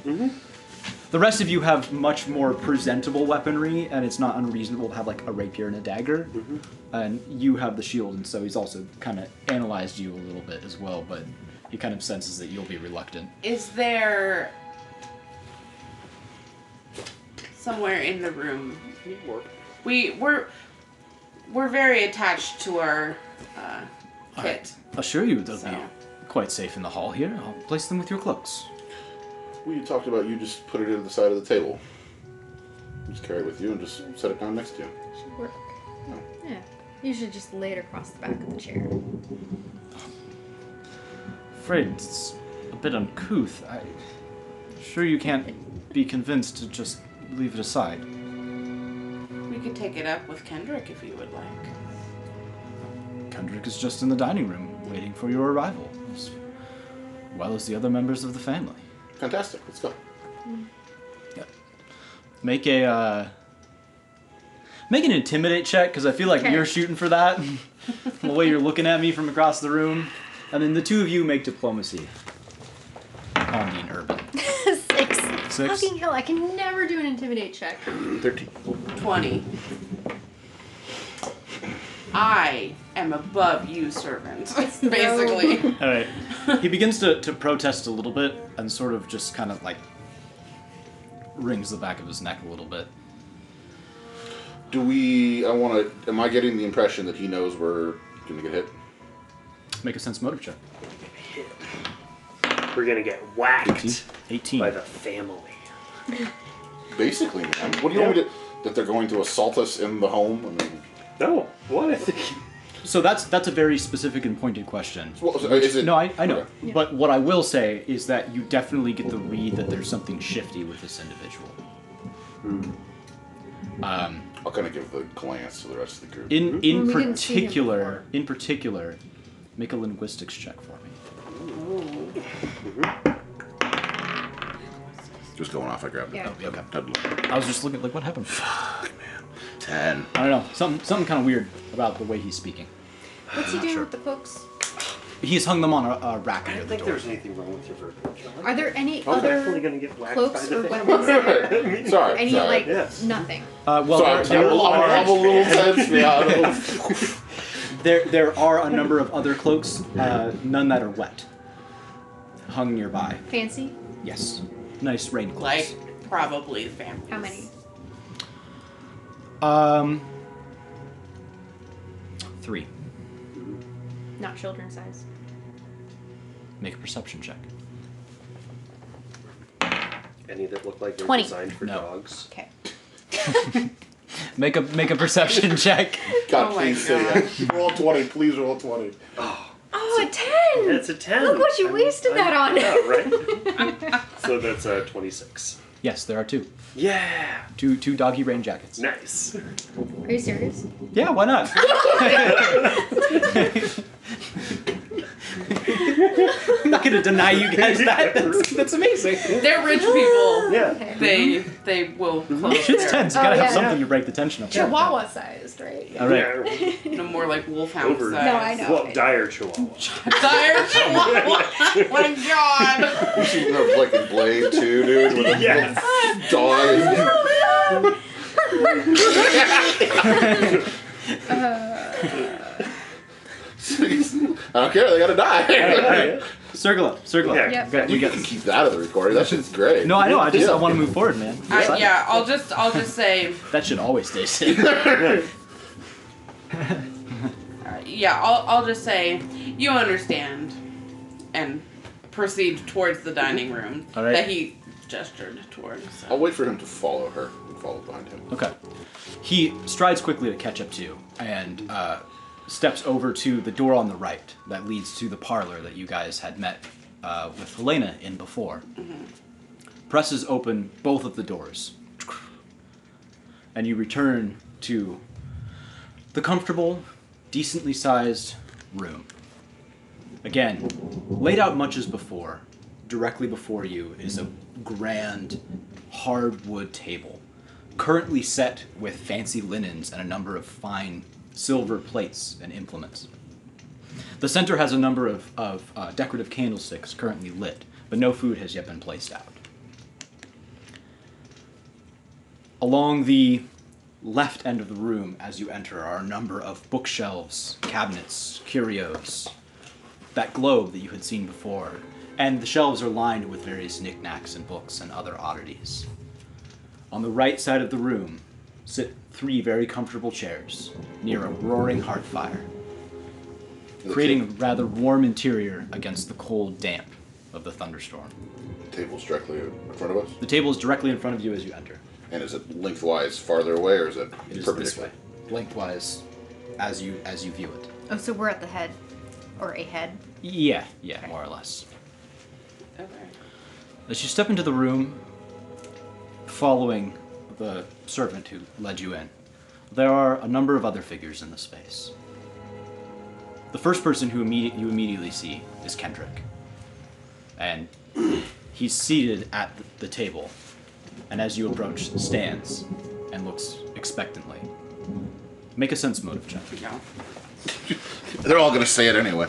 A: The rest of you have much more presentable weaponry, and it's not unreasonable to have like a rapier and a dagger. And you have the shield, and so he's also kind of analyzed you a little bit as well, but he kind of senses that you'll be reluctant.
C: Is there. Somewhere in the room.
E: Yeah.
C: We, we're. We're very attached to our uh,
A: All right.
C: kit.
A: Assure you they'll be
C: So-
A: quite safe in the hall here. I'll place them with your cloaks.
B: Well, you talked about you just put it into the side of the table. Just carry it with you and just set it down next to you.
D: Should work.
B: No.
D: Yeah. You should just lay it across the back of the chair.
A: afraid it's a bit uncouth. I sure you can't be convinced to just leave it aside.
C: We could take it up with Kendrick if you would like.
A: Kendrick is just in the dining room waiting for your arrival, as well as the other members of the family.
B: Fantastic. Let's go.
A: Make a uh, make an intimidate check because I feel like
D: Okay.
A: you're shooting for that. the way you're looking at me from across the room, and then the two of you make diplomacy. On the urban.
D: Six.
A: Six? Oh,
D: Fucking hell! I can never do an intimidate check.
B: 13.
C: 20. I am above you, servant. Basically.
A: All right. He begins to, to protest a little bit and sort of just kind of like wrings the back of his neck a little bit.
B: Do we. I want to. Am I getting the impression that he knows we're going to get hit?
A: Make a sense motive check.
E: We're gonna get whacked
A: 18.
E: by the family.
B: Basically, man. What do you want me to. That they're going to assault us in the home? I mean,
E: No, what? I think
A: So that's that's a very specific and pointed question.
B: well, so is it,
A: No, I, I know.
B: Okay.
A: But what I will say is that you definitely get the read that there's something shifty with this individual. Um,
B: I'll kind of give the glance to the rest of the group.
A: in in
D: Well, Mm, we didn't see him
A: particular, in particular, make a linguistics check for me.
C: Ooh.
B: Just going off, I grabbed
D: Yeah.
B: it. Okay. I'd look.
A: I was just looking like, what happened?
B: 10.
A: I don't know. Something something kind of weird about the way he's speaking.
D: What's he doing with the books?
A: He's hung them on a, a rack
E: I
A: near the
E: don't think
A: door.
E: there's anything wrong with your verbiage.
D: Are there any
B: Oh,
E: I'm definitely
D: other
E: gonna get whacked by
D: cloaks
E: the
D: or
E: family.
D: weapons? there?
B: Sorry. Sorry.
D: Any like
E: Yes.
D: nothing?
A: Uh, well,
B: Sorry,
A: there,
B: I'm,
A: there,
B: I'm,
A: are,
B: I'm a little tense now. I'm a little-
D: Oh
A: there, there are a number of other cloaks, uh, none that are wet, hung nearby.
D: Fancy?
A: Yes. Nice rain cloaks.
C: Like, probably the family.
D: How many?
A: Um, three.
D: Not children's size.
A: Make a perception check.
E: Any that look like they're
D: 20.
E: designed for
A: No.
E: dogs.
D: Okay.
A: Make a make a perception check.
B: God,
C: Oh my
B: please say that. Roll 20. Please roll 20.
D: Oh, a ten.
E: That's a ten.
D: Look what you wasted that on.
E: Yeah, right. so that's a twenty-six.
A: Yes, there are two.
E: Yeah.
A: Two two doggy rain jackets.
E: Nice.
D: Are you serious?
A: Yeah, why not? I'm not gonna deny you guys that. That's, that's amazing.
C: They're rich people.
E: Yeah.
C: They they will close
A: Shit's
C: their-
A: tense. You gotta
D: Oh,
A: have
D: yeah.
A: something to break the tension of.
D: Chihuahua sized, right?
A: All right.
E: Yeah.
C: No more like wolfhound
E: Over.
C: size.
D: No, I know.
E: Well, dire chihuahua.
C: Dire chihuahua. my god.
B: You should have like a blade too, dude. With a
E: Yes.
B: little dog.
D: Oh,
B: I don't care. They gotta die.
A: Circle up. Circle up.
E: Yeah.
D: Yep.
A: Got- we
B: You
A: got.
B: can keep that out of the recording. That shit's great.
A: No, I know. I just
B: Yeah.
A: I want to move forward, man.
C: I, yeah, I'll just I'll just say
A: That should always stay safe.
C: yeah, I'll I'll just say you understand and proceed towards the dining room
A: All right.
C: that he gestured towards. so.
B: I'll wait for him to follow her and follow behind him.
A: Okay. He strides quickly to catch up to you and uh, steps over to the door on the right that leads to the parlor that you guys had met uh, with Helena in before. Presses open both of the doors, and you return to the comfortable, decently sized room. Again, laid out much as before, directly before you is a grand hardwood table, currently set with fancy linens and a number of fine silver plates and implements. The center has a number of, of uh, decorative candlesticks currently lit, but no food has yet been placed out. Along the left end of the room, as you enter, are a number of bookshelves, cabinets, curios, that globe that you had seen before, and the shelves are lined with various knickknacks and books and other oddities. On the right side of the room sit three very comfortable chairs near a roaring hearth fire, creating a rather warm interior against the cold damp of the thunderstorm.
B: The table's directly in front of us.
A: The table is directly in front of you as you enter.
B: And is it lengthwise farther away or is it,
A: It is this
B: perpendicular?
A: way, lengthwise, as you as you view it.
D: Oh, so we're at the head, or a head.
A: Yeah, yeah, more or less.
C: Okay.
A: As you step into the room, following the servant who led you in, There are a number of other figures in the space. The first person who immediate, you immediately see is Kendrick. And he's seated at th- the table, and as you approach, stands and looks expectantly. Make a sense motive check.
I: Yeah.
B: They're all gonna say it anyway.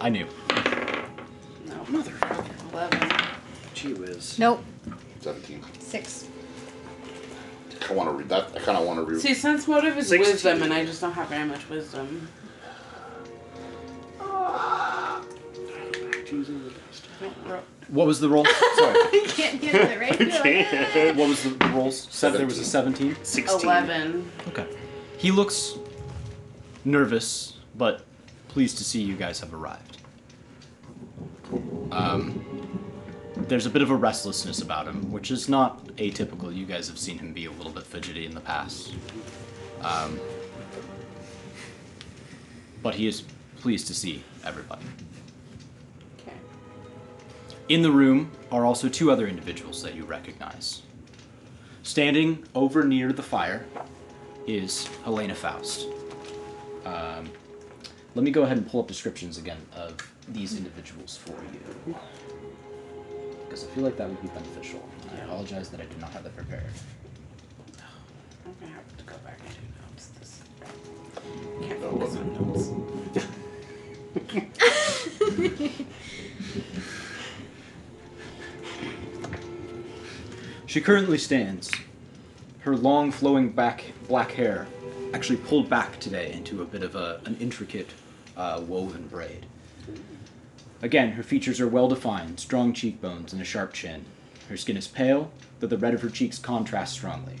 A: I knew.
I: No.
C: Motherfucker. Eleven.
E: Gee whiz.
D: Nope.
B: Seventeen.
D: Six.
B: I want to read that. I kind of want to read.
C: See, sense motive is
E: 16.
C: wisdom, and I just don't have very much wisdom.
E: Ah.
C: I don't ro-
A: What was the roll? Sorry.
D: You can't handle it, right? You're like, "Ah."
A: What was the rolls? Said there was a 17.
E: 16.
C: Eleven.
A: Okay. He looks nervous, but pleased to see you guys have arrived. Um, there's a bit of a restlessness about him, which is not atypical. You guys have seen him be a little bit fidgety in the past. Um, but he is pleased to see everybody.
C: Okay.
A: In the room are also two other individuals that you recognize. Standing over near the fire is Helena Faust. Um, let me go ahead and pull up descriptions again of these individuals for you. Because I feel like that would be beneficial. I apologize that I did not have that prepared.
C: I'm gonna have to go back and do notes. This can't focus on notes.
A: She currently stands, her long flowing back black hair actually pulled back today into a bit of a, an intricate uh, woven braid. Again, her features are well defined, strong cheekbones, and a sharp chin. Her skin is pale, though the red of her cheeks contrasts strongly.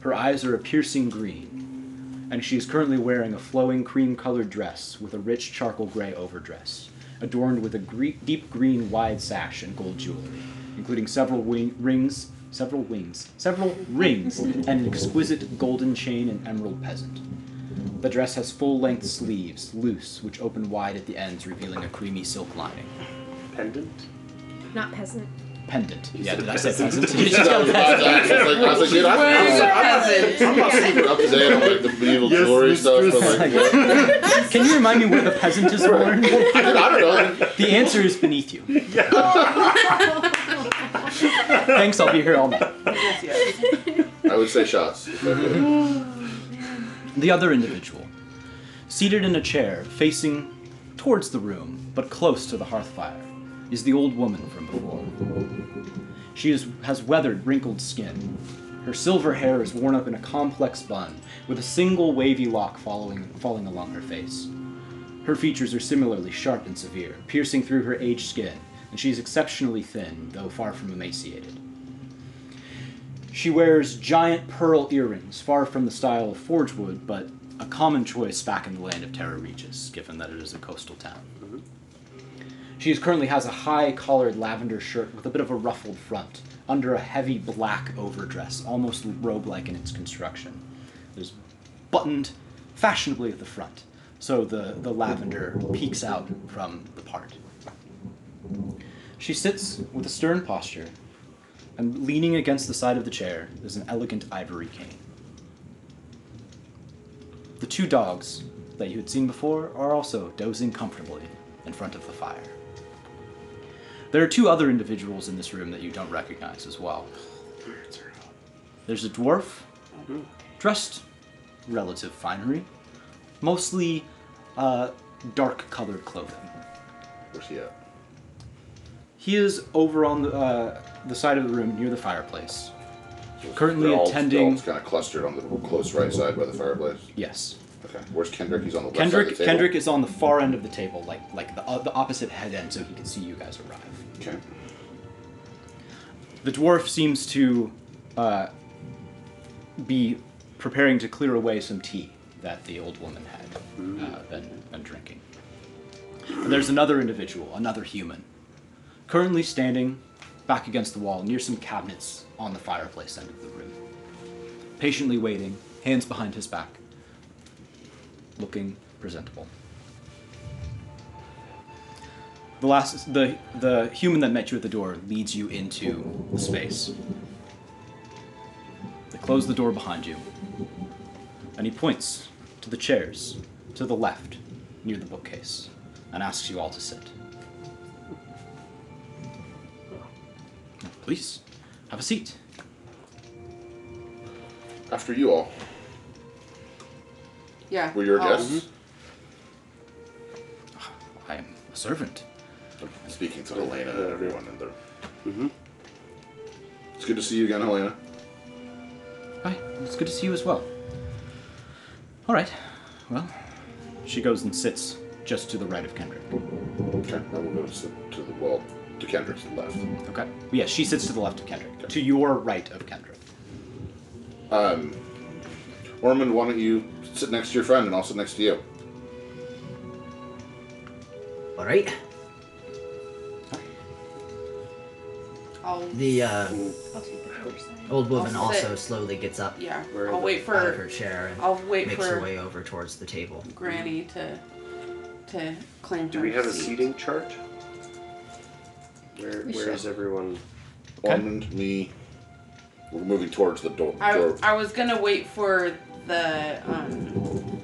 A: Her eyes are a piercing green, and she is currently wearing a flowing cream colored dress with a rich charcoal gray overdress, adorned with a gre- deep green wide sash and gold jewelry, including several wing- rings, several wings, several rings, and an exquisite golden chain and emerald peasant. The dress has full length sleeves, loose, which open wide at the ends, revealing a creamy silk lining.
E: Pendant?
D: Not peasant.
A: Pendant. yeah,
E: said
A: did I say
E: peasant.
A: peasant?
B: I was like, I was like, dude, I- I'm not super up to date on like the medieval
E: Yes,
B: jewelry stuff, but
E: mistress.
B: like, what?
A: Can you remind me where the peasant is born?
B: I don't know.
A: The answer is beneath you. Thanks, I'll be here all night.
C: Yes, yes.
B: I would say shots. if I could.
A: The other individual, seated in a chair facing towards the room but close to the hearth fire, is the old woman from before. She is, has weathered, wrinkled skin. Her silver hair is worn up in a complex bun, with a single wavy lock following, falling along her face. Her features are similarly sharp and severe, piercing through her aged skin, and she is exceptionally thin, though far from emaciated. She wears giant pearl earrings, far from the style of forge wood, but a common choice back in the land of Terra Regis, given that it is a coastal town. She is currently has a high collared lavender shirt with a bit of a ruffled front, under a heavy black overdress, almost robe like in its construction. It is buttoned fashionably at the front, so the, the lavender peeks out from the part. She sits with a stern posture, and leaning against the side of the chair is an elegant ivory cane. The two dogs that you had seen before are also dozing comfortably in front of the fire. There are two other individuals in this room that you don't recognize as well. There's a dwarf, dressed relative finery, mostly uh, dark colored clothing.
B: Where's he at?
A: He is over on the, uh, the side of the room near the fireplace. Currently
B: They're all,
A: attending-
B: kind of clustered on the close right side by the fireplace.
A: Yes.
B: Okay. Where's Kendrick? He's on the left
A: Kendrick
B: side of the table.
A: Kendrick is on the far end of the table, like like the, uh, the opposite head end, so he can see you guys arrive.
B: Okay.
A: The dwarf seems to uh, be preparing to clear away some tea that the old woman had
B: Mm-hmm.
A: uh, been, been drinking. And there's another individual, another human, currently standing back against the wall near some cabinets on the fireplace end of the room. Patiently waiting, hands behind his back, looking presentable. The last, the the human that met you at the door leads you into the space. They close the door behind you. And he points to the chairs to the left, near the bookcase, and asks you all to sit. Please, have a seat.
B: After you all.
C: Yeah.
B: Were your
C: I'll-
B: guests?
A: I am a servant.
B: I'm speaking to Helena and everyone in there.
E: Mm-hmm.
B: It's good to see you again, Helena.
A: Hi, it's good to see you as well. All right, well. She goes and sits just to the right of Kendrick.
B: Okay, I will go to, to the well, to Kendrick's left.
A: Okay. Yeah, she sits to the left of Kendrick. To your right of Kendrick.
B: Um, Ormond, why don't you sit next to your friend and I'll sit next to you?
G: All right.
C: I'll,
G: The uh,
D: I'll take the first side.
G: old woman
C: I'll sit.
G: also slowly gets up
C: yeah.
E: Where are
C: I'll
E: the-
C: wait
G: out of
C: for
G: her chair and
C: I'll wait
G: makes her
C: for
G: way over towards the table.
C: Granny to to claim
E: Do
C: her
E: we have a
C: seat.
E: seating chart? Where,
D: We
E: where is
D: should.
E: everyone?
A: Okay.
B: Ormond, me. We're moving towards the door.
C: I,
B: door.
C: I was gonna wait for the um,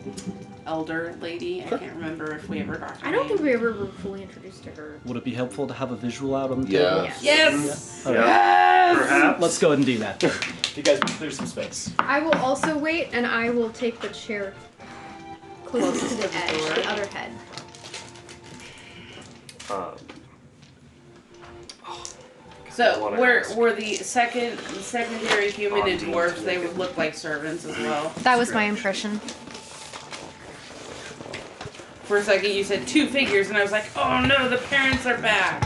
C: elder lady. I can't remember if we ever got. Her
D: I don't
C: name.
D: think we ever were fully introduced to her.
A: Would it be helpful to have a visual out on the table?
B: Yes.
C: Yes.
A: All right.
C: Yes.
E: Perhaps.
A: Let's go ahead and do that. if you guys clear some space.
D: I will also wait, and I will take the chair closest to the edge, the other head.
E: Um, I
C: So
E: wanna
C: were
E: ask.
C: were the second the secondary human and dwarves? They would look like servants as well.
D: That was my impression.
C: For a second, you said two figures, and I was like, oh no, the parents are back.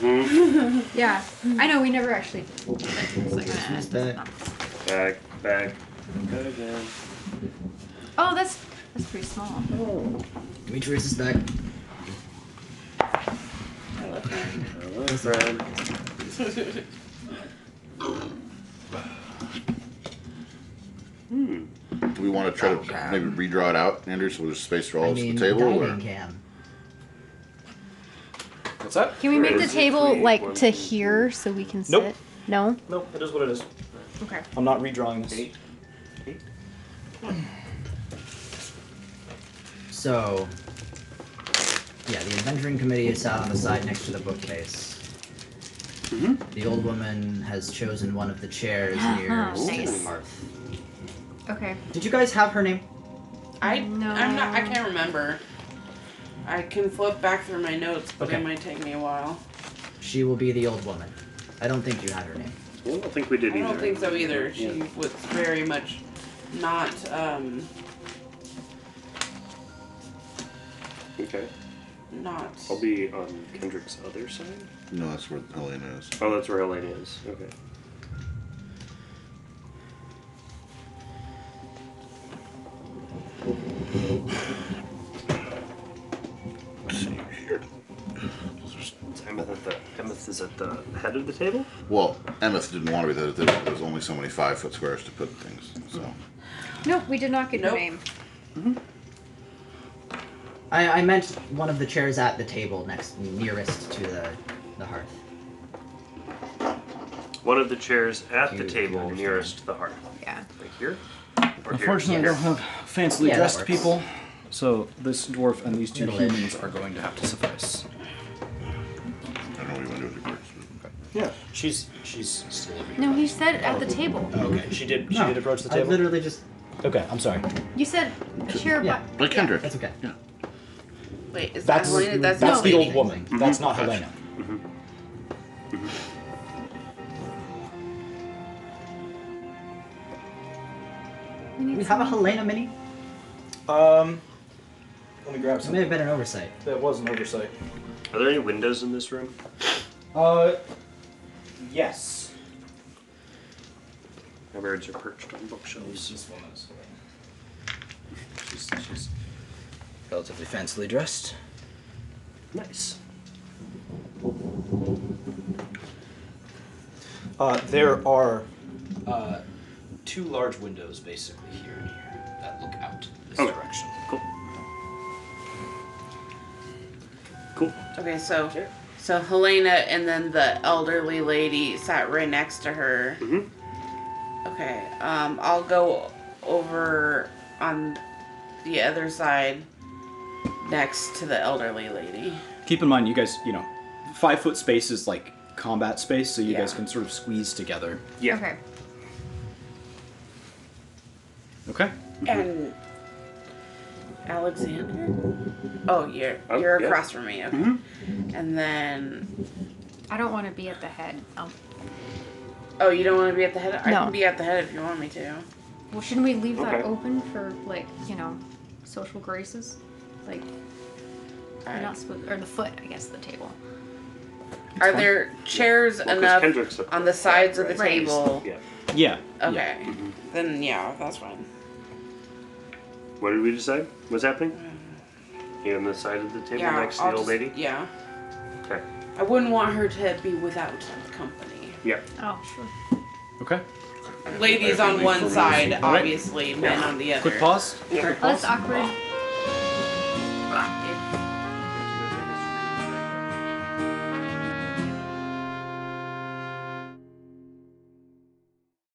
E: mhm.
D: Yeah, I know we never actually.
G: That-
E: Back, back. Good again.
D: Oh, that's that's pretty small.
G: Demetrius is back.
C: I love them.
E: Hello, friend. Hmm.
B: Do we want to try
G: Okay.
B: to maybe redraw it out, Andrew, so there's space for all
G: I
B: of us at
G: mean,
B: the table?
G: dining
B: Or?
G: cam.
F: What's that?
D: Can we make the
E: Is it
D: table
E: three,
D: like
E: one,
D: to
E: two, three?
D: here so we can sit?
F: Nope.
D: No.
F: Nope, it is what it is.
D: Okay.
F: I'm not redrawing this.
E: Eight. Eight.
G: So, yeah, the adventuring committee is sat on the side next to the bookcase.
F: Mm-hmm.
E: Mhm.
G: The old woman has chosen one of the chairs near
D: Nice.
G: the hearth.
D: Okay.
G: Did you guys have her name?
C: I
D: No.
C: I'm not. I can't remember. I can flip back through my notes, but
G: Okay.
C: it might take me a while.
G: She will be the old woman. I don't think you had her name.
E: I don't think we did
C: I
E: either.
C: don't think so either. She
E: Yeah.
C: was very much not. Um,
E: Okay.
C: not.
E: I'll be on Kendrick's other side.
B: No, that's where Helena is.
E: Oh, that's where Elaine is. Okay.
B: Let's see here.
E: Emmeth, at the, Emmeth is at the head of the table.
B: Well, Emmeth didn't want to be there. there- There's only so many five foot squares to put things. So
D: No, we did not get
C: Nope.
D: her name.
G: I, I meant one of the chairs at the table next nearest to the the hearth.
E: One of the chairs at the
G: You- you
E: table
G: understand.
E: nearest the hearth.
D: Yeah.
E: Like here? Or here?
A: Unfortunately, I don't have fancily
G: Yeah, that
A: dressed
G: works.
A: people, so this dwarf and these two
G: Middle-aged.
A: humans are going to have to suffice.
B: I don't know what you want to do with your words. but-
F: Yeah. She's she's still over here.
D: No, he said at the table.
F: Okay. She did she
G: No,
F: did approach the
G: I
F: table.
G: literally just
F: Okay, I'm sorry.
G: Mm-hmm.
D: You said chair,
G: Yeah.
D: but
B: Like Kendrick.
G: that's okay.
B: Yeah.
C: Wait, is
F: That's
C: that Helena?
F: that's,
C: That's,
G: no, wait,
F: the old
G: wait,
F: woman.
G: wait.
F: That's not
B: Gotcha.
F: Helena.
G: We have a Helena mini.
F: Um let me grab
G: It may have been an oversight.
F: That was an oversight.
E: Are there any windows in this room?
F: Uh yes.
E: My birds are perched on bookshelves.
H: This woman is she's, she's relatively fancily dressed.
E: Nice.
F: Uh there are
H: Uh, two large windows basically here and here that look out this
E: Okay.
H: direction.
E: Cool. Cool.
C: okay, so
E: Sure.
C: so Helena and then the elderly lady sat right next to her.
E: Mhm.
C: Okay, um, I'll go over on the other side next to the elderly lady.
A: Keep in mind, you guys, you know, five foot space is like combat space, so you
C: Yeah.
A: guys can sort of squeeze together.
E: Yeah.
D: Okay.
A: Okay.
E: Mm-hmm.
C: And Alexander? Oh, you're
E: Oh, Mm-hmm.
C: you're
E: yeah.
C: across from me. Okay. And then
D: I don't want to be at the head. Um,
C: oh, you don't want to be at the head. I
D: No.
C: can be at the head if you want me to.
D: well, shouldn't we leave
E: Okay.
D: that open for like you know, social graces, like you're
C: Alright.
D: not supposed or the foot, I guess, the table.
C: Are there chairs
E: Well, 'cause Kendrick's
C: enough
E: up
C: on
E: there,
C: the sides of the
D: right.
C: table?
E: Yeah.
A: Yeah. yeah.
C: Okay. Then yeah, that's fine.
E: What did we decide? What's happening? You on the side of the table
C: yeah.
E: next to
C: I'll
E: the old
C: just-
E: lady?
C: Yeah.
E: Okay.
C: I wouldn't want her to be without company.
E: Yeah.
D: Oh, sure.
A: Okay.
C: Ladies on one side, obviously, men on the other.
A: Quick pause.
D: Oh, that's awkward.